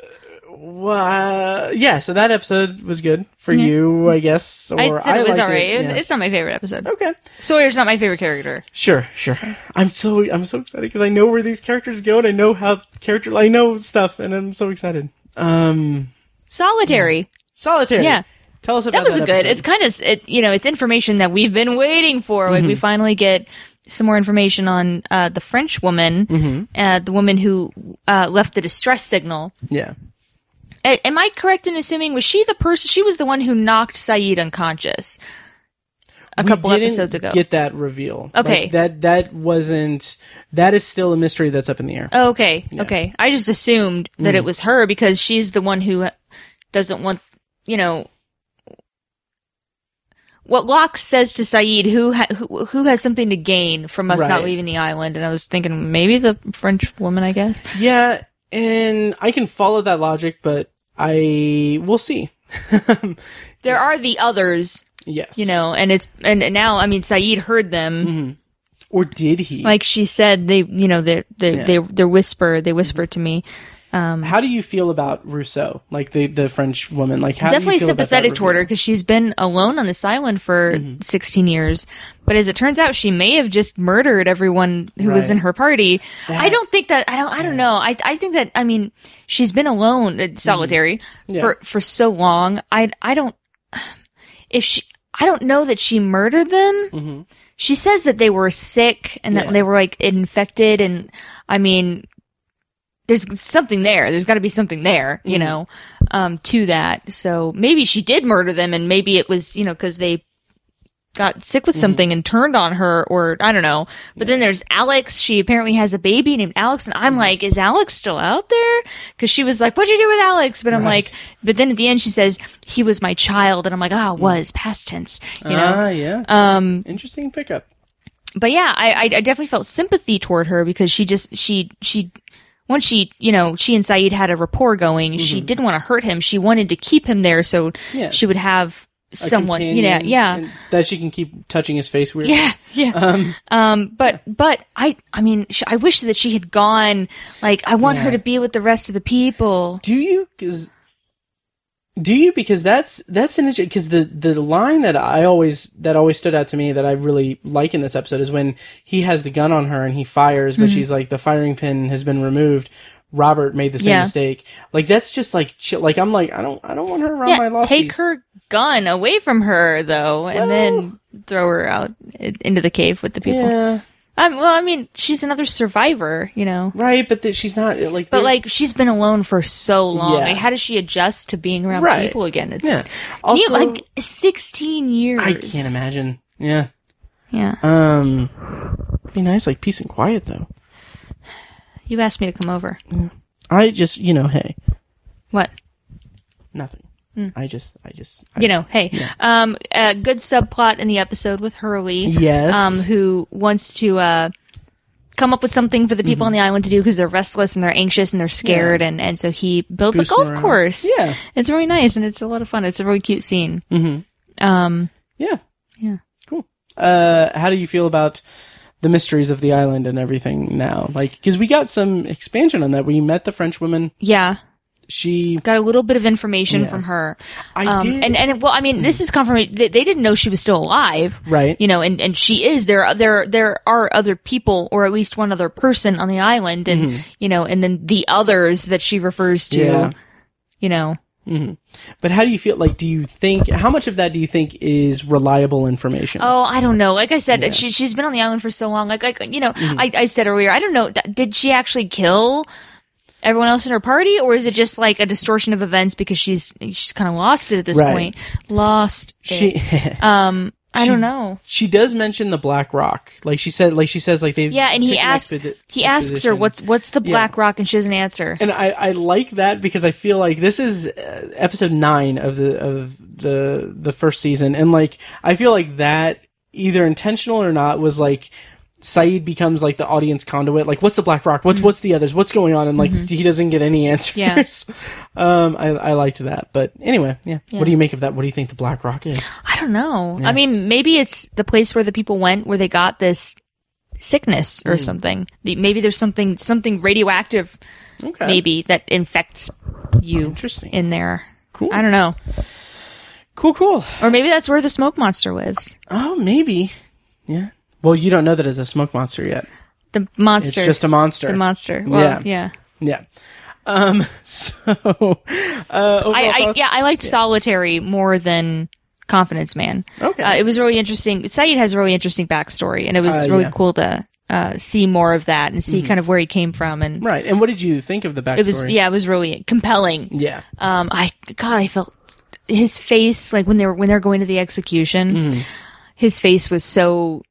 S1: wha- yeah. So that episode was good for you, I guess. Or
S2: I said it was
S1: liked
S2: alright.
S1: yeah. Oh.
S2: It's not my favorite episode.
S1: okay.
S2: Sawyer's not my favorite character.
S1: Sure, sure. I'm so I'm so excited because I know where these characters go and I know how character I know stuff and I'm so excited. Um,
S2: Solitary.
S1: solitary.
S2: Yeah.
S1: Tell us about
S2: That was a good.
S1: episode.
S2: It's kind of it, you know, it's information that we've been waiting for. Like
S1: Mm-hmm.
S2: we finally get some more information on uh, the French woman,
S1: Mm-hmm.
S2: uh, the woman who uh, left the distress signal.
S1: yeah.
S2: A- am I correct in assuming was she the person? She was the one who knocked Saeed unconscious a
S1: We
S2: couple
S1: didn't
S2: episodes ago.
S1: Get that reveal. Like,
S2: Okay.
S1: that that wasn't that is still a mystery that's up in the air.
S2: Oh, okay, okay. I just assumed that
S1: Mm.
S2: it was her because she's the one who doesn't want, you know, what Locke says to Saeed, who ha- who, who has something to gain from us not
S1: Right.
S2: leaving the island. And I was thinking maybe the French woman, I guess.
S1: Yeah, and I can follow that logic, but I we'll see.
S2: There are the others,
S1: yes.
S2: you know, and it's and now I mean Saeed heard them.
S1: Mm-hmm. Or did he?
S2: Like she said, they you know they they
S1: Yeah.
S2: they they whisper they whisper to me.
S1: how do you feel about Rousseau? Like the the French woman? Like how do you
S2: definitely
S1: feel about that Mm-hmm.
S2: sympathetic toward her
S1: reveal?
S2: because she's been alone on this island for 16 years. But as it turns out, she may have just murdered everyone who was
S1: Right.
S2: in her party. I don't think that I don't I don't know. I I think that I mean she's been alone,
S1: Mm-hmm.
S2: uh, solitary for for so long. I I don't if she I don't know that she murdered them. She says that they were sick and that
S1: Mm-hmm. Yeah.
S2: they were like infected and I mean there's something there. There's got to be something there, you know, um, to that. So maybe she did murder them, and maybe it was, you know, because they got sick with something and turned on her, or I don't know. But then there's Alex. She apparently has a baby named Alex, and I'm like, is Alex still out there? Because she was like, what'd you do with Alex? But I'm like, but then at the end she says he was my child, and I'm like, ah, was past tense, you know.
S1: Ah, yeah. Um, interesting pickup.
S2: but yeah, I, I I definitely felt sympathy toward her because she just she she once she you know she and Saeed had a rapport going. She didn't want to hurt him. She wanted to keep him there so
S1: Mm-hmm. Yeah.
S2: she would have
S1: A
S2: someone. You know,
S1: companion
S2: yeah,
S1: and- that she can keep touching his face weird.
S2: yeah, yeah. Um, but but I I mean sh- I wish that she had gone. Like I want her to be with the rest of the people.
S1: Do you? Because do you? Because that's that's an interesting. Because the the line that I always that always stood out to me that I really like in this episode is when he has the gun on her and he fires,
S2: Mm-hmm.
S1: but she's like the firing pin has been removed. Robert made the same
S2: Yeah.
S1: mistake. Like that's just like chill. Like I'm like I don't I don't want her around my
S2: Yeah,
S1: lost.
S2: take her gun away from her though, and then throw her out i- into the cave with the people.
S1: Yeah,
S2: Um, well, I mean, she's another survivor, you know.
S1: right. But that she's not like.
S2: But
S1: there's-
S2: like she's been alone for so long.
S1: Yeah.
S2: Like how does she adjust to being around
S1: Right.
S2: people again? It's
S1: yeah.
S2: can you,
S1: Also,
S2: like sixteen years.
S1: I can't imagine. Yeah.
S2: Yeah.
S1: Um. Be nice, like peace and quiet though.
S2: You asked me to come over.
S1: I just you know hey.
S2: What?
S1: Nothing.
S2: Mm.
S1: I just, I just. I,
S2: You know, hey. Um a good subplot in the episode with Hurley.
S1: Yes.
S2: Um, who wants to uh come up with something for the people on the island to do because they're restless and they're anxious and they're scared and and so he builds
S1: Boost
S2: a golf
S1: morale.
S2: course.
S1: Yeah. Mm.
S2: It's really nice and it's a lot of fun. It's a really cute scene.
S1: yeah.
S2: Yeah.
S1: Cool. Uh, how do you feel about the mysteries of the island and everything now? Like, because we got some expansion on that. We met the French woman.
S2: Yeah.
S1: She.
S2: got a little bit of information
S1: Yeah.
S2: from her.
S1: I
S2: Um,
S1: did.
S2: and and well, I mean, this is confirmation. They, they didn't know she was still alive,
S1: Right.
S2: You know, and and she is. There are- there there are other people, or at least one other person on the island, and you know, and then the others that she refers to,
S1: Mm-hmm. Yeah.
S2: you know.
S1: but how do you feel? Like, do you think how much of that do you think is reliable information?
S2: Oh, I don't know. Like I said, she she's
S1: Mm-hmm.
S2: been on the island for so long. Like like you know, I I said earlier, I don't know. d- Did she actually kill everyone else in her party, or is it just like a distortion of events because she's she's kind of lost it at this
S1: Right.
S2: point? Lost. it.
S1: She
S2: Um. I
S1: She-
S2: don't know.
S1: she does mention the Black Rock. Like she said, like she says, like they
S2: Yeah, and he
S1: took an
S2: asks
S1: expedi-
S2: he asks her
S1: expedition.
S2: what's what's the Black Rock, and she doesn't answer.
S1: And I, I like that because I feel like this is uh, episode nine of the of the the first season, and like I feel like that either intentional or not was like Saeed becomes like the audience conduit. Like, what's the Black Rock? What's what's the others? What's going on? And like he doesn't get any answers.
S2: Mm-hmm. Yeah.
S1: um, I I liked that, but anyway, yeah. What do you make of that? What do you think the Black Rock is?
S2: I don't know. I mean, maybe it's the place where the people went where they got this sickness
S1: Mm.
S2: or something. The- Maybe there's something something radioactive
S1: Okay.
S2: maybe that infects you
S1: Uh, Interesting.
S2: in there.
S1: Cool.
S2: I don't know.
S1: Cool, cool.
S2: Or maybe that's where the smoke monster lives.
S1: Oh, maybe. Yeah. Well, you don't know that it's a smoke monster yet.
S2: The monster.
S1: It's just a monster.
S2: the monster. Well, yeah.
S1: Yeah. Um, so, uh, overall
S2: I, I
S1: thoughts?
S2: yeah, I liked Solitary more than Confidence Man.
S1: Okay.
S2: Uh, it was really interesting. Saeed has a really interesting backstory, and it was
S1: Uh,
S2: really
S1: yeah. Mm-hmm.
S2: cool to uh, see more of that and see kind of where he came from. And
S1: right. And what did you think of the backstory?
S2: it was yeah, it was really compelling.
S1: Yeah.
S2: um i god i felt his face like when they were when they're going to the execution
S1: Mm-hmm.
S2: his face was so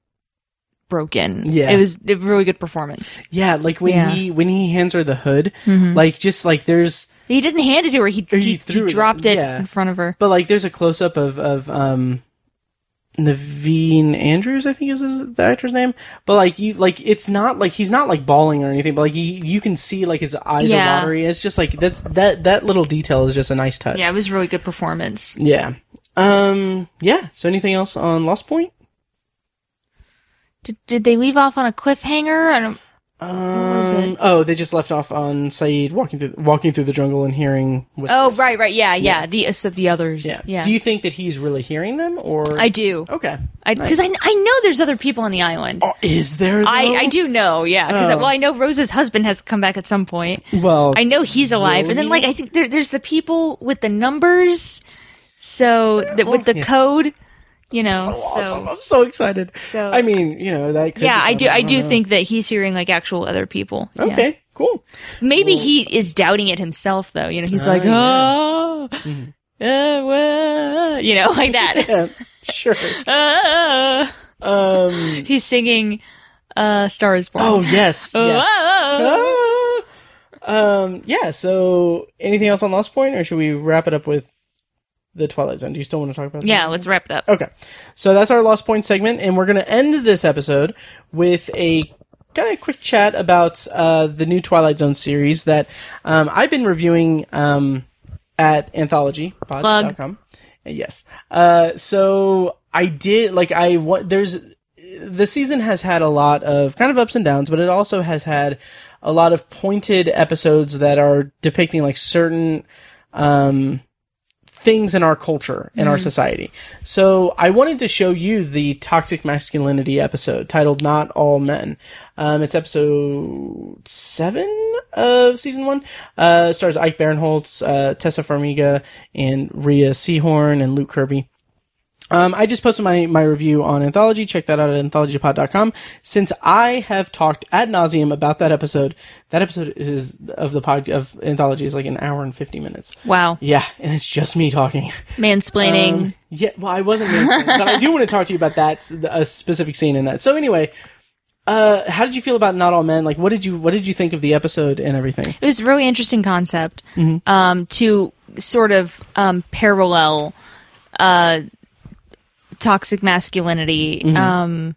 S2: broken
S1: Yeah.
S2: it was a really good performance
S1: Yeah. Like when
S2: Yeah. Mm-hmm.
S1: he when he hands her the hood, like just like there's
S2: he didn't hand it to her he,
S1: Or
S2: he,
S1: he
S2: he
S1: threw it,
S2: dropped it
S1: yeah.
S2: in front of her
S1: but like there's a close up of of um Naveen Andrews, I think is his, the actor's name. But like you like it's not like he's not like bawling or anything, but like you you can see like his eyes
S2: Yeah.
S1: are watery. It's just like that's that that little detail is just a nice touch.
S2: yeah it was a really good performance
S1: Yeah. Um yeah. So anything else on Lost Point?
S2: did, did they leave off on a cliffhanger I don't, was
S1: Um,
S2: it?
S1: Oh, they just left off on Saeed walking through walking through the jungle and hearing. Whispers.
S2: oh right right yeah yeah, the uh, so the others
S1: Yeah.
S2: yeah,
S1: Do you think that he's really hearing them, or
S2: i do
S1: Okay.
S2: i because I, I know there's other people on the island
S1: Oh, is there?
S2: I,
S1: though?
S2: I do know, yeah. Because
S1: Oh.
S2: well, I know Rose's husband has come back at some point.
S1: Well,
S2: I know he's alive, and then like I think there, there's the people with the numbers, so that with the
S1: Yeah.
S2: code, you know. So,
S1: awesome. I'm so excited.
S2: So-
S1: I mean, you know that. Could
S2: yeah,
S1: be
S2: I do.
S1: coming,
S2: I
S1: don't
S2: do
S1: know.
S2: think that he's hearing like actual other people. Yeah.
S1: Okay. Cool.
S2: maybe he is doubting it himself, though. You know, he's like,
S1: Ah, yeah. Mm-hmm.
S2: oh, uh, well," you know, like that.
S1: Yeah, sure.
S2: Ah.
S1: Um.
S2: he's singing, uh, "Star Is Born."
S1: Oh yes. yes.
S2: Oh.
S1: Ah. Um. Yeah. So, anything else on Lost Point, or should we wrap it up with the Twilight Zone? Do you still want to talk about?
S2: yeah. Let's wrap it up.
S1: Okay. So that's our Lost Point segment, and we're going to end this episode with a kind of quick chat about uh, the new Twilight Zone series that um, I've been reviewing um, at anthologypod.com. Yes. Uh, so I did, like, I, wa- there's, the season has had a lot of kind of ups and downs, but it also has had a lot of pointed episodes that are depicting, like, certain, um, things in our culture in our society. So I wanted to show you the toxic masculinity episode titled "Not All Men." Um, it's episode seven of season one. Uh, it stars Ike Barinholtz, uh, Tessa Farmiga, and Rhea Seahorn and Luke Kirby. Um, I just posted my, my review on Anthology. Check that out at anthologypod.com. Since I have talked ad nauseum about that episode, that episode is of the pod of Anthology is like an hour and 50 minutes.
S2: Wow.
S1: Yeah, and it's just me talking.
S2: Mansplaining.
S1: Um, yeah, well, I wasn't, mansplaining, but I do want to talk to you about that s- a specific scene in that. So anyway, uh, how did you feel about Not All Men? Like, what did you what did you think of the episode and everything?
S2: it was a really interesting concept
S1: Mm-hmm.
S2: um, to sort of um, parallel uh, toxic masculinity.
S1: Mm-hmm.
S2: Um,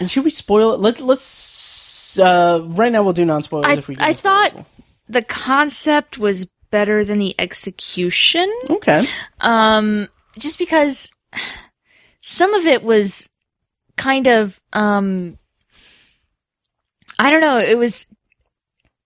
S1: And should we spoil it? Let, let's uh, right now we'll do non spoilers
S2: I,
S1: if we. can
S2: I
S1: spoil
S2: thought
S1: it.
S2: the concept was better than the execution,
S1: okay,
S2: um, just because some of it was kind of um, I don't know. It was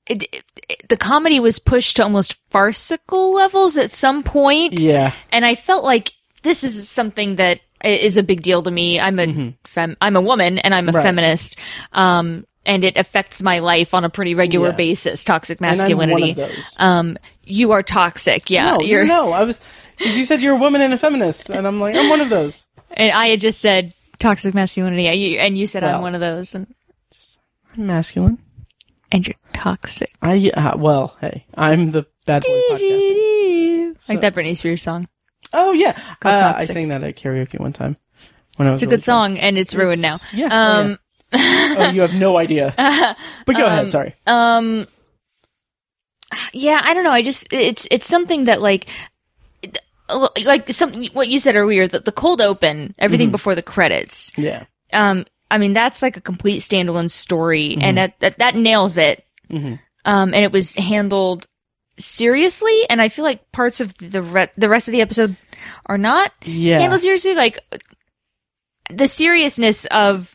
S2: it, it, it- the comedy was pushed to almost farcical levels at some point.
S1: yeah,
S2: and I felt like this is something that i- is a big deal to me. I'm a fem- I'm a woman and I'm a
S1: Mm-hmm. Right.
S2: feminist. Um, and it affects my life on a pretty regular
S1: Yeah.
S2: basis. Toxic
S1: and I'm one
S2: masculinity.
S1: of those.
S2: Um, you are toxic. Yeah,
S1: no,
S2: you're.
S1: no, I was because you said you're a woman and a feminist, and I'm like I'm one of those.
S2: And I had just said toxic masculinity, and you, and you said
S1: Well.
S2: I'm one of those. And
S1: Masculine.
S2: and you're toxic.
S1: I uh, well, hey, I'm the bad boy podcast.
S2: Like that Britney Spears song.
S1: Oh yeah,
S2: Called
S1: uh, I
S2: Toxic.
S1: sang that at karaoke one time. When I was
S2: It's a
S1: really
S2: good song, and it's ruined now.
S1: young. Yeah. oh,
S2: Um,
S1: yeah. oh, you have no idea. But go ahead. Sorry.
S2: um yeah i don't know i just it's it's something that like it- like something what you said earlier that the cold open everything before the credits
S1: yeah.
S2: um i mean that's like a complete standalone story and that, that that nails it
S1: Mhm.
S2: um and it was handled seriously and i feel like parts of the re- the rest of the episode are not
S1: Yeah.
S2: handled seriously like the seriousness of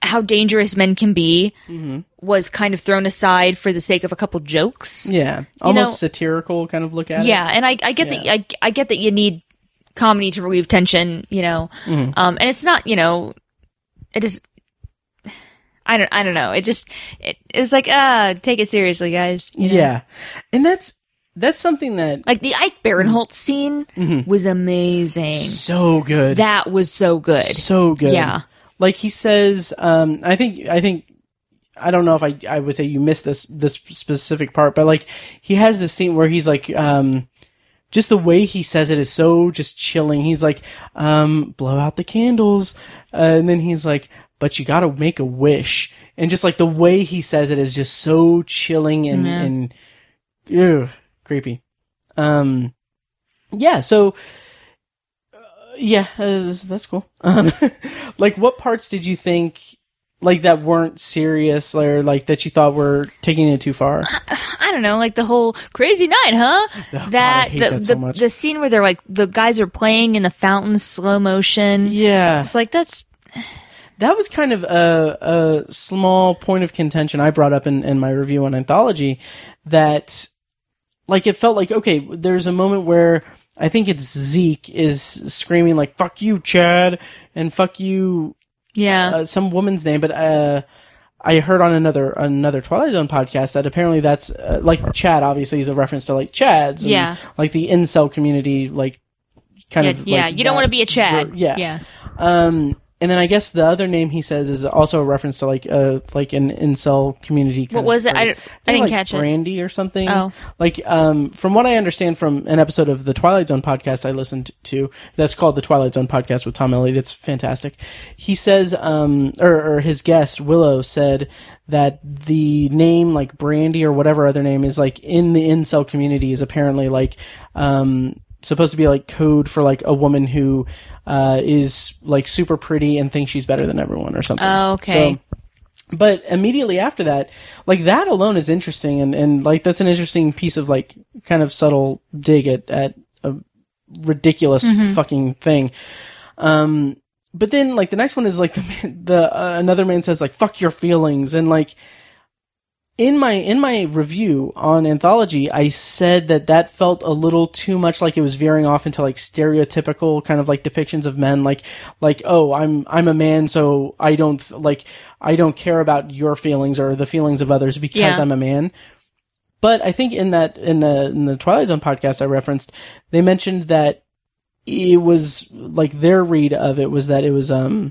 S2: how dangerous men can be
S1: Mhm.
S2: was kind of thrown aside for the sake of a couple jokes.
S1: Yeah. Almost
S2: know-
S1: satirical kind of look at
S2: Yeah, and I, I get that I, I get that you need comedy to relieve tension, you know.
S1: Mm-hmm.
S2: Um, and it's not, you know, it is. I don't, I don't know. It just, it, it's like, uh, take it seriously, guys.
S1: it.
S2: you know?
S1: Yeah. And that's that's something that
S2: Like the Ike Barinholtz scene
S1: Mm-hmm.
S2: was amazing.
S1: so good.
S2: That was so good.
S1: So good.
S2: Yeah.
S1: Like he says, um, I think, I think, I don't know if I, I would say you missed this, this specific part, but like he has this scene where he's like, um, just the way he says it is so just chilling. He's like, um, blow out the candles. Uh, and then he's like, but you gotta make a wish. And just like the way he says it is just so chilling and, and, ew, creepy. Um, yeah, so, yeah, uh, that's- that's cool. Um, like, what parts did you think, like, that weren't serious or, like, that you thought were taking it too far?
S2: I don't know, like the whole crazy night, huh?
S1: God, Oh, I
S2: that
S1: hate
S2: the
S1: that
S2: the,
S1: so much.
S2: the scene where they're like the guys are playing in the fountain slow motion.
S1: Yeah.
S2: It's like that's
S1: That was kind of a, a small point of contention I brought up in, in my review on Anthology that, like, it felt like, okay, there's a moment where I think it's Zeke is screaming, like, fuck you, Chad, and fuck you,
S2: yeah.
S1: uh, some woman's name, but uh, I heard on another another Twilight Zone podcast that apparently that's uh, like Chad. Obviously, is a reference to like Chads, and,
S2: Yeah.
S1: like the incel community, like kind
S2: yeah,
S1: of
S2: yeah. you don't want to be a Chad.
S1: yeah,
S2: Yeah.
S1: Um, and then I guess the other name he says is also a reference to like uh like an incel community. kind
S2: What
S1: of
S2: was it? I
S1: phrase.
S2: don't- I
S1: think,
S2: didn't
S1: like,
S2: catch it.
S1: Brandy or something.
S2: Oh.
S1: like um, from what I understand from an episode of the Twilight Zone podcast I listened to, that's called the Twilight Zone podcast with Tom Elliott. It's fantastic. He says, um, or, or his guest Willow said that the name like Brandy or whatever other name is like in the incel community is apparently like um supposed to be like code for like a woman who uh, is like super pretty and thinks she's better than everyone or something.
S2: Oh, okay.
S1: So, but immediately after that, like that alone is interesting and, and like that's an interesting piece of like kind of subtle dig at, at a ridiculous fucking thing. Um, but then like the next one is like the, man- the uh, another man says like fuck your feelings and like in my in my review on anthology i said that that felt a little too much like it was veering off into like stereotypical kind of like depictions of men like like oh i'm i'm a man so i don't like i don't care about your feelings or the feelings of others because
S2: Yeah.
S1: i'm a man but i think in that in the in the twilight zone podcast i referenced they mentioned that it was like their read of it was that it was um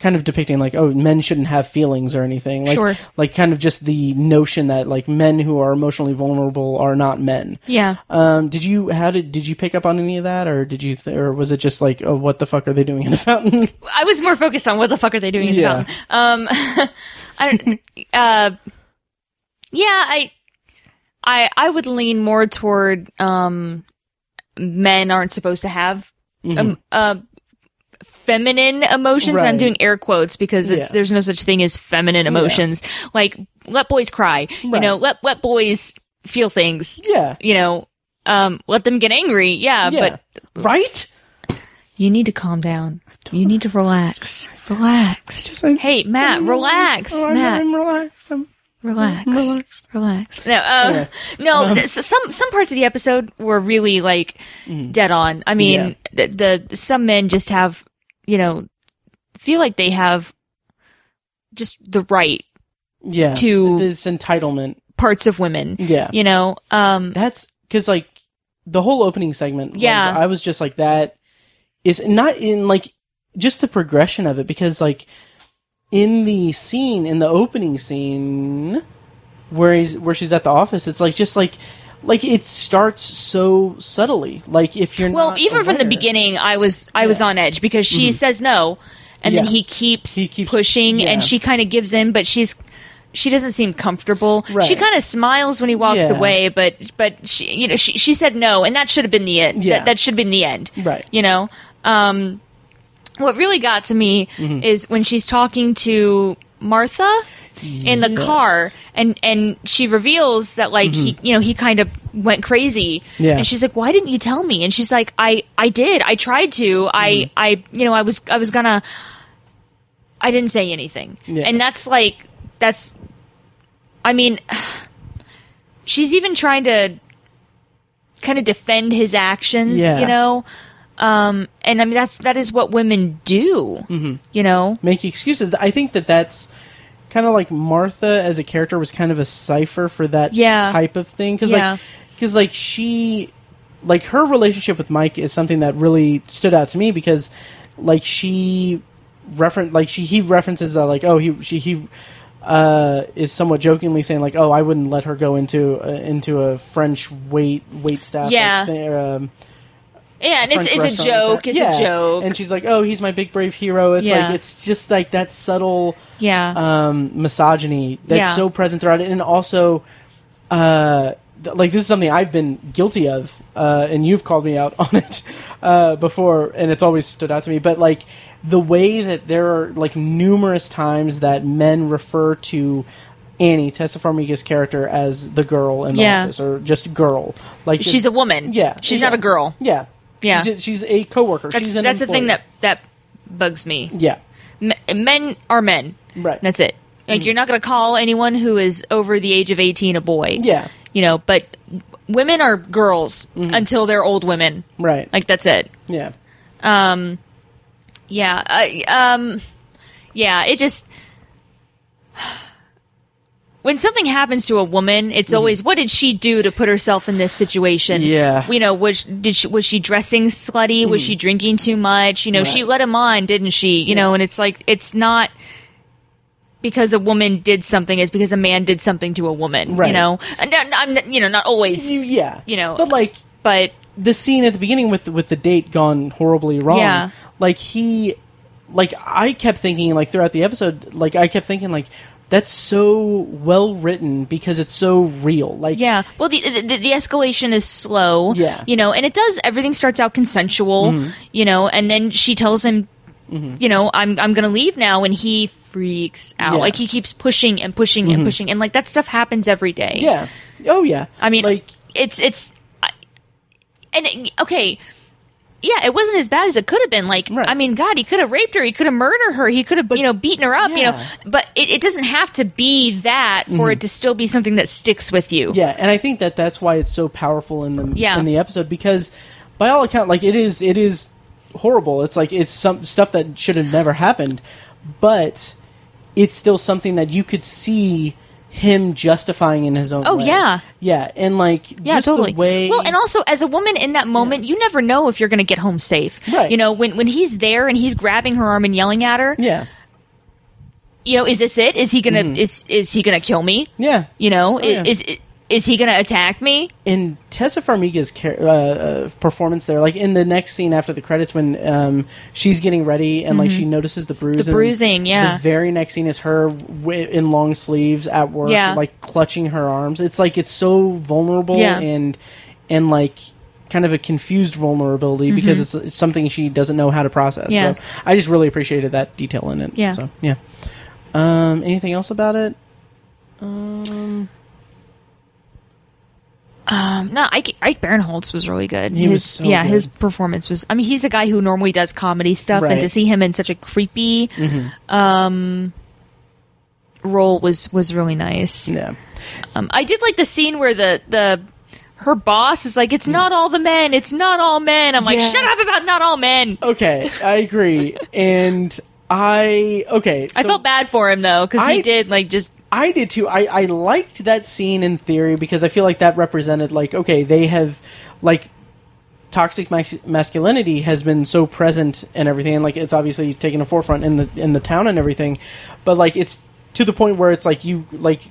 S1: kind of depicting like oh men shouldn't have feelings or anything like
S2: Sure.
S1: like kind of just the notion that like men who are emotionally vulnerable are not men
S2: Yeah.
S1: um did you how did did you pick up on any of that or did you th- or was it just like oh what the fuck are they doing in a fountain
S2: I was more focused on what the fuck are they doing in the
S1: Yeah.
S2: fountain. Um I don't uh yeah, I I I would lean more toward um men aren't supposed to have
S1: Mm-hmm.
S2: um, uh feminine emotions and i'm
S1: Right.
S2: doing air quotes because it's
S1: Yeah.
S2: there's no such thing as feminine emotions like let boys cry you know
S1: Right.
S2: let let boys feel things
S1: yeah
S2: you know um let them get angry yeah,
S1: yeah
S2: but
S1: right
S2: you need to calm down you need to relax relax
S1: like-
S2: hey matt relax
S1: Oh, I'm,
S2: matt
S1: I'm relaxed I'm-
S2: relax relax, no uh, no
S1: Um,
S2: th- s- some some parts of the episode were really like
S1: Mm.
S2: dead on i mean the, the some men just have you know feel like they have just the right
S1: yeah
S2: To-
S1: this entitlement
S2: parts of women
S1: yeah
S2: you know um
S1: That's because like the whole opening segment. was-
S2: Yeah.
S1: I was just like that is not in like just the progression of it because like in the scene, in the opening scene, where he's where she's at the office, it's like just like like it starts so subtly. Like if you're
S2: Well,
S1: not
S2: even from the
S1: aware- Mm-hmm.
S2: beginning, I was I was on edge because she says no, and
S1: Yeah.
S2: then he keeps,
S1: He keeps-
S2: pushing,
S1: yeah.
S2: and she kind of gives in, but she's she doesn't seem comfortable. She
S1: Right.
S2: kind of smiles when he walks
S1: Yeah.
S2: away, but but she you know she she said no, and that should have been the end.
S1: Yeah.
S2: That, that should have been the end.
S1: Right.
S2: You know. Um, what really got to me
S1: Mm-hmm.
S2: is when she's talking to Martha in the
S1: Yes.
S2: car and and she reveals that like he you know he kind of went crazy
S1: Mm-hmm. Yeah.
S2: and she's like why didn't you tell me and she's like i i did i tried to
S1: Mm-hmm.
S2: i i you know i was i was gonna i didn't say anything
S1: Yeah.
S2: and that's like that's i mean she's even trying to kind of defend his actions
S1: Yeah.
S2: you know um and i mean that's that is what women do
S1: Mm-hmm.
S2: you know
S1: make excuses. I think that that's kind of like Martha as a character was kind of a cipher for that
S2: Yeah.
S1: type of thing because
S2: Yeah.
S1: like because like she like her relationship with Mike is something that really stood out to me because like she reference like she he references that like oh he she he uh is somewhat jokingly saying like oh I wouldn't let her go into uh, into a French wait wait staff like,
S2: Yeah.
S1: thing, or, um,
S2: yeah and it's
S1: French
S2: it's a
S1: restaurant like
S2: joke
S1: that.
S2: it's
S1: Yeah.
S2: a joke
S1: And she's like, "Oh, he's my big brave hero." It's
S2: Yeah.
S1: like it's just like that subtle
S2: yeah
S1: um, misogyny that's
S2: Yeah.
S1: so present throughout it, and also, uh, th- like this is something I've been guilty of, uh, and you've called me out on it uh, before, and it's always stood out to me. But like the way that there are like numerous times that men refer to Annie Tessa Farmiga's character as the girl in the
S2: Yeah.
S1: office, or just girl, like just-
S2: she's a woman
S1: yeah,
S2: she's
S1: yeah.
S2: not a girl
S1: yeah.
S2: Yeah.
S1: she's a, she's a coworker.
S2: that's
S1: she's an
S2: that's the thing
S1: employee.
S2: that that bugs me
S1: yeah,
S2: Me- men are men.
S1: Right.
S2: That's it. Like
S1: Mm.
S2: you're not going to call anyone who is over the age of 18 a boy.
S1: Yeah. Mm-hmm.
S2: You know, but women are girls until they're old women.
S1: right,
S2: Like that's it.
S1: yeah.
S2: Um yeah, I, um yeah, it just when something happens to a woman, it's
S1: Mm-hmm.
S2: always what did she do to put herself in this situation?
S1: Yeah. Mm-hmm.
S2: you know, was did she was she dressing slutty? Was she drinking too much? You know, she let him on, didn't she? You know, and it's like it's not because a woman did something; it's because a man did something to a woman.
S1: Right.
S2: You know, and not- I'm you know not always,
S1: You- yeah,
S2: You know,
S1: but like
S2: but
S1: the scene at the beginning with with the date gone horribly wrong.
S2: Yeah.
S1: Like he, like I kept thinking like throughout the episode, like I kept thinking like that's so well written because it's so real. Like
S2: Yeah. Well, the, the the escalation is slow.
S1: Yeah. Mm-hmm.
S2: You know, and it does. Everything starts out consensual. You know, and then she tells him, you know, I'm I'm gonna leave now, and he freaks out.
S1: Yeah. Mm-hmm.
S2: Like he keeps pushing and pushing and pushing, and like that stuff happens every day.
S1: yeah, oh yeah.
S2: I mean,
S1: like
S2: it's it's, I- and it- okay. Yeah, it wasn't as bad as it could have been. Like,
S1: Right.
S2: I mean, God, he could have raped her. He could have murdered her. He could have, you know, beaten her up. You know,
S1: yeah. Mm-hmm.
S2: but it, it doesn't have to be that for it to still be something that sticks with you.
S1: yeah, and I think that that's why it's so powerful in the
S2: Yeah.
S1: in the episode because by all account, like it is it is horrible. It's like it's some stuff that should have never happened, but it's still something that you could see him justifying in his own
S2: Oh,
S1: way.
S2: yeah.
S1: yeah and like
S2: Yeah,
S1: just
S2: totally.
S1: the way
S2: well, and also as a woman in that moment, you never know if you're going to get home safe.
S1: Right.
S2: You know, when when he's there and he's grabbing her arm and yelling at her,
S1: yeah
S2: you know, is this it? Is he gonna is is he gonna kill me?
S1: yeah
S2: You know,
S1: Oh, yeah.
S2: is, is is he gonna attack me?
S1: in Tessa Farmiga's char- uh, uh, performance there, like in the next scene after the credits when um, she's getting ready and like she notices the bruise,
S2: Mm-hmm. The
S1: and
S2: bruising, yeah.
S1: The very next scene is her w- in long sleeves at work,
S2: Yeah.
S1: like clutching her arms. It's like it's so vulnerable
S2: Yeah.
S1: and and like kind of a confused vulnerability because it's, it's something she doesn't know how to process.
S2: Mm-hmm. Yeah.
S1: So I just really appreciated that detail in it.
S2: Yeah.
S1: So yeah. Um, anything else about it? Um,
S2: Um, no, Ike, Ike Barinholtz was really good.
S1: He
S2: his,
S1: was so
S2: yeah,
S1: good.
S2: his performance was. I mean, he's a guy who normally does comedy stuff,
S1: Right. Mm-hmm.
S2: and to see him in such a creepy um, role was was really nice.
S1: yeah.
S2: Um, I did like the scene where the the her boss is like, "It's not all the men. It's not all men." I'm like,
S1: Yeah.
S2: "Shut up about not all men."
S1: Okay, I agree. and I okay, so
S2: I felt bad for him though because
S1: I-
S2: he did like just
S1: I did too. I I liked that scene in theory because I feel like that represented like okay, they have like toxic mas- masculinity has been so present and everything, and like it's obviously taken a forefront in the in the town and everything, but like it's to the point where it's like you like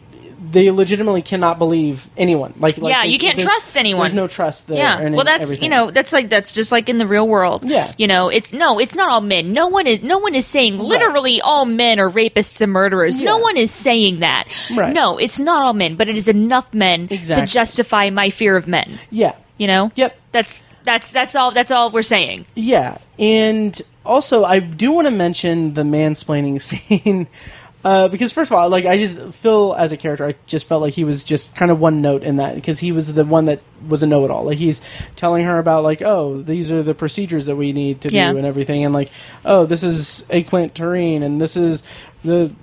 S1: they legitimately cannot believe anyone. Like, like
S2: Yeah,
S1: they-
S2: you can't
S1: there's-
S2: trust anyone.
S1: There's no trust there.
S2: yeah.
S1: and
S2: Well,
S1: in
S2: that's you
S1: everything.
S2: know that's like that's just like in the real world.
S1: Yeah.
S2: You know, it's no, it's not all men. No one is no one is saying literally all men are rapists and murderers. No
S1: Yeah.
S2: one is saying that.
S1: Right.
S2: No, it's not all men, but it is enough men
S1: Exactly.
S2: to justify my fear of men.
S1: Yeah.
S2: You know.
S1: Yep.
S2: That's that's that's all that's all we're saying.
S1: Yeah, and also I do want to mention the mansplaining scene uh, because first of all, like I just Phil as a character, I just felt like he was just kind of one note in that because he was the one that was a know-it-all. Like he's telling her about like, oh, these are the procedures that we need to
S2: Yeah.
S1: do and everything, and like, oh, this is eggplant terrine, and this is the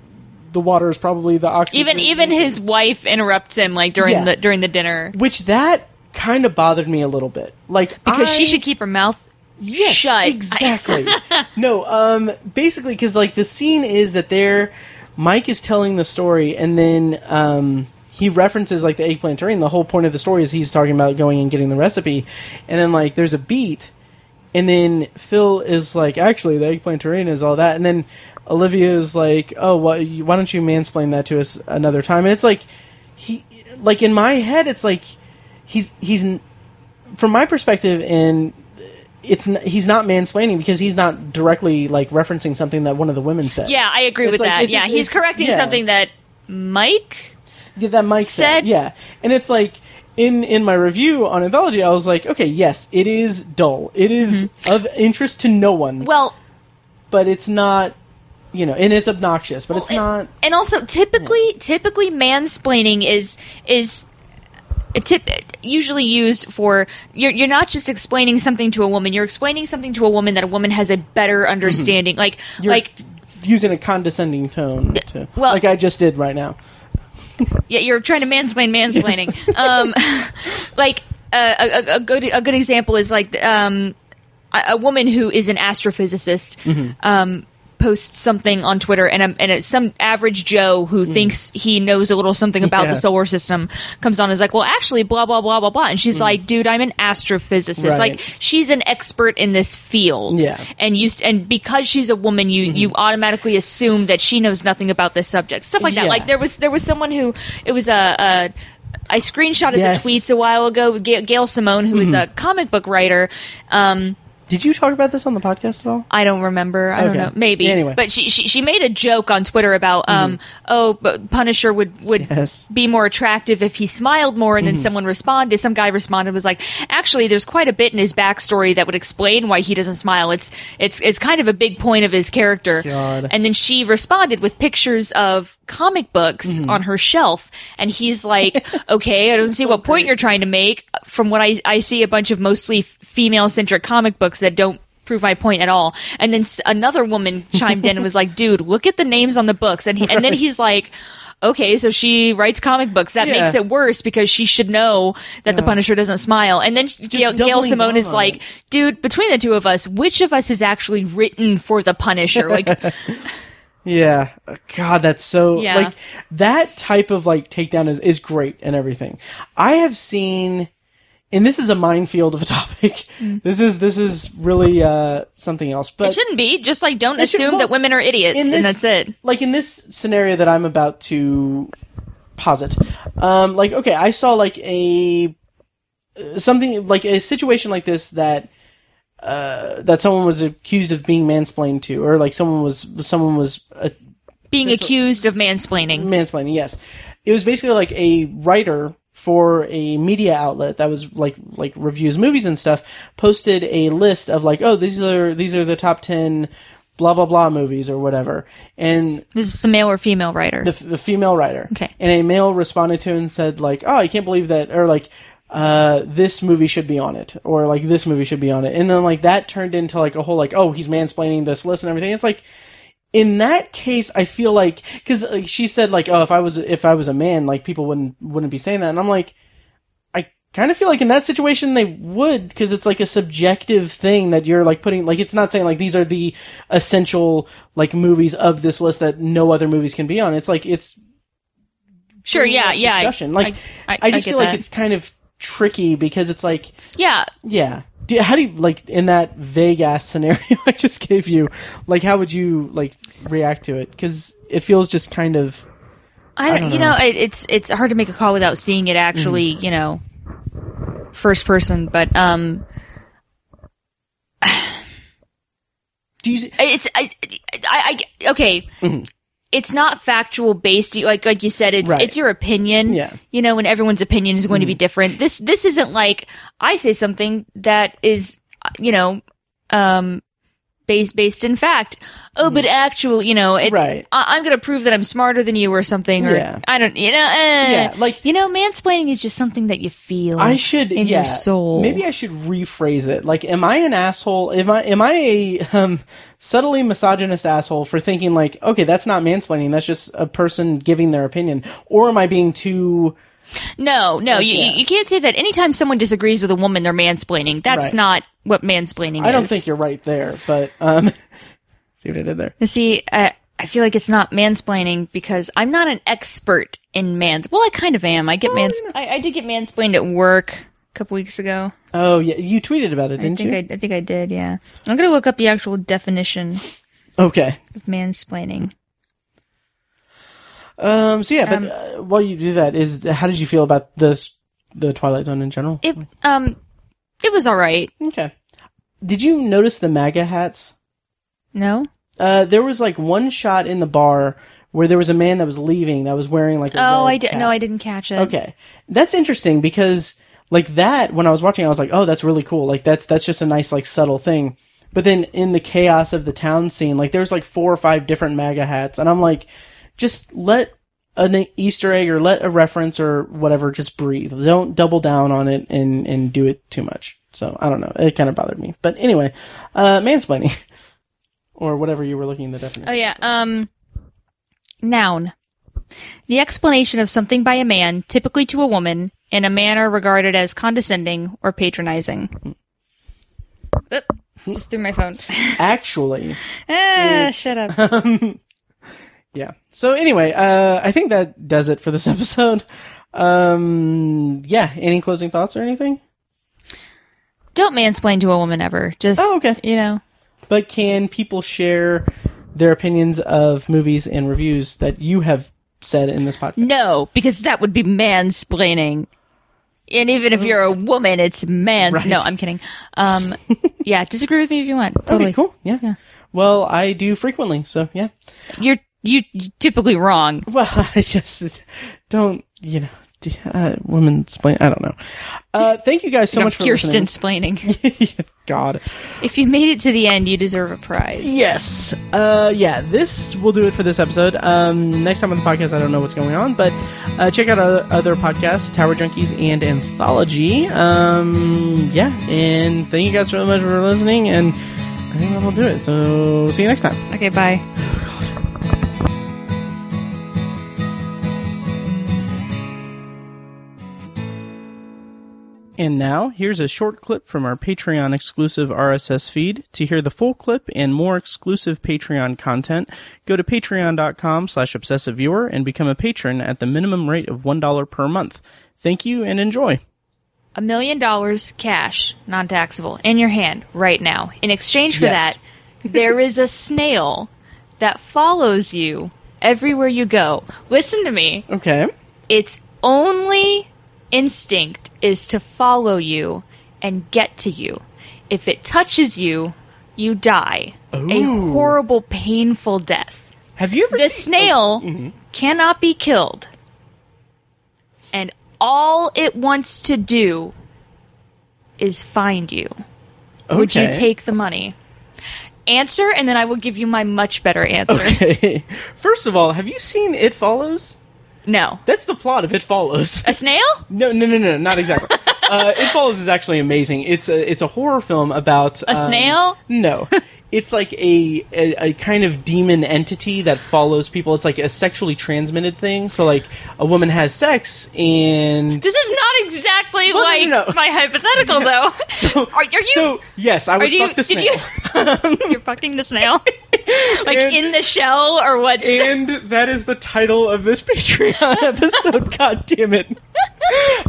S1: the water is probably the oxygen.
S2: Even even his wife interrupts him like during
S1: Yeah.
S2: the during the dinner
S1: which that kind of bothered me a little bit, like
S2: because she
S1: I-
S2: should keep her mouth
S1: Yes,
S2: shut.
S1: Exactly. no, um, basically, because like the scene is that there, Mike is telling the story, and then um, he references like the eggplant terrain. The whole point of the story is he's talking about going and getting the recipe, and then like there's a beat, and then Phil is like, actually, the eggplant terrain is all that, and then Olivia is like, oh, why, why don't you mansplain that to us another time? And it's like he, like in my head, it's like he's he's n- from my perspective and it's n- he's not mansplaining because he's not directly like referencing something that one of the women said.
S2: Yeah, I agree
S1: It's
S2: with
S1: like-
S2: that.
S1: it's
S2: Yeah,
S1: just-
S2: he's
S1: it's-
S2: correcting
S1: yeah.
S2: something that Mike.
S1: Yeah, that Mike said.
S2: Said-
S1: Yeah, and it's like in in my review on anthology, I was like, okay, yes, it is dull. It is of interest to no one,
S2: Mm-hmm. Well,
S1: but it's not, you know, and it's obnoxious, but it's
S2: and-
S1: not.
S2: and also typically typically mansplaining is is a tip usually used for you're you're not just explaining something to a woman, you're explaining something to a woman that a woman has a better understanding. Like
S1: Mm-hmm. You're
S2: like
S1: using a condescending tone, to,
S2: well-
S1: like I just did right now.
S2: yeah, you're trying to mansplain mansplaining. um, like uh, a, a- a good a good example is like um, a, a woman who is an astrophysicist
S1: Mm-hmm.
S2: um, posts something on Twitter, and um, and it's some average Joe who thinks he knows a little something about
S1: Mm-hmm. Yeah.
S2: the solar system comes on and is like, well, actually, blah blah blah blah blah, and she's like, dude, I'm an astrophysicist.
S1: Mm-hmm. Right.
S2: Like she's an expert in this field.
S1: Yeah. Mm-hmm.
S2: and you s- and because she's a woman, you you automatically assume that she knows nothing about this subject. Stuff like
S1: Yeah.
S2: that. Like there was there was someone who it was a. a I screenshotted
S1: Yes. Mm-hmm.
S2: the tweets a while ago. Ga- Gail Simone, who is a comic book writer, um,
S1: Did you talk about this on the podcast at all?
S2: I don't remember. I don't
S1: Okay.
S2: know. Maybe.
S1: Anyway. Mm-hmm.
S2: But she, she she made a joke on Twitter about um oh but Punisher would would
S1: Yes. Mm-hmm.
S2: be more attractive if he smiled more and then someone responded some guy responded was like actually there's quite a bit in his backstory that would explain why he doesn't smile. It's it's it's kind of a big point of his character.
S1: God.
S2: And then she responded with pictures of comic books
S1: Mm-hmm.
S2: on her shelf and he's like okay, I don't see what point you're trying to make from what I I see a bunch of mostly female centric comic books that don't prove my point at all. And then s- another woman chimed in and was like, "Dude, look at the names on the books." And he, and then he's like, "Okay, so she writes comic books. That
S1: Yeah.
S2: makes it worse because she should know that the Punisher doesn't smile." And then Gail, Gail
S1: doubling
S2: Simone
S1: down
S2: is
S1: on
S2: like,
S1: it.
S2: "Dude, between the two of us, which of us has actually written for the Punisher?" Like,
S1: Yeah. God, that's so
S2: Yeah.
S1: like that type of like takedown is, is great and everything. I have seen and this is a minefield of a topic. This is this is really uh something else. But
S2: Mm. it shouldn't be. Just like, don't
S1: It should-
S2: assume
S1: well,
S2: that women are idiots,
S1: in
S2: and
S1: this-
S2: that's it.
S1: like in this scenario that I'm about to posit, um, like okay, I saw like a something like a situation like this that uh, that someone was accused of being mansplained to, or like someone was someone was uh,
S2: Being accused of mansplaining.
S1: mansplaining. Yes, it was basically like a writer for a media outlet that was like like reviews movies and stuff posted a list of like oh these are these are the top 10 blah blah blah movies or whatever and
S2: This is a male or female writer.
S1: the, the female writer.
S2: Okay.
S1: And a male responded to it and said like, "Oh, I can't believe that," or like, uh, "This movie should be on it," or like, "This movie should be on it," and then like that turned into like a whole like, "Oh, he's mansplaining this list and everything." It's like. In that case, I feel like because like, she said like, "Oh, if I was if I was a man, like people wouldn't wouldn't be saying that," and I'm like, I kind of feel like in that situation they would because it's like a subjective thing that you're like putting like it's not saying like these are the essential like movies of this list that no other movies can be on. It's like it's
S2: sure, yeah, yeah. I-
S1: discussion. Like I,
S2: I
S1: just
S2: get
S1: feel
S2: that.
S1: like it's kind of tricky because it's like
S2: yeah.
S1: yeah. do you, how do you like in that vague ass scenario I just gave you? Like, how would you like react to it? Because it feels just kind of
S2: I don't, you know, Mm. it, it's it's hard to make a call without seeing it actually, you know, first person. But um,
S1: do you
S2: it's I I, I okay.
S1: Mm-hmm.
S2: It's not factual based. You- Like like you said, it's
S1: Right.
S2: it's your opinion.
S1: Yeah. Mm.
S2: You know, and everyone's opinion is going to be different. This this isn't like I say something that is uh, you know, um, based based in fact. Oh, but actual, you know, it,
S1: Mm. Right.
S2: I, I'm going to prove that I'm smarter than you or something. Or
S1: Yeah.
S2: I don't, you know, eh.
S1: Yeah, like-
S2: you know, mansplaining is just something that you feel.
S1: I should
S2: Oh, in
S1: yeah,
S2: your soul.
S1: Maybe I should rephrase it. Like, am I an asshole? Am I am I a um, subtly misogynist asshole for thinking like, okay, that's not mansplaining. That's just a person giving their opinion. Or am I being too?
S2: No, no, you, you-
S1: yeah.
S2: you can't say that. Anytime someone disagrees with a woman, they're mansplaining. That's
S1: Right.
S2: not what mansplaining is.
S1: I don't think you're right there. But um, see what I did there.
S2: You See, I, I feel like it's not mansplaining because I'm not an expert in mans. Well, I kind of am. I get mans. I, I did get mansplained at work a couple weeks ago.
S1: Oh yeah, you tweeted about it,
S2: I
S1: didn't
S2: think
S1: you?
S2: I, I think I did. Yeah, I'm gonna look up the actual definition
S1: okay.
S2: of mansplaining.
S1: Um. So yeah, but uh, while you do that, is how did you feel about this the Twilight Zone in general?
S2: It um, it was all right.
S1: okay. Did you notice the MAGA hats?
S2: No.
S1: Uh, there was like one shot in the bar where there was a man that was leaving that was wearing like. A
S2: Oh,
S1: red
S2: I did.
S1: cap.
S2: No, I didn't catch it.
S1: Okay, that's interesting because like that when I was watching, I was like, oh, that's really cool. Like that's that's just a nice like subtle thing. But then in the chaos of the town scene, like there's like four or five different MAGA hats, and I'm like, just let an Easter egg or let a reference or whatever just breathe. Don't double down on it and and do it too much. So I don't know. It kind of bothered me. But anyway, uh, mansplaining. Or whatever you were looking in the definition.
S2: Oh yeah. Um noun. The explanation of something by a man, typically to a woman, in a manner regarded as condescending or patronizing. Oop, just threw my phone.
S1: Actually,
S2: ah, shut up.
S1: Yeah. So anyway, uh, I think that does it for this episode. Um, yeah. Any closing thoughts or anything?
S2: Don't mansplain to a woman ever. Just
S1: Oh, okay.
S2: you know.
S1: But can people share their opinions of movies and reviews that you have said in this podcast?
S2: No, because that would be mansplaining. And even if you're a woman, it's mans.
S1: Right.
S2: No, I'm kidding. Um, yeah, disagree with me if you want. Totally.
S1: Okay. Cool. Yeah.
S2: Yeah.
S1: Well, I do frequently, so yeah.
S2: You're you typically wrong.
S1: Well, I just don't, you know, d- uh, women explain. I don't know. Uh, thank you guys so
S2: So
S1: much for
S2: Kirsten
S1: listening.
S2: splaining.
S1: God.
S2: If you made it to the end, you deserve a prize.
S1: Yes. Uh, yeah, this will do it for this episode. Um, next time on the podcast, I don't know what's going on, but uh, check out our other podcasts, Tower Junkies and Anthology. Um, yeah, and thank you guys so much for listening, and I think that'll do it. So, see you next time.
S2: Okay, bye.
S1: And now, here's a short clip from our Patreon exclusive RSS feed. To hear the full clip and more exclusive Patreon content, go to patreon.com slash obsessiveviewer and become a patron at the minimum rate of $1 per month. Thank you and enjoy.
S2: A million dollars cash, non taxable, in your hand right now. In exchange for
S1: Yes.
S2: that, there is a snail that follows you everywhere you go. Listen to me.
S1: Okay.
S2: Its only instinct is to follow you and get to you. If it touches you, you die. A
S1: Ooh.
S2: horrible, painful death.
S1: Have you ever
S2: the
S1: seen-
S2: snail
S1: mm-hmm.
S2: cannot be killed. And all it wants to do is find you. Would you
S1: Okay.
S2: take the money? Answer, and then I will give you my much better answer.
S1: Okay. First of all, have you seen It Follows?
S2: No.
S1: That's the plot of It Follows.
S2: A snail?
S1: No, no, no, no, not exactly. uh, it Follows is actually amazing. It's a it's a horror film about um,
S2: A snail?
S1: No. It's like a, a a kind of demon entity that follows people. It's like a sexually transmitted thing. So like a woman has sex and
S2: This is not exactly
S1: Well, no,
S2: like
S1: no, no.
S2: my hypothetical, though.
S1: so,
S2: are, are you?
S1: so yes, I
S2: are
S1: would
S2: you?
S1: fuck the
S2: did
S1: snail.
S2: you? you're fucking the snail, like
S1: And-
S2: in the shell or what?
S1: And that is the title of this Patreon episode. God damn it.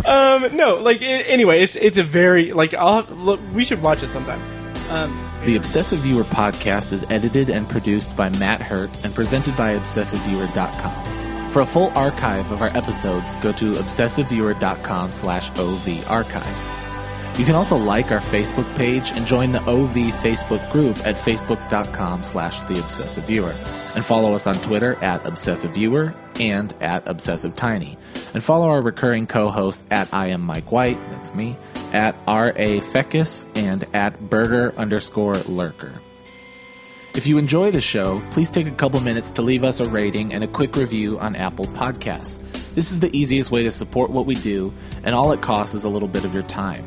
S1: um, no, like i anyway, it's it's a very like I'll look, we should watch it sometime.
S10: The Obsessive Viewer podcast is edited and produced by Matt Hurt and presented by ObsessiveViewer.com. For a full archive of our episodes, go to ObsessiveViewer.com slash OV archive. You can also like our Facebook page and join the OV Facebook group at Facebook.com slash The Obsessive Viewer. And follow us on Twitter at Obsessive Viewer and at Obsessive Tiny. And follow our recurring co-hosts at I am Mike White, that's me, at R.A. Fecus, and at Burger underscore Lurker. If you enjoy the show, please take a couple minutes to leave us a rating and a quick review on Apple Podcasts. This is the easiest way to support what we do, and all it costs is a little bit of your time.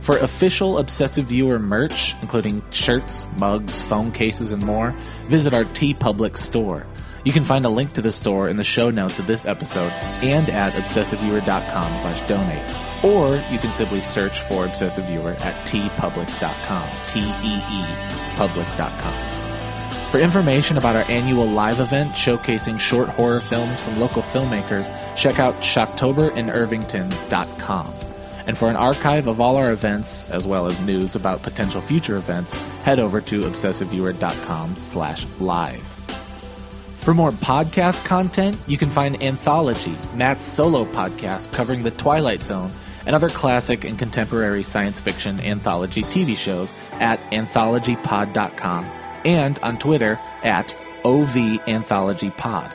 S10: For official Obsessive Viewer merch, including shirts, mugs, phone cases, and more, visit our T Public store. You can find a link to the store in the show notes of this episode and at obsessiveviewer.com slash donate. Or you can simply search for Obsessive Viewer at tpublic.com. T-E-E public.com. For information about our annual live event showcasing short horror films from local filmmakers, check out shocktoberinirvington.com. And for an archive of all our events, as well as news about potential future events, head over to obsessiveviewer.com slash live. For more podcast content, you can find Anthology, Matt's solo podcast covering The Twilight Zone and other classic and contemporary science fiction anthology TV shows at anthologypod.com and on Twitter at OVAnthologyPod.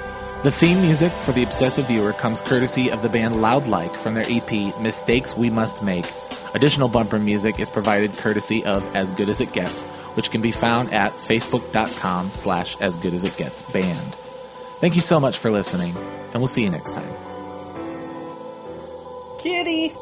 S10: The theme music for The Obsessive Viewer comes courtesy of the band Loud Like from their EP Mistakes We Must Make. Additional bumper music is provided courtesy of As Good As It Gets, which can be found at facebook.com slash as good as it gets band. Thank you so much for listening, and we'll see you next time.
S1: Kitty.